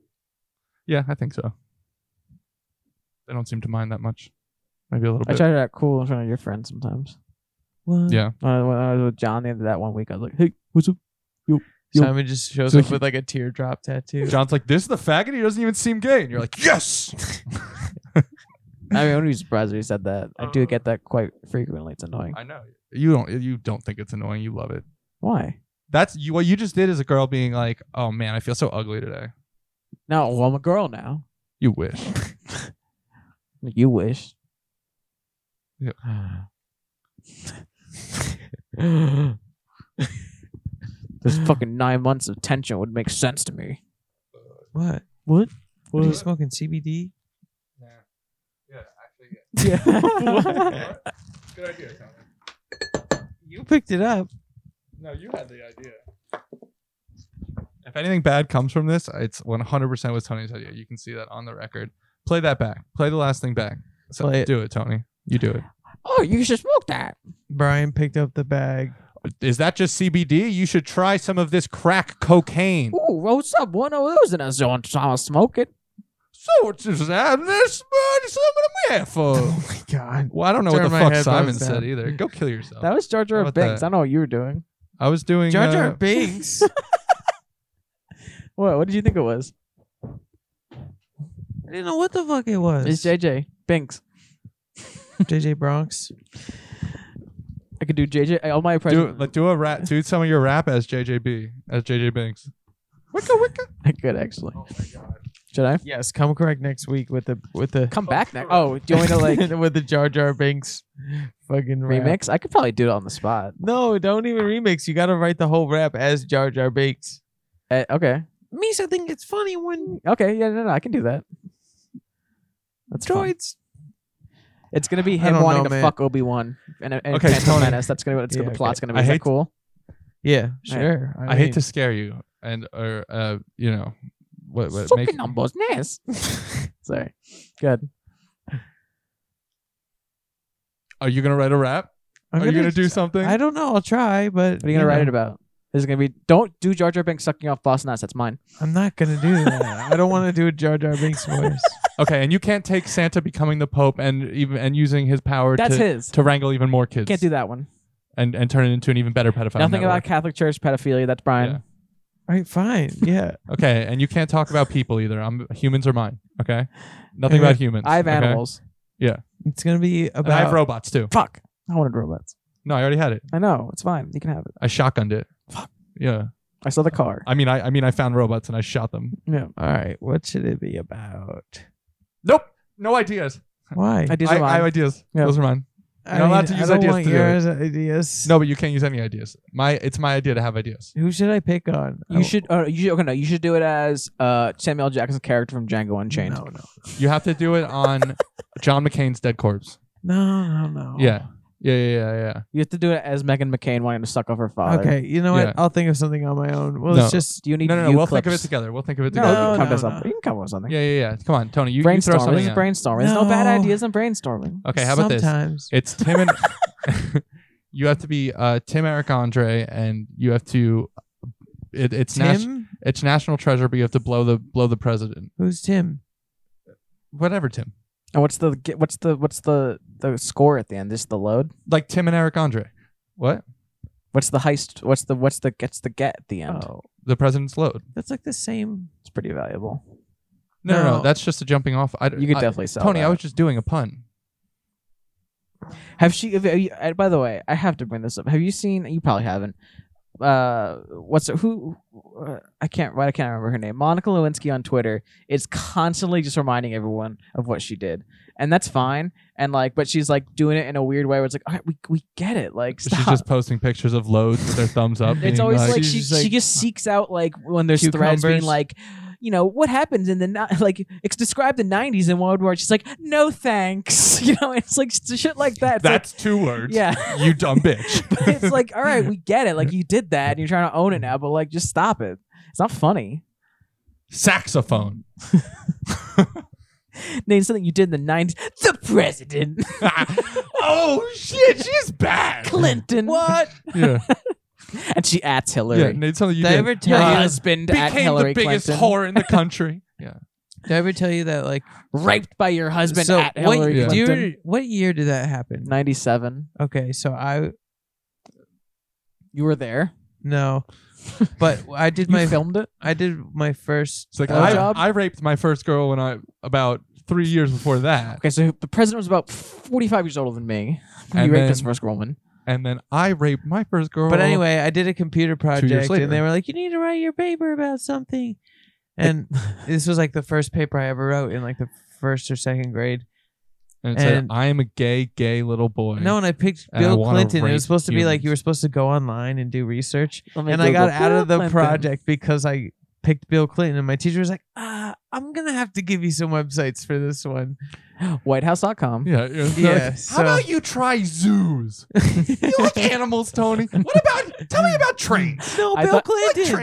Speaker 1: Yeah, I think so. They don't seem to mind that much. Maybe a little
Speaker 2: I
Speaker 5: uh,
Speaker 1: bit.
Speaker 2: try to act cool in front of your friends sometimes.
Speaker 5: what?"
Speaker 1: yeah.
Speaker 2: When I, when I was with John the end of that one week, I was like, hey, what's up? Yo.
Speaker 5: Simon just shows
Speaker 1: So
Speaker 5: up
Speaker 1: he-
Speaker 5: with like a teardrop tattoo.
Speaker 1: John's like, this is the faggot. He doesn't even seem gay. And you're like, yes.
Speaker 2: I mean, I wouldn't be surprised if he said that. I
Speaker 5: Uh,
Speaker 2: do get that quite frequently. It's annoying.
Speaker 1: I know. You don't. You don't think it's annoying. You love it.
Speaker 2: Why?
Speaker 1: That's you. What you just did is a girl being like, oh man, I feel so ugly today.
Speaker 2: No, well, I'm a girl now.
Speaker 1: You wish.
Speaker 2: You wish. This fucking nine months of tension would make sense to me.
Speaker 5: What?
Speaker 2: What?
Speaker 5: What? Are you smoking CBD?
Speaker 1: Yeah, actually, yeah.
Speaker 2: Yeah.
Speaker 1: Good idea, Tommy.
Speaker 5: You picked it up.
Speaker 1: No, you had the idea. If anything bad comes from this, it's 100% was Tony's idea. You can see that on the record. Play that back. Play the last thing back. So
Speaker 5: Play it.
Speaker 1: do it, Tony. You do it.
Speaker 2: oh, you should smoke that.
Speaker 5: Brian picked up the bag.
Speaker 1: Is that just CBD? You should try some of this crack cocaine.
Speaker 2: Ooh, what's up? One of those in a zone. So I'll smoke it.
Speaker 1: So it's just having this buddy, some of them
Speaker 5: Oh my god.
Speaker 1: Well, I don't know what
Speaker 5: Turn
Speaker 1: the
Speaker 5: my
Speaker 1: fuck
Speaker 5: headphones
Speaker 1: Simon said
Speaker 5: down.
Speaker 1: either. Go kill yourself.
Speaker 2: That was Jar
Speaker 1: How
Speaker 2: Jar
Speaker 1: about
Speaker 2: Binks.
Speaker 1: that?
Speaker 2: I know what you were doing.
Speaker 1: I was doing.
Speaker 5: Jar
Speaker 1: uh,
Speaker 5: Jar Binks.
Speaker 2: What? What did you think it was?
Speaker 5: I didn't know what the fuck it was.
Speaker 2: It's JJ Binks.
Speaker 5: JJ Bronx.
Speaker 2: I could do JJ. All my
Speaker 1: do,
Speaker 2: impressions.
Speaker 1: like, do a rap. Do some of your rap as JJB, as JJ Binks. Wicka wicka.
Speaker 2: I could actually.
Speaker 1: Oh
Speaker 2: Should I
Speaker 5: Yes, come correct next week with the with the
Speaker 2: come back next? Oh, do you want me to like
Speaker 5: with the Jar Jar Binks fucking rap.
Speaker 2: remix? I could probably do it on the spot.
Speaker 5: No, don't even remix. You got to write the whole rap as Jar Jar Binks.
Speaker 2: Uh, okay.
Speaker 5: Misa think it's funny when
Speaker 2: Okay. Yeah. No. No. I can do that. That's fine.
Speaker 5: droids.
Speaker 2: It's gonna be
Speaker 5: I
Speaker 2: him
Speaker 5: don't
Speaker 2: wanting
Speaker 5: know,
Speaker 2: to
Speaker 5: man.
Speaker 2: fuck Obi Wan and, and
Speaker 1: Okay,
Speaker 2: Phantom
Speaker 1: Tony.
Speaker 2: Menace. That's gonna. That's
Speaker 5: Yeah,
Speaker 2: gonna. The
Speaker 5: okay.
Speaker 2: plot's gonna be.
Speaker 1: I
Speaker 2: Is that
Speaker 1: hate-
Speaker 2: cool?
Speaker 5: Yeah,
Speaker 2: Yeah.
Speaker 5: sure.
Speaker 1: I hate
Speaker 5: mean-
Speaker 1: to scare you and or uh you know what what
Speaker 2: Sucking
Speaker 1: make-
Speaker 2: numbers, nice. Sorry. Good.
Speaker 1: are you gonna write a rap?
Speaker 5: I'm
Speaker 1: are you gonna do something?
Speaker 5: I don't know. I'll try, but
Speaker 2: What are you gonna write it about? Is it gonna be don't do Jar Jar Binks sucking off boss nuts? That's mine.
Speaker 5: I'm not gonna do that. I don't want to do a Jar Jar Binks voice.
Speaker 1: okay, and you can't take Santa becoming the Pope and even and using his power
Speaker 2: That's
Speaker 1: to
Speaker 2: his.
Speaker 1: to wrangle even more kids.
Speaker 2: Can't do that one.
Speaker 1: And and turn it into an even better pedophile.
Speaker 2: Nothing about
Speaker 1: network.
Speaker 2: Catholic Church pedophilia. That's Brian.
Speaker 1: Yeah.
Speaker 5: All right, fine. Yeah,
Speaker 1: Okay, and you can't talk about people either. I'm humans are mine. Okay, nothing about humans.
Speaker 2: I have
Speaker 1: okay?
Speaker 2: animals.
Speaker 5: it's gonna be
Speaker 1: And I
Speaker 5: about.
Speaker 1: have robots too.
Speaker 2: Fuck. I wanted robots.
Speaker 1: No, I already had it.
Speaker 2: I know. It's fine. You can have it.
Speaker 1: I shotgunned it. Yeah.
Speaker 2: I saw the car.
Speaker 1: I mean, I, I mean, I found robots and I shot them.
Speaker 2: Yeah.
Speaker 5: All right, what should it be about?
Speaker 1: Nope. No ideas.
Speaker 5: Why?
Speaker 2: I do
Speaker 1: I, I have ideas.
Speaker 2: Yeah.
Speaker 1: Those are mine.
Speaker 5: I
Speaker 1: You're allowed to
Speaker 5: I
Speaker 1: use
Speaker 5: don't
Speaker 1: ideas
Speaker 5: want
Speaker 1: to do it.
Speaker 5: yours ideas.
Speaker 1: No, but you can't use any ideas. My it's my idea to have ideas.
Speaker 5: Who should I pick on?
Speaker 1: Oh.
Speaker 5: Oh,
Speaker 2: You should. Uh, you should. Okay, no. You should do it as uh, Samuel L. Jackson's character from Django Unchained.
Speaker 5: No, no,
Speaker 1: You have to do it on John McCain's dead corpse.
Speaker 5: no, no, no.
Speaker 1: Yeah. Yeah, yeah, yeah, yeah.
Speaker 2: You have to do it as Megan McCain wanting to suck off her father.
Speaker 5: Okay, you know what?
Speaker 1: Yeah.
Speaker 5: I'll think of something on my own. Well,
Speaker 1: No.
Speaker 5: it's just
Speaker 2: Do you need?
Speaker 1: No, no, no.
Speaker 2: you
Speaker 1: We'll
Speaker 2: clips?
Speaker 1: think of it together. We'll think of it
Speaker 5: No,
Speaker 1: together.
Speaker 2: you
Speaker 5: no,
Speaker 2: can come up with
Speaker 5: no.
Speaker 2: something. You can come up with something.
Speaker 1: Yeah, yeah, yeah. Come on, Tony. You, you throw
Speaker 2: brainstorm.
Speaker 1: something.
Speaker 2: This is
Speaker 1: out.
Speaker 2: brainstorming. There's no bad
Speaker 5: No.
Speaker 2: ideas in brainstorming.
Speaker 1: okay, how about this?
Speaker 5: sometimes.
Speaker 1: It's Tim and you have to be uh, Tim Eric Andre, and you have to. It, it's national.
Speaker 5: Tim?
Speaker 1: It's national treasure, but you have to blow the blow the president.
Speaker 5: Who's Tim?
Speaker 1: Whatever, Tim.
Speaker 2: And what's the ge- what's the what's the the score at the end? Is the load?
Speaker 1: Like Tim and Eric Andre. What?
Speaker 2: What's the heist? What's the what's the gets the get at the end?
Speaker 5: Oh,
Speaker 1: The president's load.
Speaker 5: that's like the same.
Speaker 2: It's pretty valuable.
Speaker 1: No, no, no,
Speaker 5: No.
Speaker 1: That's just a jumping off. I,
Speaker 2: You could
Speaker 1: Uh, I-
Speaker 2: definitely sell.
Speaker 1: Tony,
Speaker 2: that.
Speaker 1: I was just doing a pun.
Speaker 2: Have she? Have you, uh, by the way, I have to bring this up. Have you seen? You probably haven't. uh what's who uh, I can't why I can't remember her name Monica Lewinsky on Twitter is constantly just reminding everyone of what she did and that's fine and like but she's like doing it in a weird way where it's like all right we we get it like stop.
Speaker 1: She's just posting pictures of loads with their thumbs up.
Speaker 2: It's
Speaker 1: being
Speaker 2: always like,
Speaker 1: she's
Speaker 2: she
Speaker 1: just
Speaker 2: she just seeks out like when there's threads being
Speaker 5: Cucumbers.
Speaker 2: like, you know, what happens in the ni- like it's described the '90s in World War. She's like, no thanks, you know. It's like s- shit like that. It's like-
Speaker 1: That's two words.
Speaker 2: yeah.
Speaker 1: You dumb bitch.
Speaker 2: But it's like, all right, we get it. Like you did that, and you're trying to own it now, but like just stop it. It's not funny.
Speaker 1: Saxophone.
Speaker 2: Name something you did in the '90s. The president,
Speaker 1: oh shit, she's bad.
Speaker 2: Clinton. What?
Speaker 1: Yeah.
Speaker 2: And she at
Speaker 1: Yeah,
Speaker 2: Hillary.
Speaker 1: Nate, something you
Speaker 5: Did I
Speaker 1: did.
Speaker 2: Her
Speaker 5: ever tell you?
Speaker 2: husband at
Speaker 1: Became
Speaker 2: Hillary
Speaker 1: the biggest
Speaker 2: Clinton.
Speaker 1: whore in the country. yeah.
Speaker 5: Did I ever tell you that like
Speaker 2: Raped by your husband
Speaker 5: so
Speaker 2: at
Speaker 5: what,
Speaker 2: Hillary
Speaker 1: Yeah.
Speaker 5: do you-
Speaker 2: Clinton.
Speaker 5: what year did that happen?
Speaker 2: '97.
Speaker 5: Okay, so I
Speaker 2: You were there.
Speaker 5: no, but I did
Speaker 2: You
Speaker 5: my
Speaker 2: filmed it.
Speaker 5: I did my first.
Speaker 1: It's like
Speaker 5: uh,
Speaker 1: I,
Speaker 2: job?
Speaker 1: I raped my first girl when I about three years before that,
Speaker 2: Okay, so the president was about 45 years older than me. When
Speaker 1: And
Speaker 2: you raped his
Speaker 1: then-
Speaker 2: first woman.
Speaker 1: and then I raped my first girl.
Speaker 5: But anyway, I did a computer project,
Speaker 1: later.
Speaker 5: and they were like, "You need to write your paper about something." And this was like the first paper I ever wrote in like the first or second grade.
Speaker 1: and it said,
Speaker 5: and-
Speaker 1: I am a gay, gay little boy.
Speaker 5: No, and I picked
Speaker 1: And I
Speaker 5: Bill
Speaker 1: wanna
Speaker 5: Clinton. It
Speaker 1: rape
Speaker 5: was supposed to be like you were
Speaker 1: humans.
Speaker 5: supposed to go online and do research, and I got out of the project because I picked Bill Clinton, and my teacher was like, "Ah, I'm gonna have to give you some websites for this one."
Speaker 2: Whitehouse.com.
Speaker 1: yeah, yeah. They're
Speaker 5: Yeah,
Speaker 1: like,
Speaker 5: so-
Speaker 1: How about you try zoos? you like animals, Tony? What about? Tell me about trains.
Speaker 5: No,
Speaker 2: I
Speaker 5: Bill
Speaker 2: thought-
Speaker 5: Clinton.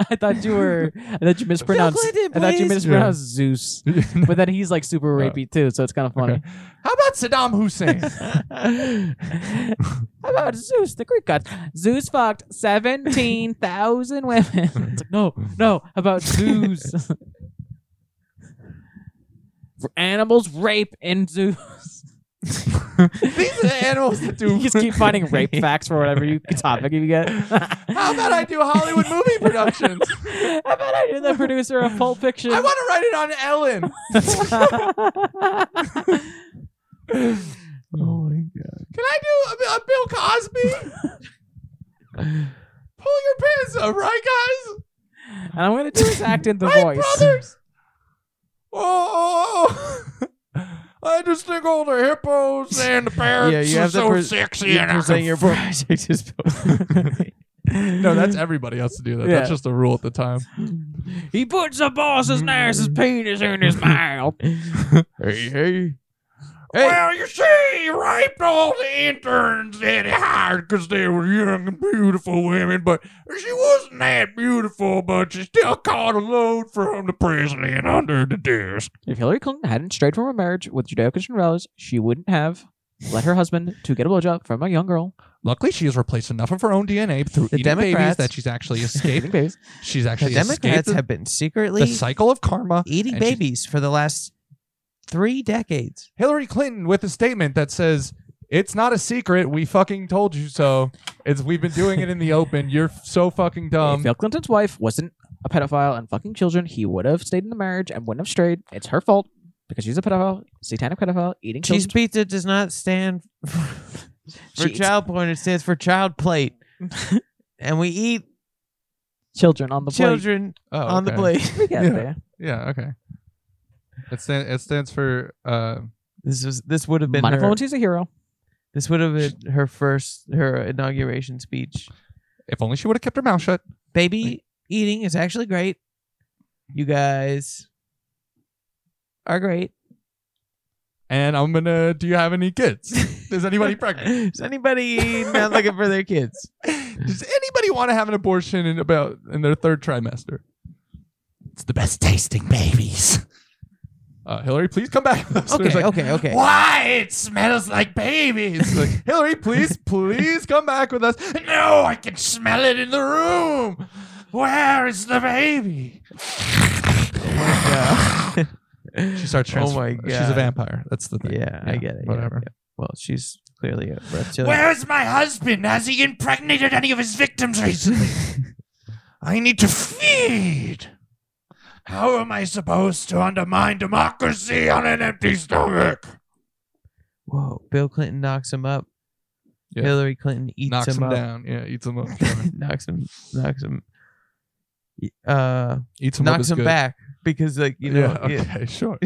Speaker 2: I thought you were. I thought you mispronounced.
Speaker 5: Clinton,
Speaker 2: I thought you
Speaker 5: please.
Speaker 2: mispronounced Zeus, but then he's like super
Speaker 1: Yeah.
Speaker 2: rapey too, so it's kind of funny.
Speaker 1: How about Saddam Hussein?
Speaker 2: How about Zeus, the Greek god? Zeus fucked seventeen thousand women. it's like no, no. How about Zeus? Animals rape in zoos.
Speaker 1: These are the animals that do.
Speaker 2: you just keep finding rape facts for whatever you topic you get.
Speaker 1: How about I do Hollywood movie productions?
Speaker 2: How about I do the producer of Pulp Fiction?
Speaker 1: I want to write it on Ellen.
Speaker 5: oh my
Speaker 1: Can I do a, a Bill Cosby? Pull your pants up, right, guys?
Speaker 2: and I'm gonna do his act in the
Speaker 1: right,
Speaker 2: voice.
Speaker 1: brothers. Oh, oh, oh. I just think all the hippos and the parrots
Speaker 5: Yeah, you
Speaker 1: are
Speaker 5: have the
Speaker 1: so
Speaker 5: pres-
Speaker 1: sexy.
Speaker 5: You're
Speaker 1: And I
Speaker 5: presenting
Speaker 1: can
Speaker 5: your project is
Speaker 1: No, that's everybody has to do that.
Speaker 2: Yeah.
Speaker 1: That's just a rule at the time.
Speaker 2: He puts the boss's nurse's penis in his mouth.
Speaker 5: hey, hey.
Speaker 1: Well, you see, he raped all the interns that he hired because they were young and beautiful women, but she wasn't that beautiful, but she still caught a load from the president under the desk.
Speaker 2: If Hillary Clinton hadn't strayed from her marriage with Judeo-Christian values, she wouldn't have let her husband to get a blowjob from a young girl.
Speaker 1: Luckily, she has replaced enough of her own DNA through
Speaker 5: The
Speaker 1: eating babies
Speaker 5: Democrats-
Speaker 1: that she's actually
Speaker 2: Eating
Speaker 1: escaped.
Speaker 2: babies.
Speaker 1: she's
Speaker 5: The
Speaker 1: actually escaped
Speaker 5: Democrats
Speaker 1: the,
Speaker 5: have been secretly
Speaker 1: the cycle of karma.
Speaker 5: eating
Speaker 1: and she's-
Speaker 5: babies for the last three decades.
Speaker 1: Hillary Clinton with a statement that says, "It's not a secret. We fucking told you so. It's we've been doing it in the open. You're f- so fucking
Speaker 2: if
Speaker 1: dumb."
Speaker 2: Bill Clinton's wife wasn't a pedophile and fucking children, he would have stayed in the marriage and wouldn't have strayed. It's her fault because she's a pedophile, satanic pedophile, eating
Speaker 5: Cheese
Speaker 2: children.
Speaker 5: pizza does not stand for
Speaker 2: She eats-
Speaker 5: child porn. It stands for child plate. and we eat
Speaker 2: children on the
Speaker 5: children
Speaker 1: Oh,
Speaker 5: on the
Speaker 1: okay.
Speaker 5: plate.
Speaker 2: plate. We get
Speaker 1: Yeah.
Speaker 2: there.
Speaker 1: Yeah. Okay. It stands. It stands for. Uh,
Speaker 5: This was this would have been
Speaker 2: Monica
Speaker 5: her,
Speaker 2: Lewinsky's a hero.
Speaker 5: this would have been her first her inauguration speech.
Speaker 1: if only she would have kept her mouth shut.
Speaker 5: Baby eating is actually great. You guys are great.
Speaker 1: And I'm gonna. Do you have any kids? Is anybody pregnant?
Speaker 5: Is anybody not looking for their kids?
Speaker 1: Does anybody want to have an abortion in about in their third trimester? It's the best tasting babies. Uh, Hillary, please come back. So
Speaker 5: Okay,
Speaker 1: it's like,
Speaker 5: okay, okay.
Speaker 1: Why it smells like babies? Like, Hillary, please, please come back with us. No, I can smell it in the room. Where is the baby? She starts
Speaker 5: Oh
Speaker 1: transforming.
Speaker 5: my
Speaker 1: She's a
Speaker 5: God.
Speaker 1: vampire. That's the thing.
Speaker 5: Yeah, I get it. yeah,
Speaker 1: Whatever.
Speaker 5: yeah. Well, she's clearly a reptilian.
Speaker 1: Where's my husband? Has he impregnated any of his victims recently? I need to feed. How am I supposed to undermine democracy on an empty stomach?
Speaker 5: Whoa, Bill Clinton knocks him up.
Speaker 1: Yeah.
Speaker 5: Hillary Clinton eats
Speaker 1: knocks
Speaker 5: him
Speaker 1: him
Speaker 5: up.
Speaker 1: down. Yeah, eats him up.
Speaker 5: knocks him, knocks him, uh,
Speaker 1: eats him up.
Speaker 5: knocks
Speaker 1: is
Speaker 5: him
Speaker 1: good.
Speaker 5: back because like you know,
Speaker 1: yeah,
Speaker 5: yeah.
Speaker 1: okay, sure.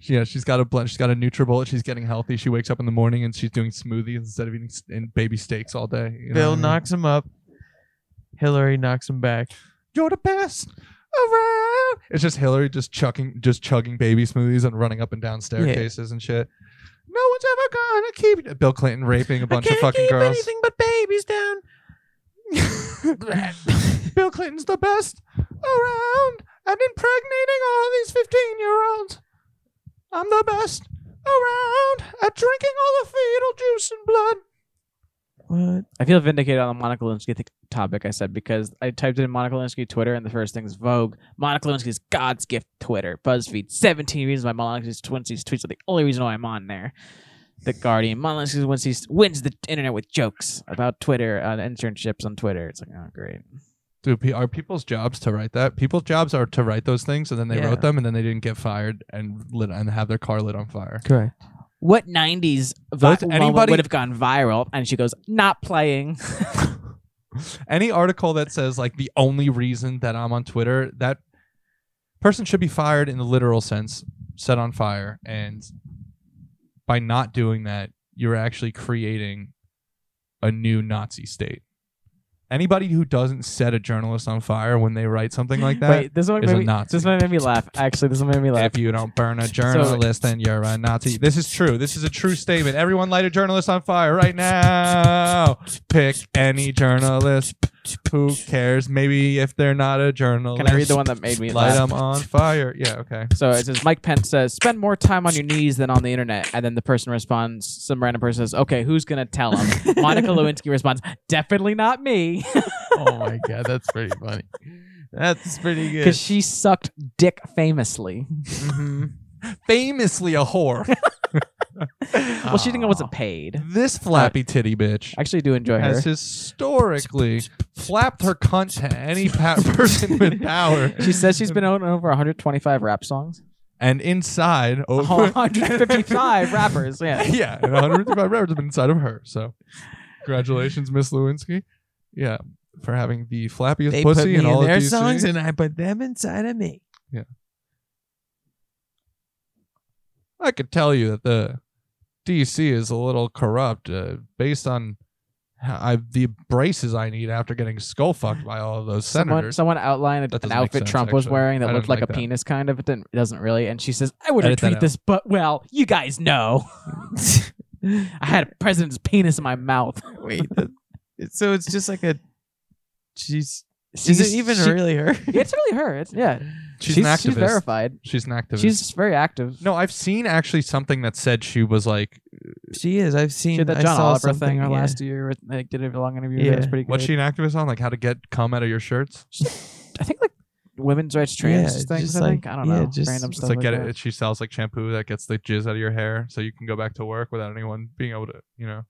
Speaker 1: yeah, she's got a blend. She's got a NutriBullet. She's getting healthy. She wakes up in the morning and she's doing smoothies instead of eating s- and baby steaks all day. you know
Speaker 5: Bill
Speaker 1: what I mean?
Speaker 5: knocks him up. Hillary knocks him back.
Speaker 1: You're the best around. It's just Hillary just chucking, just chugging baby smoothies and running up and down staircases and shit. No one's ever gonna keep you- Bill Clinton raping a bunch of fucking girls.
Speaker 5: anything but babies down.
Speaker 1: Bill Clinton's the best around and impregnating all these 15 year olds. I'm the best around at drinking all the fetal juice and blood.
Speaker 5: What?
Speaker 2: I feel vindicated on the Monica Lewinsky th- topic I said because I typed in Monica Lewinsky Twitter and the first thing is Vogue. Monica Lewinsky's God's gift Twitter. BuzzFeed. 17 reasons why Monica Lewinsky's tweets are the only reason why I'm on there. The Guardian. Monica Lewinsky wins the internet with jokes about Twitter, on internships on Twitter. It's like, oh, great.
Speaker 1: Dude, pe- are people's jobs to write that? People's jobs are to write those things, and then they
Speaker 5: Yeah.
Speaker 1: wrote them, and then they didn't get fired and lit and have their car lit on fire.
Speaker 5: Correct.
Speaker 2: What 90s
Speaker 1: Does
Speaker 2: vote
Speaker 1: anybody-
Speaker 2: would have gone viral? And she goes, not playing.
Speaker 1: Any article that says like the only reason that I'm on Twitter, that person should be fired in the literal sense, set on fire, and by not doing that, you're actually creating a new Nazi state. Anybody who doesn't set a journalist on fire when they write something like that,
Speaker 2: Wait, this one,
Speaker 1: is
Speaker 2: made
Speaker 1: a
Speaker 2: me,
Speaker 1: Nazi.
Speaker 2: this one made me laugh. Actually, this one made me laugh.
Speaker 1: if you don't burn a journalist, then you're a Nazi. This is true. This is a true statement. Everyone light a journalist on fire right now. Pick any journalist. Who cares? Maybe if they're not a journalist.
Speaker 2: Can I read the one that made me
Speaker 1: Light
Speaker 2: laugh?
Speaker 1: them on fire. Yeah, okay.
Speaker 2: So it says Mike Pence says, "Spend more time on your knees than on the internet." And then the person responds, some random person says, "Okay, who's gonna tell him?" Monica Lewinsky responds, "Definitely not me,"
Speaker 5: oh my god, that's pretty funny. That's pretty good.
Speaker 2: because she sucked dick famously.
Speaker 1: Famously a whore.
Speaker 2: well, she didn't wasn't paid.
Speaker 1: this flappy titty bitch
Speaker 2: I actually do enjoy her.
Speaker 1: has historically flapped her cunt to any pa- person with power.
Speaker 2: She says she's been on over 125 rap songs.
Speaker 1: And inside, over
Speaker 2: 155 rappers. Yeah.
Speaker 1: yeah, and 155 records have been inside of her. So, congratulations, Miss Lewinsky. Yeah, for having the flappiest
Speaker 5: They put
Speaker 1: pussy
Speaker 5: me
Speaker 1: in
Speaker 5: in
Speaker 1: all
Speaker 5: their
Speaker 1: of DC.
Speaker 5: songs, and I put them inside of me.
Speaker 1: I could tell you that the DC is a little corrupt, uh, based on how I, the braces I need after getting skull fucked by all of those
Speaker 2: Someone,
Speaker 1: senators.
Speaker 2: someone outlined
Speaker 1: That doesn't
Speaker 2: an
Speaker 1: make
Speaker 2: outfit
Speaker 1: sense,
Speaker 2: Trump was
Speaker 1: actually.
Speaker 2: wearing
Speaker 1: I
Speaker 2: that
Speaker 1: don't
Speaker 2: looked like,
Speaker 1: like
Speaker 2: a
Speaker 1: that.
Speaker 2: penis, kind of. It didn't, it doesn't really. And she says, "I
Speaker 1: Edit
Speaker 2: wouldn't
Speaker 1: that
Speaker 2: treat
Speaker 1: out.
Speaker 2: this, but well, you guys know." I had a president's penis in my mouth.
Speaker 5: Wait, that, so it's just like a. She's.
Speaker 2: She's-
Speaker 5: is it even
Speaker 2: she-
Speaker 5: really her?
Speaker 2: It's really her. It's yeah.
Speaker 1: she's, an activist.
Speaker 2: She's verified.
Speaker 1: She's an activist.
Speaker 2: She's very active.
Speaker 1: no, I've seen actually something that said she was like,
Speaker 5: She is. I've
Speaker 2: she
Speaker 5: seen
Speaker 2: did that
Speaker 5: I
Speaker 2: John
Speaker 5: saw
Speaker 2: Oliver
Speaker 5: something,
Speaker 2: thing
Speaker 5: yeah.
Speaker 2: or last year. with- Like did a long interview. Yeah.
Speaker 5: Yeah.
Speaker 2: It was pretty good.
Speaker 1: what's she an activist on? Like how to get cum out of your shirts?
Speaker 2: I think like women's rights trans
Speaker 5: Yeah,
Speaker 2: things.
Speaker 5: just
Speaker 2: I think
Speaker 5: like-
Speaker 2: I don't
Speaker 5: yeah,
Speaker 2: know.
Speaker 5: just-
Speaker 2: random
Speaker 5: it's
Speaker 1: It's
Speaker 2: stuff.
Speaker 1: like get
Speaker 2: that.
Speaker 1: it. She sells like shampoo that gets the jizz out of your hair, so you can go back to work without anyone being able to, you know.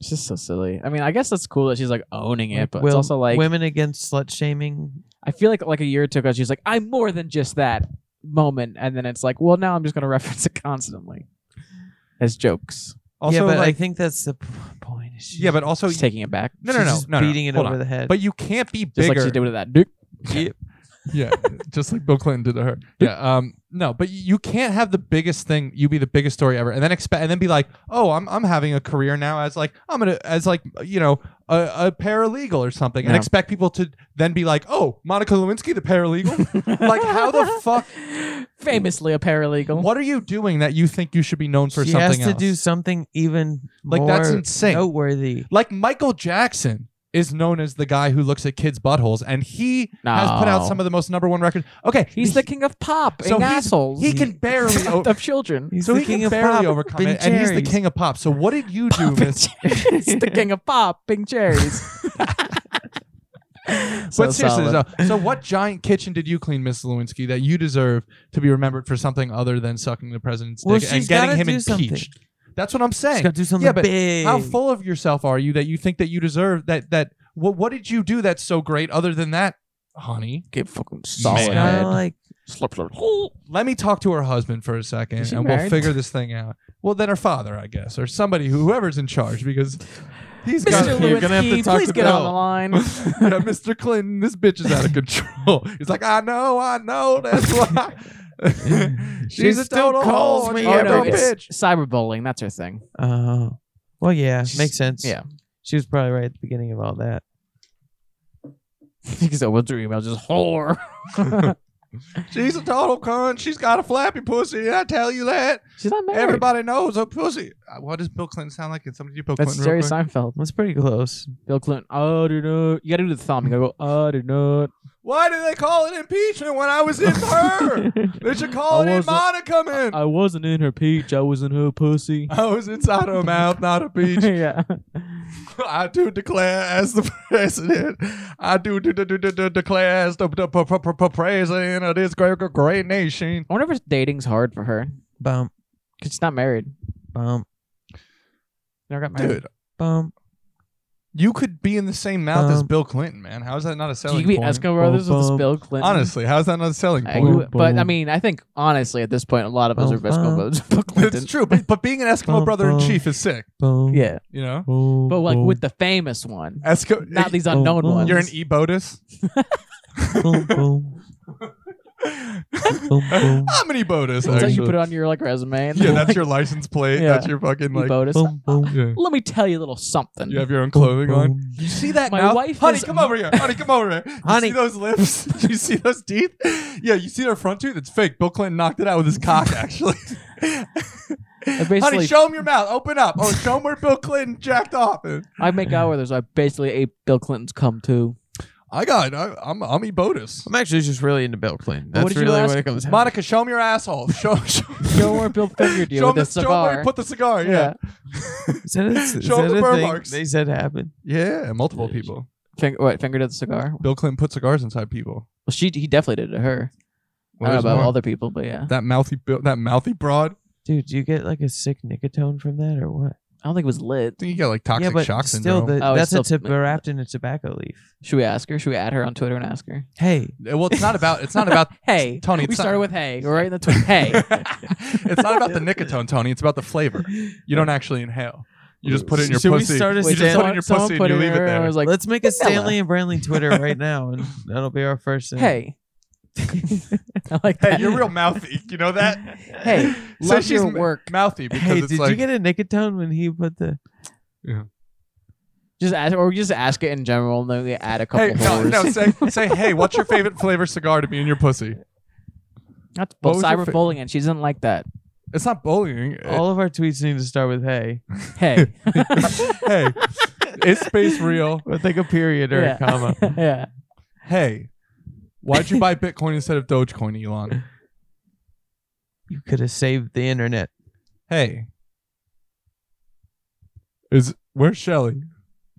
Speaker 2: It's just so silly. I mean, I guess that's cool that she's like owning it, but it's
Speaker 5: Will-
Speaker 2: also like
Speaker 5: women against slut shaming.
Speaker 2: I feel like like a year or two ago she's like I'm more than just that moment, and then it's like well now I'm just gonna reference it constantly as jokes.
Speaker 1: Also,
Speaker 5: yeah, but I
Speaker 1: like,
Speaker 5: think that's the p- point. is she's-
Speaker 1: yeah, but also,
Speaker 2: She's taking it back,
Speaker 1: no, no,
Speaker 5: she's
Speaker 1: no,
Speaker 5: just
Speaker 1: no, no,
Speaker 5: beating it
Speaker 1: hold
Speaker 5: over
Speaker 1: on.
Speaker 5: the head.
Speaker 1: But you can't be
Speaker 2: just
Speaker 1: bigger.
Speaker 2: like she did with that dude.
Speaker 1: yeah, just like Bill Clinton did to her. Yeah, um, no, but you can't have the biggest thing. You be the biggest story ever, and then expect, and then be like, oh, I'm I'm having a career now as like I'm gonna as like you know a, a paralegal or something, and
Speaker 2: Yeah.
Speaker 1: expect people to then be like, oh, Monica Lewinsky, the paralegal. like, how the fuck?
Speaker 2: Famously a paralegal.
Speaker 1: What are you doing that you think you should be known for
Speaker 5: she
Speaker 1: something
Speaker 5: has to
Speaker 1: else?
Speaker 5: do something even
Speaker 1: Like, that's
Speaker 5: more
Speaker 1: insane.
Speaker 5: noteworthy.
Speaker 1: like Michael Jackson is known as the guy who looks at kids' buttholes, and he has put out
Speaker 2: No.
Speaker 1: some of the most number one records. Okay,
Speaker 2: He's the king of pop
Speaker 1: so
Speaker 2: and
Speaker 1: he's-
Speaker 2: assholes.
Speaker 1: he can Oh. barely. o-
Speaker 2: of children.
Speaker 5: He's
Speaker 1: so
Speaker 5: the
Speaker 1: he
Speaker 5: king
Speaker 1: can
Speaker 5: of
Speaker 1: barely
Speaker 5: pop,
Speaker 1: overcome
Speaker 5: Ben
Speaker 1: it, and he's the
Speaker 5: Jerry's.
Speaker 1: king of pop. So what did you do, Miss?
Speaker 2: He's the king of pop, pink cherries. so
Speaker 1: but seriously,
Speaker 2: solid.
Speaker 1: though, so what giant kitchen did you clean, Miss Lewinsky, that you deserve to be remembered for something other than sucking the president's
Speaker 5: Well,
Speaker 1: dick
Speaker 5: she's
Speaker 1: and getting
Speaker 5: gotta
Speaker 1: him
Speaker 5: do
Speaker 1: impeached?
Speaker 5: something.
Speaker 1: That's what I'm saying.
Speaker 5: She's got to do something
Speaker 1: yeah, but
Speaker 5: big.
Speaker 1: how full of yourself are you that you think that you deserve that? That what? What did you do that's so great other than that, honey?
Speaker 2: Get fucking
Speaker 1: Man.
Speaker 2: solid
Speaker 5: It's kinda
Speaker 2: head.
Speaker 5: like
Speaker 2: Slurp, slurp.
Speaker 1: Let me talk to her husband for a second,
Speaker 2: Is she
Speaker 1: and we'll
Speaker 2: married?
Speaker 1: figure this thing out. Well, then her father, I guess, or somebody, whoever's in charge, because he's got
Speaker 2: Mr.
Speaker 5: You're gonna have to
Speaker 2: Lewinsky,
Speaker 5: talk
Speaker 2: please
Speaker 5: to
Speaker 2: get
Speaker 5: Bill.
Speaker 2: on the line.
Speaker 1: yeah, Mr. Clinton, this bitch is out of control. He's like, I know, I know, that's why. She's
Speaker 5: She
Speaker 1: a
Speaker 5: still
Speaker 1: total
Speaker 5: calls
Speaker 1: whore,
Speaker 5: me
Speaker 1: she's
Speaker 2: Oh,
Speaker 1: a
Speaker 5: Yeah,
Speaker 2: no,
Speaker 5: but
Speaker 1: total bitch.
Speaker 2: it's cyberbullying. That's her thing.
Speaker 5: Oh, well, yeah, makes sense.
Speaker 2: Yeah.
Speaker 5: she was probably right at the beginning of all that.
Speaker 2: so what's your email? Just whore.
Speaker 1: She's a total cunt. She's got a flappy pussy. I tell you that.
Speaker 2: She's not married.
Speaker 1: Everybody knows a pussy. Uh, What does Bill Clinton sound like? Can somebody do Bill
Speaker 2: That's
Speaker 1: Clinton?
Speaker 2: Jerry
Speaker 1: real quick?
Speaker 2: Seinfeld.
Speaker 5: That's pretty close.
Speaker 2: Bill Clinton. Oh, do not. You gotta do the thumb. You gotta go. Oh, do not.
Speaker 1: Why do they call it impeachment when I was in her? they should call
Speaker 2: I
Speaker 1: it in
Speaker 2: wasn't-
Speaker 1: Monica, man.
Speaker 2: I wasn't in her peach. I was in her pussy.
Speaker 1: I was inside her mouth, not a peach.
Speaker 2: yeah.
Speaker 1: I do declare as the president. I do, do, do, do, do, do declare as the, the p- p- p- president of this great, great nation.
Speaker 2: I wonder if dating's hard for her
Speaker 5: Bump,
Speaker 2: because she's not married.
Speaker 5: bump,
Speaker 2: Never got married.
Speaker 1: Dude,
Speaker 5: bump.
Speaker 1: you could be in the same mouth as
Speaker 5: Um,
Speaker 1: Bill Clinton, man. How is that not a
Speaker 2: you
Speaker 1: selling
Speaker 2: could be
Speaker 1: point?
Speaker 2: Eskimo Brothers with this
Speaker 5: bum.
Speaker 2: Bill Clinton.
Speaker 1: Honestly, how is that not a selling
Speaker 2: I-
Speaker 1: point?
Speaker 2: but I mean, I think honestly, at this point, a lot of us
Speaker 5: Bum,
Speaker 2: are Eskimo
Speaker 5: bum.
Speaker 2: Brothers with Bill
Speaker 1: It's
Speaker 2: Clinton.
Speaker 1: true, but, but being an Eskimo
Speaker 5: Bum,
Speaker 1: brother in
Speaker 5: bum.
Speaker 1: chief is sick,
Speaker 5: Boom.
Speaker 2: Yeah,
Speaker 1: you know?
Speaker 5: Boom.
Speaker 2: but like
Speaker 5: boom,
Speaker 2: with the famous one,
Speaker 1: Eskimo,
Speaker 2: not these unknown
Speaker 5: bum.
Speaker 2: ones.
Speaker 1: you're an E Ebotus?
Speaker 5: boom, boom, boom, boom,
Speaker 1: I'm an Ebotus,
Speaker 2: so you
Speaker 1: actually.
Speaker 2: put it on your like resume. And
Speaker 1: yeah, that's your license plate.
Speaker 2: Yeah.
Speaker 1: That's your fucking, like,
Speaker 2: Ebotus.
Speaker 5: boom, boom.
Speaker 1: yeah.
Speaker 2: Let me tell you a little something.
Speaker 1: you have your own clothing on.
Speaker 5: boom.
Speaker 1: You see that
Speaker 2: My
Speaker 1: mouth?
Speaker 2: wife
Speaker 1: honey,
Speaker 2: is-
Speaker 1: come over here. Honey, come over here. You
Speaker 5: Honey.
Speaker 1: see those lips? you see those teeth? Yeah, you see their front tooth? It's fake. Bill Clinton knocked it out with his cock, actually. honey,
Speaker 2: basically-
Speaker 1: show him your mouth. Open up. Oh, show him where Bill Clinton jacked off. And
Speaker 2: I make out with her, so I basically ate Bill Clinton's cum too.
Speaker 1: I got it. I, I'm, I'm Ebotus.
Speaker 5: I'm actually just really into Bill Clinton.
Speaker 2: But what
Speaker 5: That's
Speaker 2: did you
Speaker 5: really
Speaker 2: ask?
Speaker 5: what it comes down.
Speaker 1: Monica, show him your asshole. Show, show,
Speaker 2: Show where Bill fingered you
Speaker 1: show him
Speaker 2: with
Speaker 1: the
Speaker 2: a
Speaker 1: show him where
Speaker 2: cigar.
Speaker 1: he put the cigar. Yeah.
Speaker 5: Is that a, is
Speaker 1: Show him
Speaker 5: that
Speaker 1: the
Speaker 5: a
Speaker 1: burn
Speaker 5: thing
Speaker 1: marks.
Speaker 5: They said happened.
Speaker 1: Yeah, multiple people.
Speaker 2: Fing- what fingered at the cigar?
Speaker 1: Bill Clinton put cigars inside people.
Speaker 2: Well, she he definitely did it to her.
Speaker 1: Well,
Speaker 2: I
Speaker 1: there's
Speaker 2: don't know about
Speaker 1: more.
Speaker 2: other people, but yeah,
Speaker 1: that mouthy, Bill- that mouthy broad.
Speaker 5: Dude, do you get like a sick nicotone from that or what?
Speaker 2: I don't think it was lit.
Speaker 1: I think you got like toxic
Speaker 5: yeah, but
Speaker 1: shock
Speaker 5: still,
Speaker 1: syndrome.
Speaker 5: the,
Speaker 2: Oh, it's
Speaker 5: that's a
Speaker 2: still-
Speaker 5: tip wrapped in a tobacco leaf.
Speaker 2: Should we ask her? Should we add her on Twitter and ask her?
Speaker 5: Hey,
Speaker 1: well, it's not about. It's not about
Speaker 2: Hey,
Speaker 1: Tony,
Speaker 2: We
Speaker 1: it's not-
Speaker 2: started with hey. We're right in the Twitter. Hey,
Speaker 1: it's not about the nicotine, Tony. It's about the flavor. You don't actually inhale. You just put it in your
Speaker 5: Should we
Speaker 1: pussy.
Speaker 5: start a
Speaker 1: you just put it in
Speaker 5: stand-
Speaker 1: your
Speaker 2: someone
Speaker 1: pussy
Speaker 2: put
Speaker 1: and you leave
Speaker 2: in her,
Speaker 1: it
Speaker 2: and I
Speaker 1: there.
Speaker 2: was like,
Speaker 5: let's make a
Speaker 2: vanilla.
Speaker 5: Stanley and Brantley Twitter right now, and that'll be our first thing.
Speaker 2: hey. I like
Speaker 1: hey,
Speaker 2: that.
Speaker 1: you're real mouthy. You know that?
Speaker 2: Hey,
Speaker 1: so
Speaker 2: love
Speaker 1: she's
Speaker 2: your
Speaker 1: m-
Speaker 2: work.
Speaker 1: mouthy because
Speaker 5: hey,
Speaker 1: it's
Speaker 5: did
Speaker 1: like
Speaker 5: you get a nicotone when he put the?
Speaker 2: Just ask, or just ask it in general, and then we add a couple.
Speaker 1: hey, no,
Speaker 2: whores.
Speaker 1: no, say, say, hey, what's your favorite flavor cygar to be in your pussy?
Speaker 2: That's
Speaker 1: What was
Speaker 2: both
Speaker 1: your fa-
Speaker 2: cyberbullying, and she doesn't like that.
Speaker 1: It's not bullying. It-
Speaker 5: All of our tweets need to start with "Hey"
Speaker 2: Hey,
Speaker 1: hey, is space real?
Speaker 5: with like a period or
Speaker 2: Yeah.
Speaker 5: a comma.
Speaker 2: yeah.
Speaker 1: Hey, why'd you buy Bitcoin instead of Dogecoin, Elon?
Speaker 5: You could have saved the internet.
Speaker 1: Hey, is where's Shelly?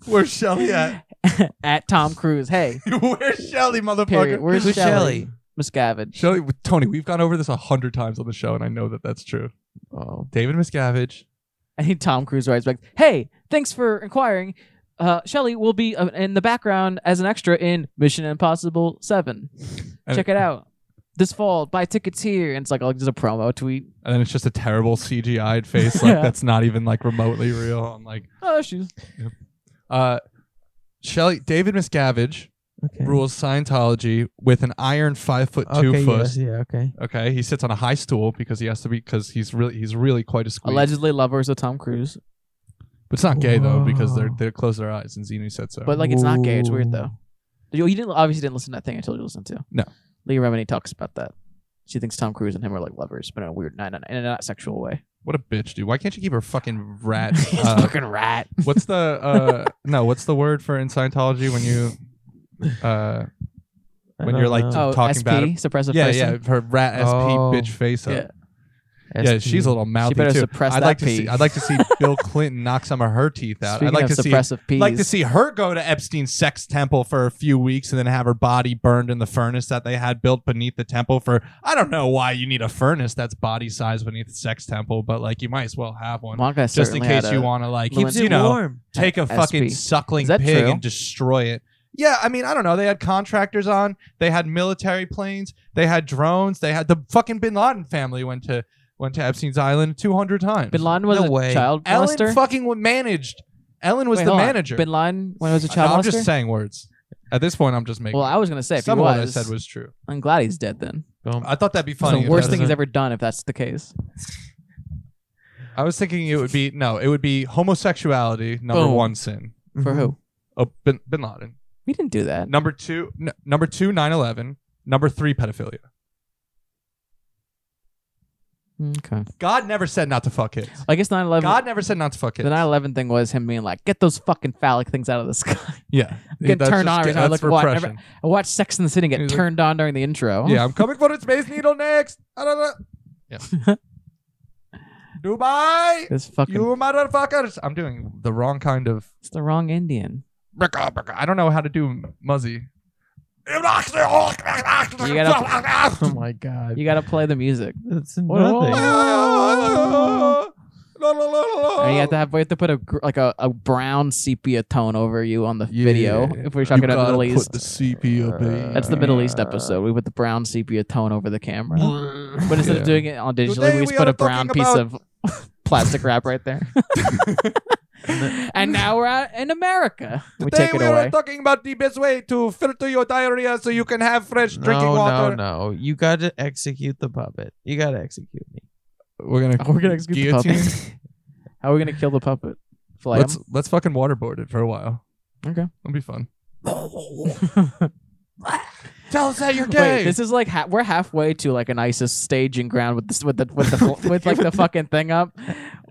Speaker 1: Where's Shelly at?
Speaker 2: At Tom Cruise. Hey,
Speaker 1: Where's Shelly, motherfucker?
Speaker 2: period. Where's
Speaker 5: Who's
Speaker 2: Shelly?
Speaker 5: Shelley?
Speaker 2: Miscavige.
Speaker 1: Shelly, Tony, we've gone over this a hundred times on the show, and I know that that's true.
Speaker 5: Oh,
Speaker 1: David Miscavige.
Speaker 2: I think Tom Cruise writes back. Hey, thanks for inquiring. Uh, Shelly will be uh, in the background as an extra in Mission Impossible Seven.
Speaker 1: And
Speaker 2: Check it out this fall. Buy tickets here, and it's like oh, there's a promo tweet.
Speaker 1: And then it's just a terrible CGI'd face, like
Speaker 2: Yeah.
Speaker 1: that's not even like remotely real. I'm like,
Speaker 2: Oh, she's
Speaker 1: uh, Shelly, David Miscavige
Speaker 5: okay.
Speaker 1: rules Scientology with an iron five foot two
Speaker 5: Okay,
Speaker 1: foot.
Speaker 5: yes, yeah, okay.
Speaker 1: Okay, he sits on a high stool because he has to be because he's really he's really quite a squeak.
Speaker 2: allegedly lovers of Tom Cruise,
Speaker 1: But it's not gay though because they're
Speaker 5: Whoa.
Speaker 1: they close their eyes and Xenu said so.
Speaker 2: but like it's not gay. It's weird though.
Speaker 5: Ooh.
Speaker 2: You, you didn't obviously didn't listen to that thing I told you to listen to.
Speaker 1: No.
Speaker 2: Leah Remini talks about that. She thinks Tom Cruise and him are like lovers, but in a weird, not, not, in a not sexual way.
Speaker 1: what a bitch, dude! Why can't you keep her fucking rat?
Speaker 2: He's
Speaker 1: uh,
Speaker 2: fucking rat.
Speaker 1: what's the uh no what's the word for in scientology when you uh
Speaker 5: I
Speaker 1: when you're
Speaker 5: don't
Speaker 1: like
Speaker 5: know.
Speaker 2: Oh,
Speaker 1: talking
Speaker 2: SP,
Speaker 1: about it.
Speaker 2: suppressive
Speaker 1: yeah
Speaker 2: person.
Speaker 1: yeah her rat sp
Speaker 5: Oh.
Speaker 1: bitch face up
Speaker 2: Yeah.
Speaker 1: yeah
Speaker 5: SP.
Speaker 1: she's a little mouthy
Speaker 2: better
Speaker 1: too
Speaker 2: suppress
Speaker 1: i'd
Speaker 2: that
Speaker 1: like to
Speaker 2: pee.
Speaker 1: see i'd like to see bill clinton knock some of her teeth out
Speaker 2: Speaking
Speaker 1: i'd like
Speaker 2: of
Speaker 1: to see
Speaker 2: suppressive peas,
Speaker 1: like to see her go to Epstein's sex temple for a few weeks and then have her body burned in the furnace that they had built beneath the temple for I don't know why you need a furnace that's body size beneath the sex temple, but like you might as well have one.
Speaker 2: Wonka
Speaker 1: just in
Speaker 2: certainly had
Speaker 1: case
Speaker 2: a-
Speaker 1: you want to like
Speaker 2: Keeps
Speaker 5: keeps
Speaker 2: Lindsay-
Speaker 1: you
Speaker 5: it
Speaker 1: know
Speaker 5: warm.
Speaker 1: take a
Speaker 2: SP.
Speaker 1: fucking suckling
Speaker 2: Is that
Speaker 1: pig
Speaker 2: true?
Speaker 1: and destroy it. Yeah, I mean, I don't know. They had contractors on. They had military planes. They had drones. They had the fucking Bin Laden family went to went to Epstein's Island 200 times.
Speaker 2: Bin Laden was
Speaker 4: No
Speaker 2: a
Speaker 4: way.
Speaker 2: child
Speaker 1: Ellen
Speaker 2: molester.
Speaker 1: fucking wa- managed. Ellen was
Speaker 2: Wait,
Speaker 1: the
Speaker 2: hold on.
Speaker 1: manager.
Speaker 2: Bin Laden when he was a child
Speaker 1: I'm
Speaker 2: molester.
Speaker 1: just saying words. At this point, I'm just making.
Speaker 2: well, I was gonna say if
Speaker 1: some
Speaker 2: he
Speaker 1: of what
Speaker 2: was,
Speaker 1: I said was true.
Speaker 2: I'm glad he's dead. Then
Speaker 1: I thought that'd be
Speaker 2: It's
Speaker 1: funny.
Speaker 2: the
Speaker 1: if
Speaker 2: worst
Speaker 1: that
Speaker 2: thing
Speaker 1: was
Speaker 2: he's
Speaker 1: a-
Speaker 2: ever done. If that's the case,
Speaker 1: I was thinking it would be no, it would be homosexuality number
Speaker 2: Boom.
Speaker 1: one sin.
Speaker 2: for who?
Speaker 1: Oh, bin, bin Laden.
Speaker 2: We didn't do that.
Speaker 1: Number two, n- number two, 9/11. Number three, pedophilia.
Speaker 2: Okay.
Speaker 1: God never said not to fuck kids.
Speaker 2: I guess 9/11.
Speaker 1: God never said not to fuck
Speaker 2: the
Speaker 1: kids.
Speaker 2: 9/11 thing was him being like, "Get those fucking phallic things out of the sky."
Speaker 1: yeah,
Speaker 2: getting
Speaker 1: That's
Speaker 2: turned
Speaker 1: just-
Speaker 2: on every time I
Speaker 1: That's
Speaker 2: look- watch every-
Speaker 1: repression.
Speaker 2: I watched Sex in the City and get
Speaker 1: He's like-
Speaker 2: turned on during the intro.
Speaker 1: Yeah, I'm coming for the space needle next. I don't know. Yeah. Dubai,
Speaker 2: This fucking.
Speaker 1: you motherfuckers. I'm doing the wrong kind of.
Speaker 2: It's the wrong Indian.
Speaker 1: Bricka, bricka. I don't know how to do Muzzy. You
Speaker 2: gotta-
Speaker 4: Oh my god.
Speaker 2: You gotta play the music.
Speaker 4: That's
Speaker 2: What-
Speaker 4: nothing.
Speaker 2: And you have to have we have to put a gr- like a, a brown sepia tone over you on the video if we're talking about Middle East.
Speaker 1: sepia, baby.
Speaker 2: That's the Middle East episode. We put the brown sepia tone over the camera, but instead of
Speaker 1: Yeah.
Speaker 2: doing it on digitally,
Speaker 1: Today
Speaker 2: we just
Speaker 1: we
Speaker 2: put
Speaker 1: are
Speaker 2: a brown
Speaker 1: talking
Speaker 2: piece of plastic wrap right there. and now we're out in America. we
Speaker 1: Today
Speaker 2: take it
Speaker 1: we are
Speaker 2: away.
Speaker 1: talking about the best way to filter your diarrhea so you can have fresh drinking
Speaker 4: no,
Speaker 1: water.
Speaker 4: no, no. You got to execute the puppet. You got to execute me.
Speaker 1: We're gonna
Speaker 2: How are we gonna execute the
Speaker 1: guillotine.
Speaker 2: puppet? How are we gonna kill the puppet? Flay
Speaker 1: Let's
Speaker 2: him?
Speaker 1: let's fucking waterboard it for a while.
Speaker 2: Okay.
Speaker 1: It'll be fun. Tell us that you're
Speaker 2: Wait, this is like ha- we're halfway to like an ISIS staging ground with this with the with the with like the fucking thing up.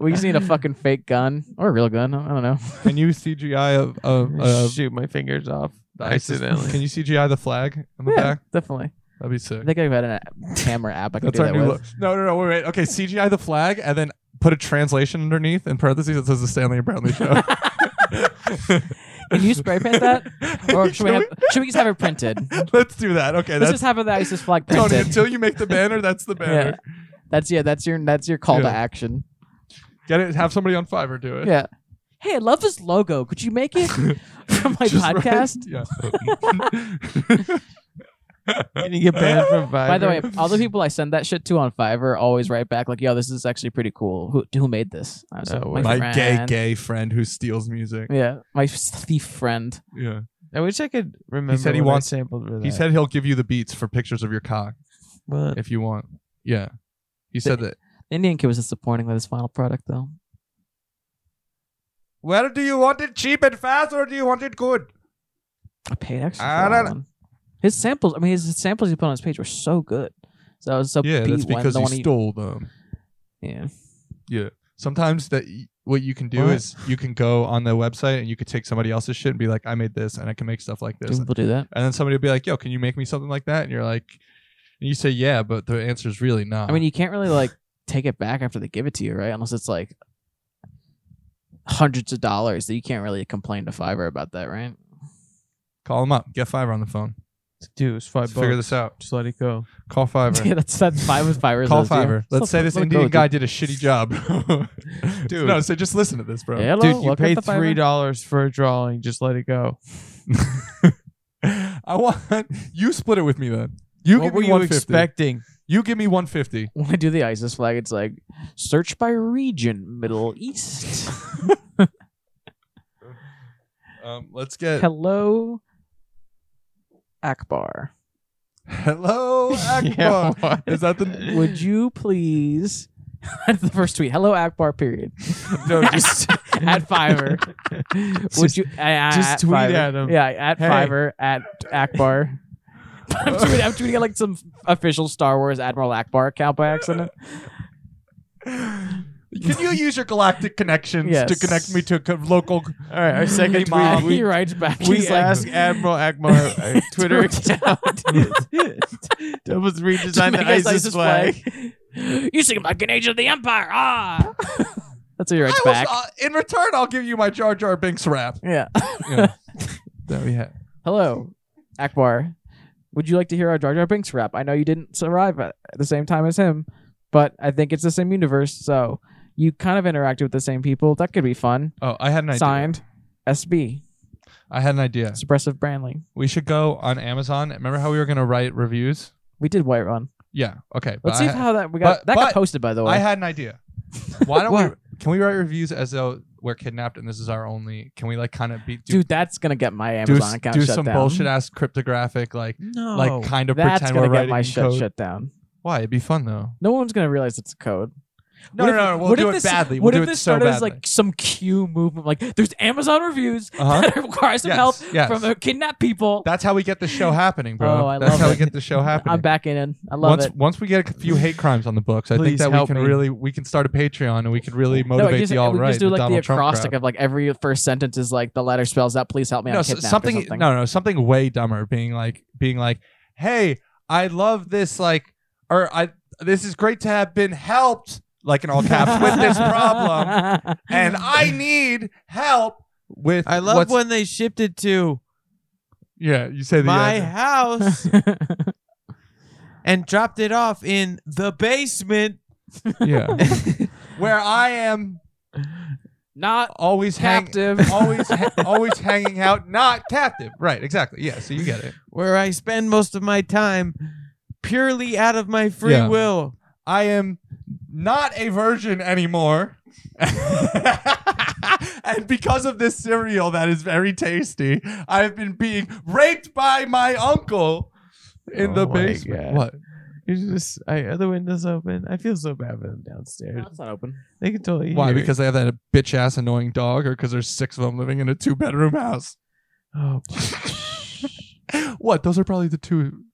Speaker 2: We just need a fucking fake gun or a real gun. I don't know.
Speaker 1: can you CGI of of, of
Speaker 4: Shoot my fingers off accidentally.
Speaker 1: Can you CGI the flag in the
Speaker 2: Yeah,
Speaker 1: back?
Speaker 2: definitely.
Speaker 1: That'd be sick.
Speaker 2: I think I've had a camera app I can
Speaker 1: That's
Speaker 2: do
Speaker 1: our
Speaker 2: that
Speaker 1: new
Speaker 2: with.
Speaker 1: look. No, no, no. Wait, wait. Okay, CGI the flag and then put a translation underneath in parentheses that says the Stanley and Brownlee show.
Speaker 2: Can you spray paint that? Or should we,
Speaker 1: Can
Speaker 2: have, should we just have it printed?
Speaker 1: Let's do that. Okay,
Speaker 2: Let's
Speaker 1: that's
Speaker 2: just have the ISIS flag
Speaker 1: Tony.
Speaker 2: printed.
Speaker 1: Until you make the banner, that's the banner.
Speaker 2: That's yeah. That's your that's your call to
Speaker 1: Yeah.
Speaker 2: action.
Speaker 1: Get it. Have somebody on Fiverr do it.
Speaker 2: Yeah. Hey, I love this logo. Could you make it for my
Speaker 1: Just write-
Speaker 2: podcast?
Speaker 1: yeah.
Speaker 4: Can you get banned from Viber?
Speaker 2: By the way, all the people I send that shit to on Fiverr always write back like, "Yo, this is actually pretty cool. Who who made this?" I was like,
Speaker 4: Oh,
Speaker 1: My gay
Speaker 2: friend."
Speaker 1: gay friend who steals music.
Speaker 2: Yeah, my thief friend.
Speaker 1: Yeah.
Speaker 4: I wish I could remember.
Speaker 1: said he
Speaker 4: what I
Speaker 1: wants-
Speaker 4: sampled for that.
Speaker 1: He said he'll give you the beats for pictures of your cock
Speaker 4: But
Speaker 1: if you want. Yeah. He said that.
Speaker 2: Indian kid was disappointing with his final product though.
Speaker 1: Well, do you want it cheap and fast or do you want it good?
Speaker 2: I paid extra.
Speaker 1: I
Speaker 2: For that
Speaker 1: don't-
Speaker 2: one. His samples, I mean, his samples he put on his page were so good. So I was so
Speaker 1: yeah, that's
Speaker 2: beat when
Speaker 1: because
Speaker 2: the
Speaker 1: he
Speaker 2: one he-
Speaker 1: stole them.
Speaker 2: Yeah.
Speaker 1: Yeah. Sometimes that y- what you can do
Speaker 2: What?
Speaker 1: is you can go on the website and you could take somebody else's shit and be like, I made this and I can make stuff like
Speaker 2: Do
Speaker 1: this.
Speaker 2: people do that?
Speaker 1: And then somebody will be like, Yo, can you make me something like that? And you're like, and you say, Yeah, but the answer is really not.
Speaker 2: I mean, you can't really like take it back after they give it to you, right? Unless it's like hundreds of dollars that you can't really complain to Fiverr about that, right?
Speaker 1: call them up, get Fiverr on the phone,
Speaker 4: dude, it's
Speaker 1: Let's
Speaker 4: five
Speaker 1: figure
Speaker 4: bucks.
Speaker 1: this out.
Speaker 4: Just let it go.
Speaker 1: Call Fiverr.
Speaker 2: Yeah, that's that's five with Fiverr.
Speaker 1: Call
Speaker 2: is those, yeah.
Speaker 1: Fiverr.
Speaker 2: Let-
Speaker 1: Let's say this
Speaker 2: let it go,
Speaker 1: Indian
Speaker 2: dude.
Speaker 1: guy did a shitty job, dude. No, so just listen to this, bro.
Speaker 2: Hello,
Speaker 4: Dude, you
Speaker 2: welcome
Speaker 4: paid
Speaker 2: to Fiverr.
Speaker 4: three dollars for a drawing. Just let it go.
Speaker 1: I want you split it with me then. You
Speaker 4: what
Speaker 1: give
Speaker 4: were
Speaker 1: me
Speaker 4: you
Speaker 1: 150.
Speaker 4: expecting?
Speaker 1: You give me 150.
Speaker 2: When I do the ISIS flag, it's like search by region, Middle East.
Speaker 1: Um, let's get
Speaker 2: Hello, Akbar.
Speaker 1: hello Akbar.
Speaker 4: Yeah, what?
Speaker 1: Is that the
Speaker 2: Would you please? That's the first tweet. Hello, Akbar. Period. no, just at Fiverr. Would
Speaker 4: Just-
Speaker 2: you uh,
Speaker 4: just
Speaker 2: at
Speaker 4: tweet
Speaker 2: Fiverr.
Speaker 4: at him.
Speaker 2: Yeah, at
Speaker 4: Hey.
Speaker 2: Fiverr at Akbar. I'm tweeting, I'm tweeting at like some official Star Wars Admiral Akbar account by accident.
Speaker 1: Can you use your galactic connections
Speaker 2: Yes.
Speaker 1: to connect me to co- local?
Speaker 4: All right, our second
Speaker 1: Hey,
Speaker 4: tweet.
Speaker 1: Mom.
Speaker 4: we
Speaker 2: he writes back.
Speaker 4: we
Speaker 2: he's like,
Speaker 4: asked Admiral Akbar uh, Twitter
Speaker 2: Tweet
Speaker 4: account that was redesigned the
Speaker 2: Jamaica's
Speaker 4: ISIS, flag.
Speaker 2: you sing about an agent of the empire. Ah, that's what he writes
Speaker 1: I will-
Speaker 2: back.
Speaker 1: uh, in return, I'll give you my Jar Jar Binks rap.
Speaker 2: Yeah.
Speaker 1: Yeah. that we had.
Speaker 2: Hello, Akbar. Would you like to hear our Jar Jar Binks rap? I know you didn't survive at the same time as him, but I think it's the same universe, so you kind of interacted with the same people. That could be fun.
Speaker 1: Oh, I had an idea.
Speaker 2: Signed, SB.
Speaker 1: I had an idea.
Speaker 2: Suppressive branding.
Speaker 1: We should go on Amazon. Remember how we were gonna write reviews?
Speaker 2: We did White Run.
Speaker 1: Yeah. Okay. but
Speaker 2: Let's see
Speaker 1: I,
Speaker 2: how that we got.
Speaker 1: but-
Speaker 2: that
Speaker 1: but
Speaker 2: got posted, by the way.
Speaker 1: I had an idea. Why don't we? Can we write reviews as though we're kidnapped and this is our only? Can we like kind of be do,
Speaker 2: Dude, that's gonna get my
Speaker 1: do,
Speaker 2: Amazon
Speaker 1: s-
Speaker 2: account
Speaker 1: do
Speaker 2: shut
Speaker 1: some
Speaker 2: down.
Speaker 1: bullshit ass cryptographic like
Speaker 5: No.
Speaker 1: like kind of
Speaker 2: That's
Speaker 1: pretend we're
Speaker 2: gonna get
Speaker 1: writing
Speaker 2: my
Speaker 1: in
Speaker 2: shit
Speaker 1: code?
Speaker 2: shut down.
Speaker 1: Why? It'd be fun though.
Speaker 2: No one's gonna realize it's a code.
Speaker 1: No,
Speaker 2: What
Speaker 1: no,
Speaker 2: if-
Speaker 1: no, We'll
Speaker 2: what
Speaker 1: do
Speaker 2: if
Speaker 1: it
Speaker 2: this-
Speaker 1: badly. We'll
Speaker 2: What
Speaker 1: do
Speaker 2: if
Speaker 1: it
Speaker 2: this
Speaker 1: so
Speaker 2: started as
Speaker 1: badly.
Speaker 2: like some Q movement? Like there's Amazon reviews
Speaker 1: Uh-huh.
Speaker 2: that require some
Speaker 1: Yes,
Speaker 2: help
Speaker 1: yes.
Speaker 2: from uh, kidnapped people.
Speaker 1: That's how we get the show happening, bro.
Speaker 2: Oh, I
Speaker 1: That's
Speaker 2: love
Speaker 1: how we
Speaker 2: it.
Speaker 1: get the show happening.
Speaker 2: I'm back in. I love
Speaker 1: once
Speaker 2: it.
Speaker 1: once we get a few hate crimes on the books, I think
Speaker 5: Please
Speaker 1: that we
Speaker 5: help
Speaker 1: can
Speaker 5: me.
Speaker 1: really we can start a Patreon and we can really
Speaker 2: No,
Speaker 1: motivate
Speaker 2: we just,
Speaker 1: the all
Speaker 2: we
Speaker 1: right.
Speaker 2: just do like
Speaker 1: Donald
Speaker 2: the
Speaker 1: Trump
Speaker 2: acrostic
Speaker 1: crowd.
Speaker 2: of like every first sentence is like the letter spells out. Please help me.
Speaker 1: no,
Speaker 2: I'm
Speaker 1: s-
Speaker 2: kidnapped or
Speaker 1: something,
Speaker 2: something.
Speaker 1: no, no, something way dumber. Being like being like, hey, I love this like, or I this is great to have been helped like in all caps with this problem, and I need help with.
Speaker 5: I love
Speaker 1: what's-
Speaker 5: when they shifted to
Speaker 1: yeah, you say the
Speaker 5: my
Speaker 1: uh,
Speaker 5: house and dropped it off in the basement.
Speaker 1: yeah, where I am
Speaker 2: Not
Speaker 1: always hang-
Speaker 2: captive.
Speaker 1: always ha- always hanging out, not captive. Right, exactly. Yeah, so you get it.
Speaker 5: where I spend most of my time purely out of my free
Speaker 1: Yeah.
Speaker 5: will.
Speaker 1: I am not a virgin anymore. and because of this cereal that is very tasty, I've been being raped by my uncle in the
Speaker 5: Oh my
Speaker 1: basement.
Speaker 5: God.
Speaker 1: What?
Speaker 5: It's just I are the windows open. I feel so bad for them downstairs.
Speaker 2: That's not open.
Speaker 5: They can totally
Speaker 1: Why?
Speaker 5: hear it.
Speaker 1: Because they have that bitch ass annoying dog, or because there's six of them living in a two bedroom house?
Speaker 5: oh,
Speaker 1: what? Those are probably the two.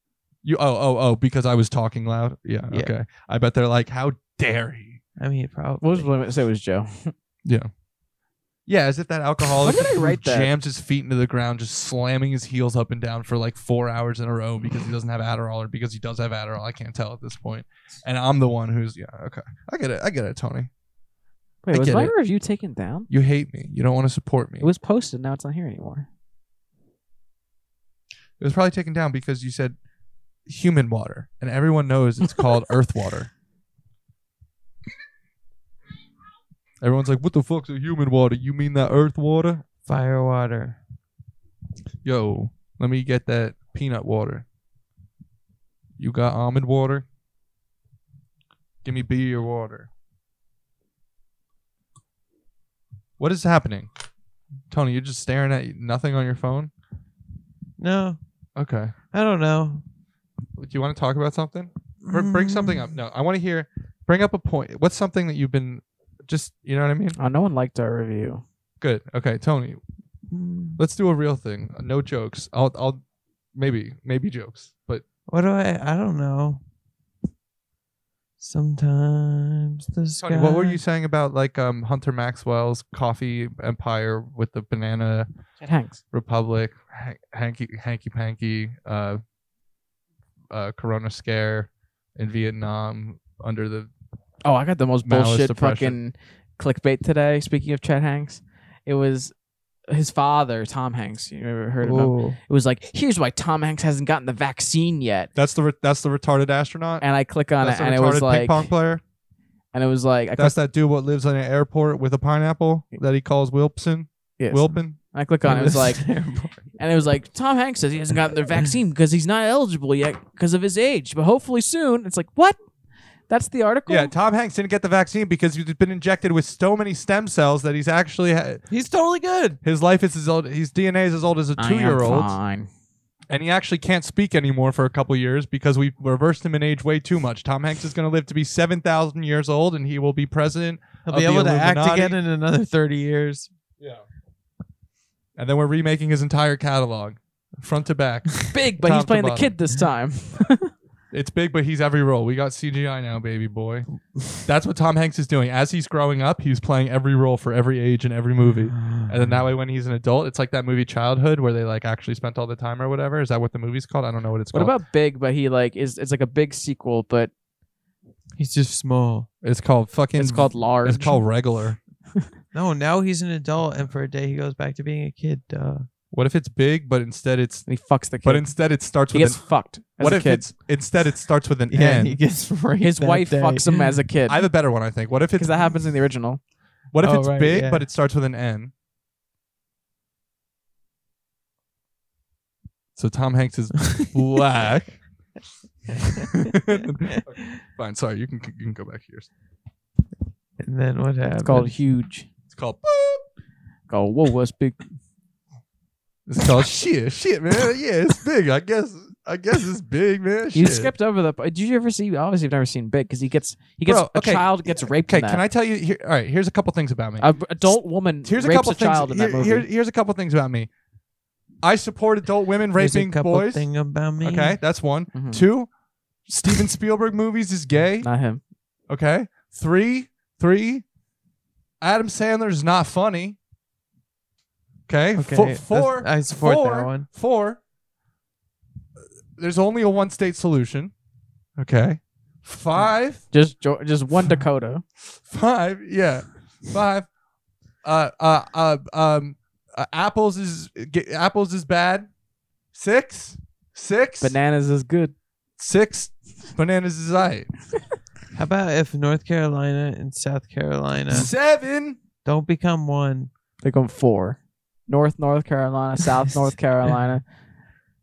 Speaker 1: You? Oh, oh, oh! Because I was talking loud. Yeah.
Speaker 5: Yeah.
Speaker 1: Okay. I bet they're like, "How dare he?"
Speaker 5: I mean probably
Speaker 2: What was I say? It was Joe.
Speaker 1: Yeah, as if that alcoholic
Speaker 2: When did I
Speaker 1: who
Speaker 2: write that?
Speaker 1: jams his feet into the ground, just slamming his heels up and down for like four hours in a row because he doesn't have Adderall or because he does have Adderall. I can't tell at this point. And I'm the one who's yeah, okay. I get it. I get it, Tony.
Speaker 2: Wait,
Speaker 1: I
Speaker 2: was
Speaker 1: get
Speaker 2: my
Speaker 1: it.
Speaker 2: review taken down?
Speaker 1: You hate me. You don't want to support me.
Speaker 2: It was posted. Now it's not here anymore.
Speaker 1: It was probably taken down because you said human water, and everyone knows it's called earth water. Everyone's like, "What the fuck's a human water? You mean that earth water?"
Speaker 5: fire water.
Speaker 1: yo, let me get that peanut water. You got almond water? Give me beer water. What is happening? Tony, you're just staring at nothing on your phone?
Speaker 5: No,
Speaker 1: Okay.
Speaker 5: I don't know.
Speaker 1: Do you want to talk about something? Br-
Speaker 5: Mm.
Speaker 1: bring something up. No, I want to hear. Bring up a point. What's something that you've been just, you know what I mean?
Speaker 2: Oh, no one liked our review.
Speaker 1: Good. Okay, Tony, let's do a real thing. No jokes. I'll, I'll, maybe, maybe jokes, but
Speaker 5: What do I? I don't know. Sometimes the sky.
Speaker 1: Tony, what were you saying about like um, Hunter Maxwell's coffee empire with the banana
Speaker 2: It hangs.
Speaker 1: republic, hank- hanky hanky panky, uh, uh, Corona scare in Vietnam under the
Speaker 2: Oh, I got the most
Speaker 1: Malice
Speaker 2: bullshit
Speaker 1: depression.
Speaker 2: fucking clickbait today. Speaking of Chet Hanks, it was his father, Tom Hanks. You ever heard of him?
Speaker 5: Ooh.
Speaker 2: It was like, here's why Tom Hanks hasn't gotten the vaccine yet.
Speaker 1: that's the re- that's the retarded astronaut.
Speaker 2: And I click on
Speaker 1: that's
Speaker 2: it,
Speaker 1: the
Speaker 2: and it
Speaker 1: retarded
Speaker 2: was
Speaker 1: ping
Speaker 2: like,
Speaker 1: pong player.
Speaker 2: and it was like, I click,
Speaker 1: That's that dude what lives in an airport with a pineapple that he calls Wilpson.
Speaker 2: yes.
Speaker 1: Wilpin.
Speaker 2: And I click on it, it was like, and it was like, Tom Hanks says he hasn't gotten the vaccine because he's not eligible yet because of his age, but hopefully soon. It's like, what? That's the article.
Speaker 1: Yeah, Tom Hanks didn't get the vaccine because he's been injected with so many stem cells that he's actually ha-
Speaker 5: He's totally good.
Speaker 1: his life is as old. His DNA is as old as a
Speaker 2: I am
Speaker 1: two-year-old.
Speaker 2: fine.
Speaker 1: and he actually can't speak anymore for a couple years because we reversed him in age way too much. Tom Hanks is going to live to be 7,000 years old and he will be president.
Speaker 5: He'll
Speaker 1: of
Speaker 5: be
Speaker 1: the
Speaker 5: able to act
Speaker 1: Illuminati.
Speaker 5: again in another thirty years.
Speaker 1: And then we're remaking his entire catalog front to back.
Speaker 2: Big, but
Speaker 1: Top
Speaker 2: he's
Speaker 1: to
Speaker 2: playing the
Speaker 1: bottom.
Speaker 2: kid this time.
Speaker 1: it's big, but he's every role. We got CGI now, baby boy. That's what Tom Hanks is doing. As he's growing up, he's playing every role for every age in every movie. And then that way, when he's an adult, it's like that movie Childhood where they like actually spent all the time or whatever. Is that what the movie's called? I don't know what it's
Speaker 2: What
Speaker 1: called.
Speaker 2: about Big? But he like is it's like a big sequel, but
Speaker 5: He's just small.
Speaker 1: It's called fucking.
Speaker 2: it's called Large.
Speaker 1: It's called regular.
Speaker 5: No, now he's an adult, and for a day he goes back to being a kid. Duh.
Speaker 1: What if it's big, but instead it's
Speaker 2: And he fucks the kid.
Speaker 1: but instead it starts
Speaker 2: he
Speaker 1: with
Speaker 2: gets
Speaker 1: an,
Speaker 2: fucked. As
Speaker 1: what
Speaker 2: a
Speaker 1: if
Speaker 2: kid.
Speaker 1: it's instead it starts with an
Speaker 5: Yeah,
Speaker 1: N? I
Speaker 5: he gets raped
Speaker 2: his
Speaker 5: that
Speaker 2: wife
Speaker 5: day.
Speaker 2: fucks him as a kid?
Speaker 1: have a better one, I think. What if it's
Speaker 2: Because that happens in the original.
Speaker 1: what if
Speaker 5: Oh,
Speaker 1: it's
Speaker 5: right,
Speaker 1: big,
Speaker 5: yeah.
Speaker 1: but it starts with an N? So Tom Hanks is black. Okay, Fine. Sorry, you can you can go back here.
Speaker 5: And then what happened?
Speaker 2: It's called huge.
Speaker 1: It's called.
Speaker 2: Called whoa, what's big?
Speaker 1: It's called shit. Shit, man. Yeah, it's big. I guess. I guess it's big, man.
Speaker 2: You
Speaker 1: Shit.
Speaker 2: skipped over the. Did you ever see? Obviously, you've never seen Big because he gets he gets
Speaker 1: Bro, okay,
Speaker 2: a child gets raped.
Speaker 1: Okay,
Speaker 2: in that.
Speaker 1: can I tell you? Here, all right. Here's a couple things about me.
Speaker 2: A b- adult woman
Speaker 1: Here's a
Speaker 2: rapes
Speaker 1: couple things.
Speaker 2: child in that
Speaker 1: here-
Speaker 2: movie.
Speaker 1: here- here's a couple things about me. I support adult women
Speaker 5: There's a
Speaker 1: raping
Speaker 5: couple Mm-hmm.
Speaker 1: boys.
Speaker 5: thing about me.
Speaker 1: Okay, that's one.
Speaker 2: Mhm.
Speaker 1: Two, Steven Spielberg movies is gay.
Speaker 2: Not him.
Speaker 1: Okay. Three, three. Adam Sandler's not funny. Okay.
Speaker 5: Okay,
Speaker 1: Fo-
Speaker 5: that's-
Speaker 1: four.
Speaker 5: I support
Speaker 1: four,
Speaker 5: that one.
Speaker 1: Four. There's only a one state solution. Okay. Five.
Speaker 2: Just Jo- just one Dakota.
Speaker 1: Five. Yeah. Five. Uh. Uh. uh um. Uh, apples is ge- apples is bad. Six. Six.
Speaker 2: Bananas is good.
Speaker 1: six. Bananas is I.
Speaker 5: How about if North Carolina and South Carolina
Speaker 1: Seven.
Speaker 5: don't become one?
Speaker 2: They go four. North North Carolina, South North Carolina,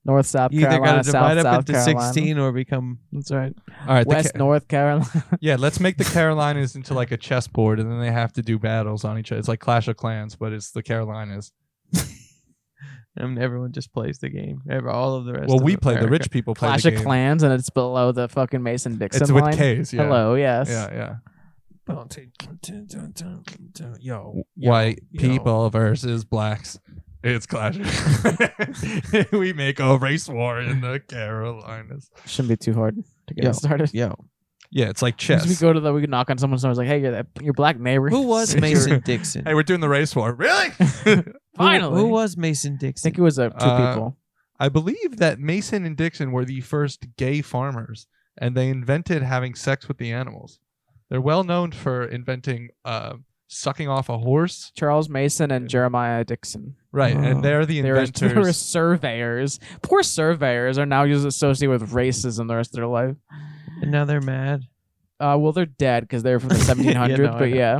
Speaker 2: North South
Speaker 5: You either
Speaker 2: Carolina,
Speaker 5: got to divide
Speaker 2: South
Speaker 5: up
Speaker 2: South
Speaker 5: into
Speaker 2: Carolina.
Speaker 5: 16 or become.
Speaker 2: That's right.
Speaker 1: All right. the
Speaker 2: West
Speaker 1: ca-
Speaker 2: North Carolina.
Speaker 1: Yeah, let's make the Carolinas into like a chessboard, and then they have to do battles on each other. It's like Clash of Clans, but it's the Carolinas.
Speaker 5: And everyone just plays the game. Ever all of the rest.
Speaker 1: Well,
Speaker 5: of
Speaker 1: we play. The
Speaker 5: America.
Speaker 1: rich people play
Speaker 2: Clash
Speaker 1: the
Speaker 2: of
Speaker 1: game.
Speaker 2: Clans, and it's below the fucking Mason Dixon
Speaker 1: It's
Speaker 2: line.
Speaker 1: with K's. Yeah.
Speaker 2: Hello, yes.
Speaker 1: Yeah, yeah.
Speaker 5: Yo,
Speaker 1: White
Speaker 5: yo.
Speaker 1: people versus blacks. It's Clash. of Clans. we make a race war in the Carolinas.
Speaker 2: Shouldn't be too hard to get
Speaker 5: Yo.
Speaker 2: it started.
Speaker 5: yo.
Speaker 1: Yeah, it's like
Speaker 2: Yes. We
Speaker 1: chess.
Speaker 2: go to the, we knock on someone's door. It's like, hey, you're that, your black neighbor.
Speaker 5: Who was
Speaker 1: Sure.
Speaker 5: Mason Dixon?
Speaker 1: Hey, we're doing the race war. Really?
Speaker 5: Who-
Speaker 2: Finally,
Speaker 5: who, was Mason
Speaker 2: I
Speaker 5: Dixon?
Speaker 2: think it was uh, two
Speaker 1: Uh,
Speaker 2: people.
Speaker 1: I believe that Mason and Dixon were the first gay farmers, and they invented having sex with the animals. They're well known for inventing uh, sucking off a horse,
Speaker 2: Charles Mason and Jeremiah Dixon.
Speaker 1: right?
Speaker 5: Oh.
Speaker 1: and they're the
Speaker 2: They were, they were
Speaker 1: inventors.
Speaker 2: surveyors. Poor surveyors are now just associated with racism the rest of their life.
Speaker 5: and now they're mad.
Speaker 2: Uh, well, they're dead because they were from the 1700s.
Speaker 5: I
Speaker 2: but
Speaker 5: know.
Speaker 2: yeah,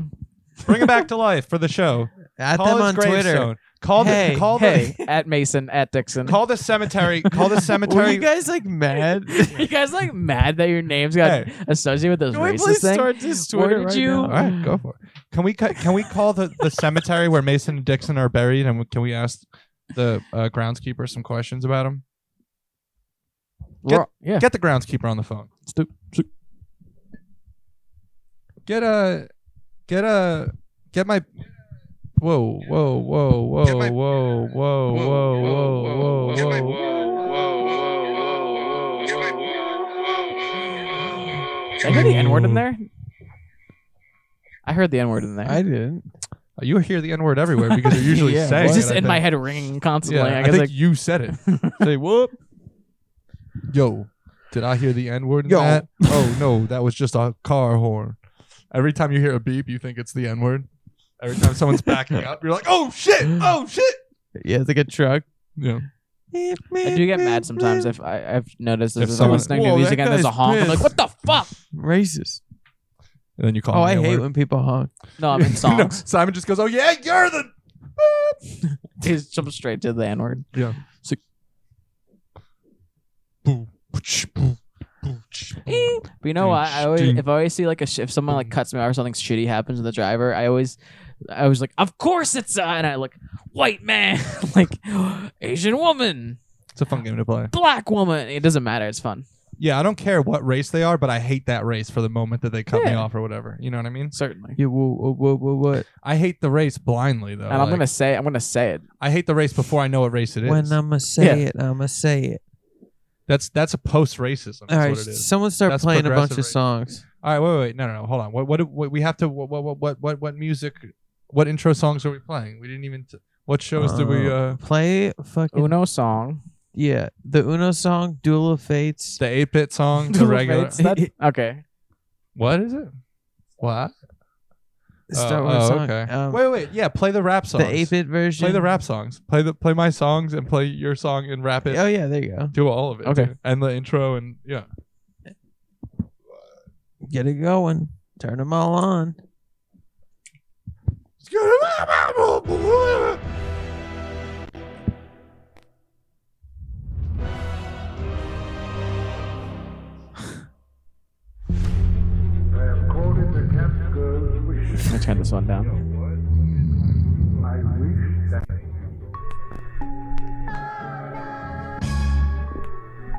Speaker 1: Bring it back to life for the show.
Speaker 5: At
Speaker 1: call
Speaker 5: them
Speaker 1: his
Speaker 5: on Twitter.
Speaker 1: gravestone. Call
Speaker 5: Hey,
Speaker 1: the call
Speaker 2: hey, at Mason, at Dixon.
Speaker 1: the call the cemetery. Call the
Speaker 5: Were you
Speaker 1: cemetery.
Speaker 5: guys like mad?
Speaker 2: you guys like mad that your names got
Speaker 1: Hey.
Speaker 2: associated with this
Speaker 5: Can we
Speaker 2: racist
Speaker 5: please
Speaker 2: thing?
Speaker 5: start this
Speaker 2: Where
Speaker 5: Twitter
Speaker 2: did
Speaker 5: right
Speaker 2: you-
Speaker 5: now?
Speaker 1: All right, go for it. Can we ca- can we call the, the cemetery where Mason and Dixon are buried, and can we ask the uh, groundskeeper some questions about them?
Speaker 2: We're- yeah,
Speaker 1: Get the groundskeeper on the phone.
Speaker 2: Stu- stu-
Speaker 1: Get a, get a, get my. Whoa, whoa, whoa, whoa, whoa, whoa, whoa, whoa, whoa, whoa,
Speaker 2: Did I hear the N word in there? I heard the N word in there.
Speaker 5: I didn't.
Speaker 1: You hear the N word everywhere because you're usually
Speaker 5: Yeah,
Speaker 1: saying
Speaker 2: it's
Speaker 1: it,
Speaker 2: just
Speaker 1: I
Speaker 2: in my
Speaker 1: think.
Speaker 2: head ringing constantly.
Speaker 1: Yeah, I,
Speaker 2: I guess
Speaker 1: think
Speaker 2: like,
Speaker 1: you said it. Say whoop. Yo, did I hear the N word in
Speaker 5: Yo.
Speaker 1: that? Oh no, that was just a car horn. Every time you hear a beep, you think it's the N word. Every time someone's backing up, you're like, oh shit, oh shit.
Speaker 5: Yeah, it's like a truck.
Speaker 1: Yeah.
Speaker 2: I do get mad sometimes if I, I've noticed
Speaker 1: If
Speaker 2: this if I'm
Speaker 1: someone-
Speaker 2: listening
Speaker 5: Whoa,
Speaker 2: to music
Speaker 5: that
Speaker 2: and there's a
Speaker 5: guy's
Speaker 2: honk. I'm like, what
Speaker 5: pissed.
Speaker 2: the fuck?
Speaker 5: Racist.
Speaker 1: And then you call.
Speaker 5: Oh,
Speaker 1: me
Speaker 5: I
Speaker 1: a
Speaker 5: hate
Speaker 1: word.
Speaker 5: when people honk.
Speaker 2: No, I'm in
Speaker 1: No,
Speaker 2: songs.
Speaker 1: Simon just goes, oh yeah, you're the.
Speaker 2: Just jump straight to the N word.
Speaker 1: Yeah.
Speaker 2: So-
Speaker 1: Boo, booch, boo, booch, boo.
Speaker 2: But you know
Speaker 1: Ding,
Speaker 2: what? I always,
Speaker 1: ding. Mm.
Speaker 2: if I always see like a sh- if someone like cuts me off or something shitty happens to the driver, I always, I was like, of course it's uh, and I look white man, like Asian woman,
Speaker 1: It's a fun game to play.
Speaker 2: black woman. It doesn't matter. It's fun.
Speaker 1: Yeah, I don't care what race they are, but I hate that race for the moment that they cut me
Speaker 2: Yeah.
Speaker 1: off or whatever. You know what I mean?
Speaker 2: Certainly.
Speaker 5: You whoa, whoa, whoa, whoa, what?
Speaker 1: I hate the race blindly though.
Speaker 2: And I'm
Speaker 1: Like,
Speaker 2: gonna say, I'm gonna say it.
Speaker 1: I hate the race before I know what race it is.
Speaker 5: When I'ma say it, I'ma say it.
Speaker 1: that's that's a post racism.
Speaker 5: All right,
Speaker 1: what it is.
Speaker 5: someone start
Speaker 1: That's
Speaker 5: playing a bunch
Speaker 1: progressive
Speaker 5: of
Speaker 1: racist.
Speaker 5: songs.
Speaker 1: All right, wait, wait, wait, no, no, no, hold on. What what, what we have to what what what what what music? What intro songs are we playing? We didn't even. T- what shows did we? uh
Speaker 5: Um, Play fucking
Speaker 2: Uno song.
Speaker 5: yeah, the Uno song, Duel of Fates.
Speaker 1: The eight bit song, the regular.
Speaker 2: Fates, that- okay.
Speaker 1: What is it? What?
Speaker 5: Star
Speaker 1: Oh,
Speaker 5: Wars
Speaker 1: oh,
Speaker 5: song.
Speaker 1: okay.
Speaker 5: Um,
Speaker 1: wait, wait, yeah. Play the rap songs.
Speaker 5: the 8-bit version.
Speaker 1: Play the rap songs. Play the play my songs and play your song and rap it.
Speaker 5: Oh yeah, there you go.
Speaker 1: Do all of it.
Speaker 2: Okay.
Speaker 1: dude. And the intro and yeah.
Speaker 5: Get it going. Turn them all on.
Speaker 13: this one down.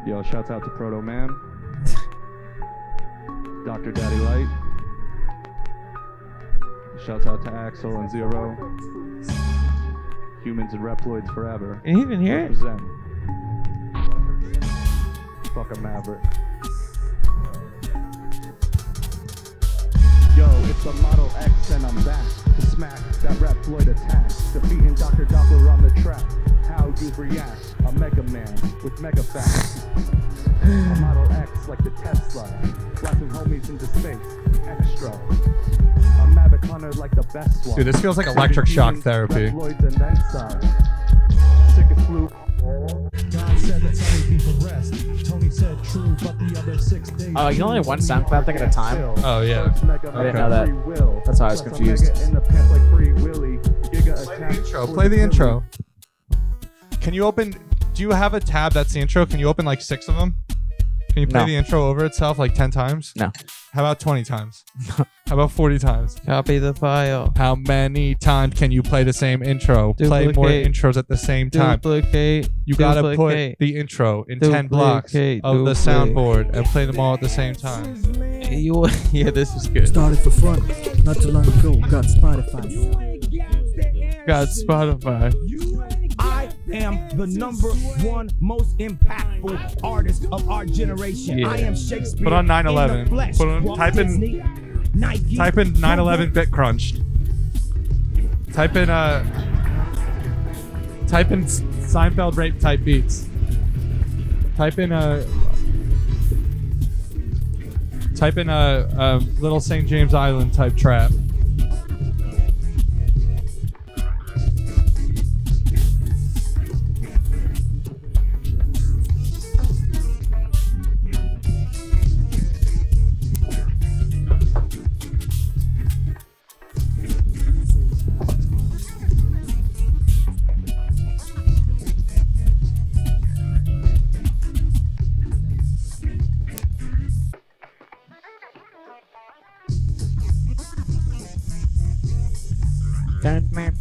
Speaker 10: Yo, shouts out to Proto Man, Dr. Daddy Light. Shouts out to Axel and Zero. Humans and Reploids forever.
Speaker 5: Can you even hear it?
Speaker 10: Represent. Fuck a maverick. Yo, it's the Model X and I'm back to smack that Reploid attack, defeating Dr. Doppler on the track. How you react? A Mega Man with Mega Facts. a Model X like the Tesla, blasting homies into space. Extra. A Mavic Hunter like the best one.
Speaker 1: Dude, this feels like electric shock
Speaker 10: Humans,
Speaker 1: therapy.
Speaker 10: Reploids and night side. Sickest flu.
Speaker 3: God said that Tony be for rest. Tony said true, but the other six days.
Speaker 13: Oh, you can only have one sound clap thing at a time?
Speaker 1: Oh, yeah.
Speaker 10: I
Speaker 13: didn't know that. That's how I was confused.
Speaker 1: Play the intro. Play the intro. Can you open? Do you have a tab that's the intro? Can you open like six of them? Can you play
Speaker 13: No.
Speaker 1: the intro over itself like ten times?
Speaker 13: No.
Speaker 1: How about twenty times? How about forty times?
Speaker 5: Copy the file.
Speaker 1: How many times can you play the same intro? Play more
Speaker 5: Duplicate.
Speaker 1: intros at the same time.
Speaker 5: Duplicate.
Speaker 1: You gotta put
Speaker 5: duplicate.
Speaker 1: the intro in ten blocks of
Speaker 5: Duplicate,
Speaker 1: the
Speaker 5: duplicate.
Speaker 1: soundboard and play them all at the same time.
Speaker 5: You, yeah, this is good.
Speaker 7: Started for fun, not too long ago. Got Spotify.
Speaker 5: Got Spotify.
Speaker 8: I am the number one most impactful artist of our generation.
Speaker 5: Yeah.
Speaker 8: I am Shakespeare.
Speaker 1: Put on
Speaker 8: in the
Speaker 1: 9/11.
Speaker 8: flesh.
Speaker 1: Put on-
Speaker 8: Walt
Speaker 1: type in-
Speaker 8: Disney, Nike,
Speaker 1: Type in 911 bit crunch. Type in uh. Type in S- Seinfeld rape type beats. Type in uh. Type in a uh, um, little St. James Island type trap.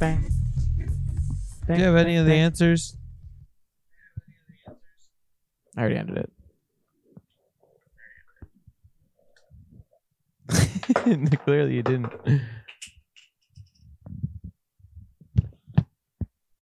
Speaker 5: Do you have any of the answers?
Speaker 13: I already ended it.
Speaker 5: Clearly you didn't.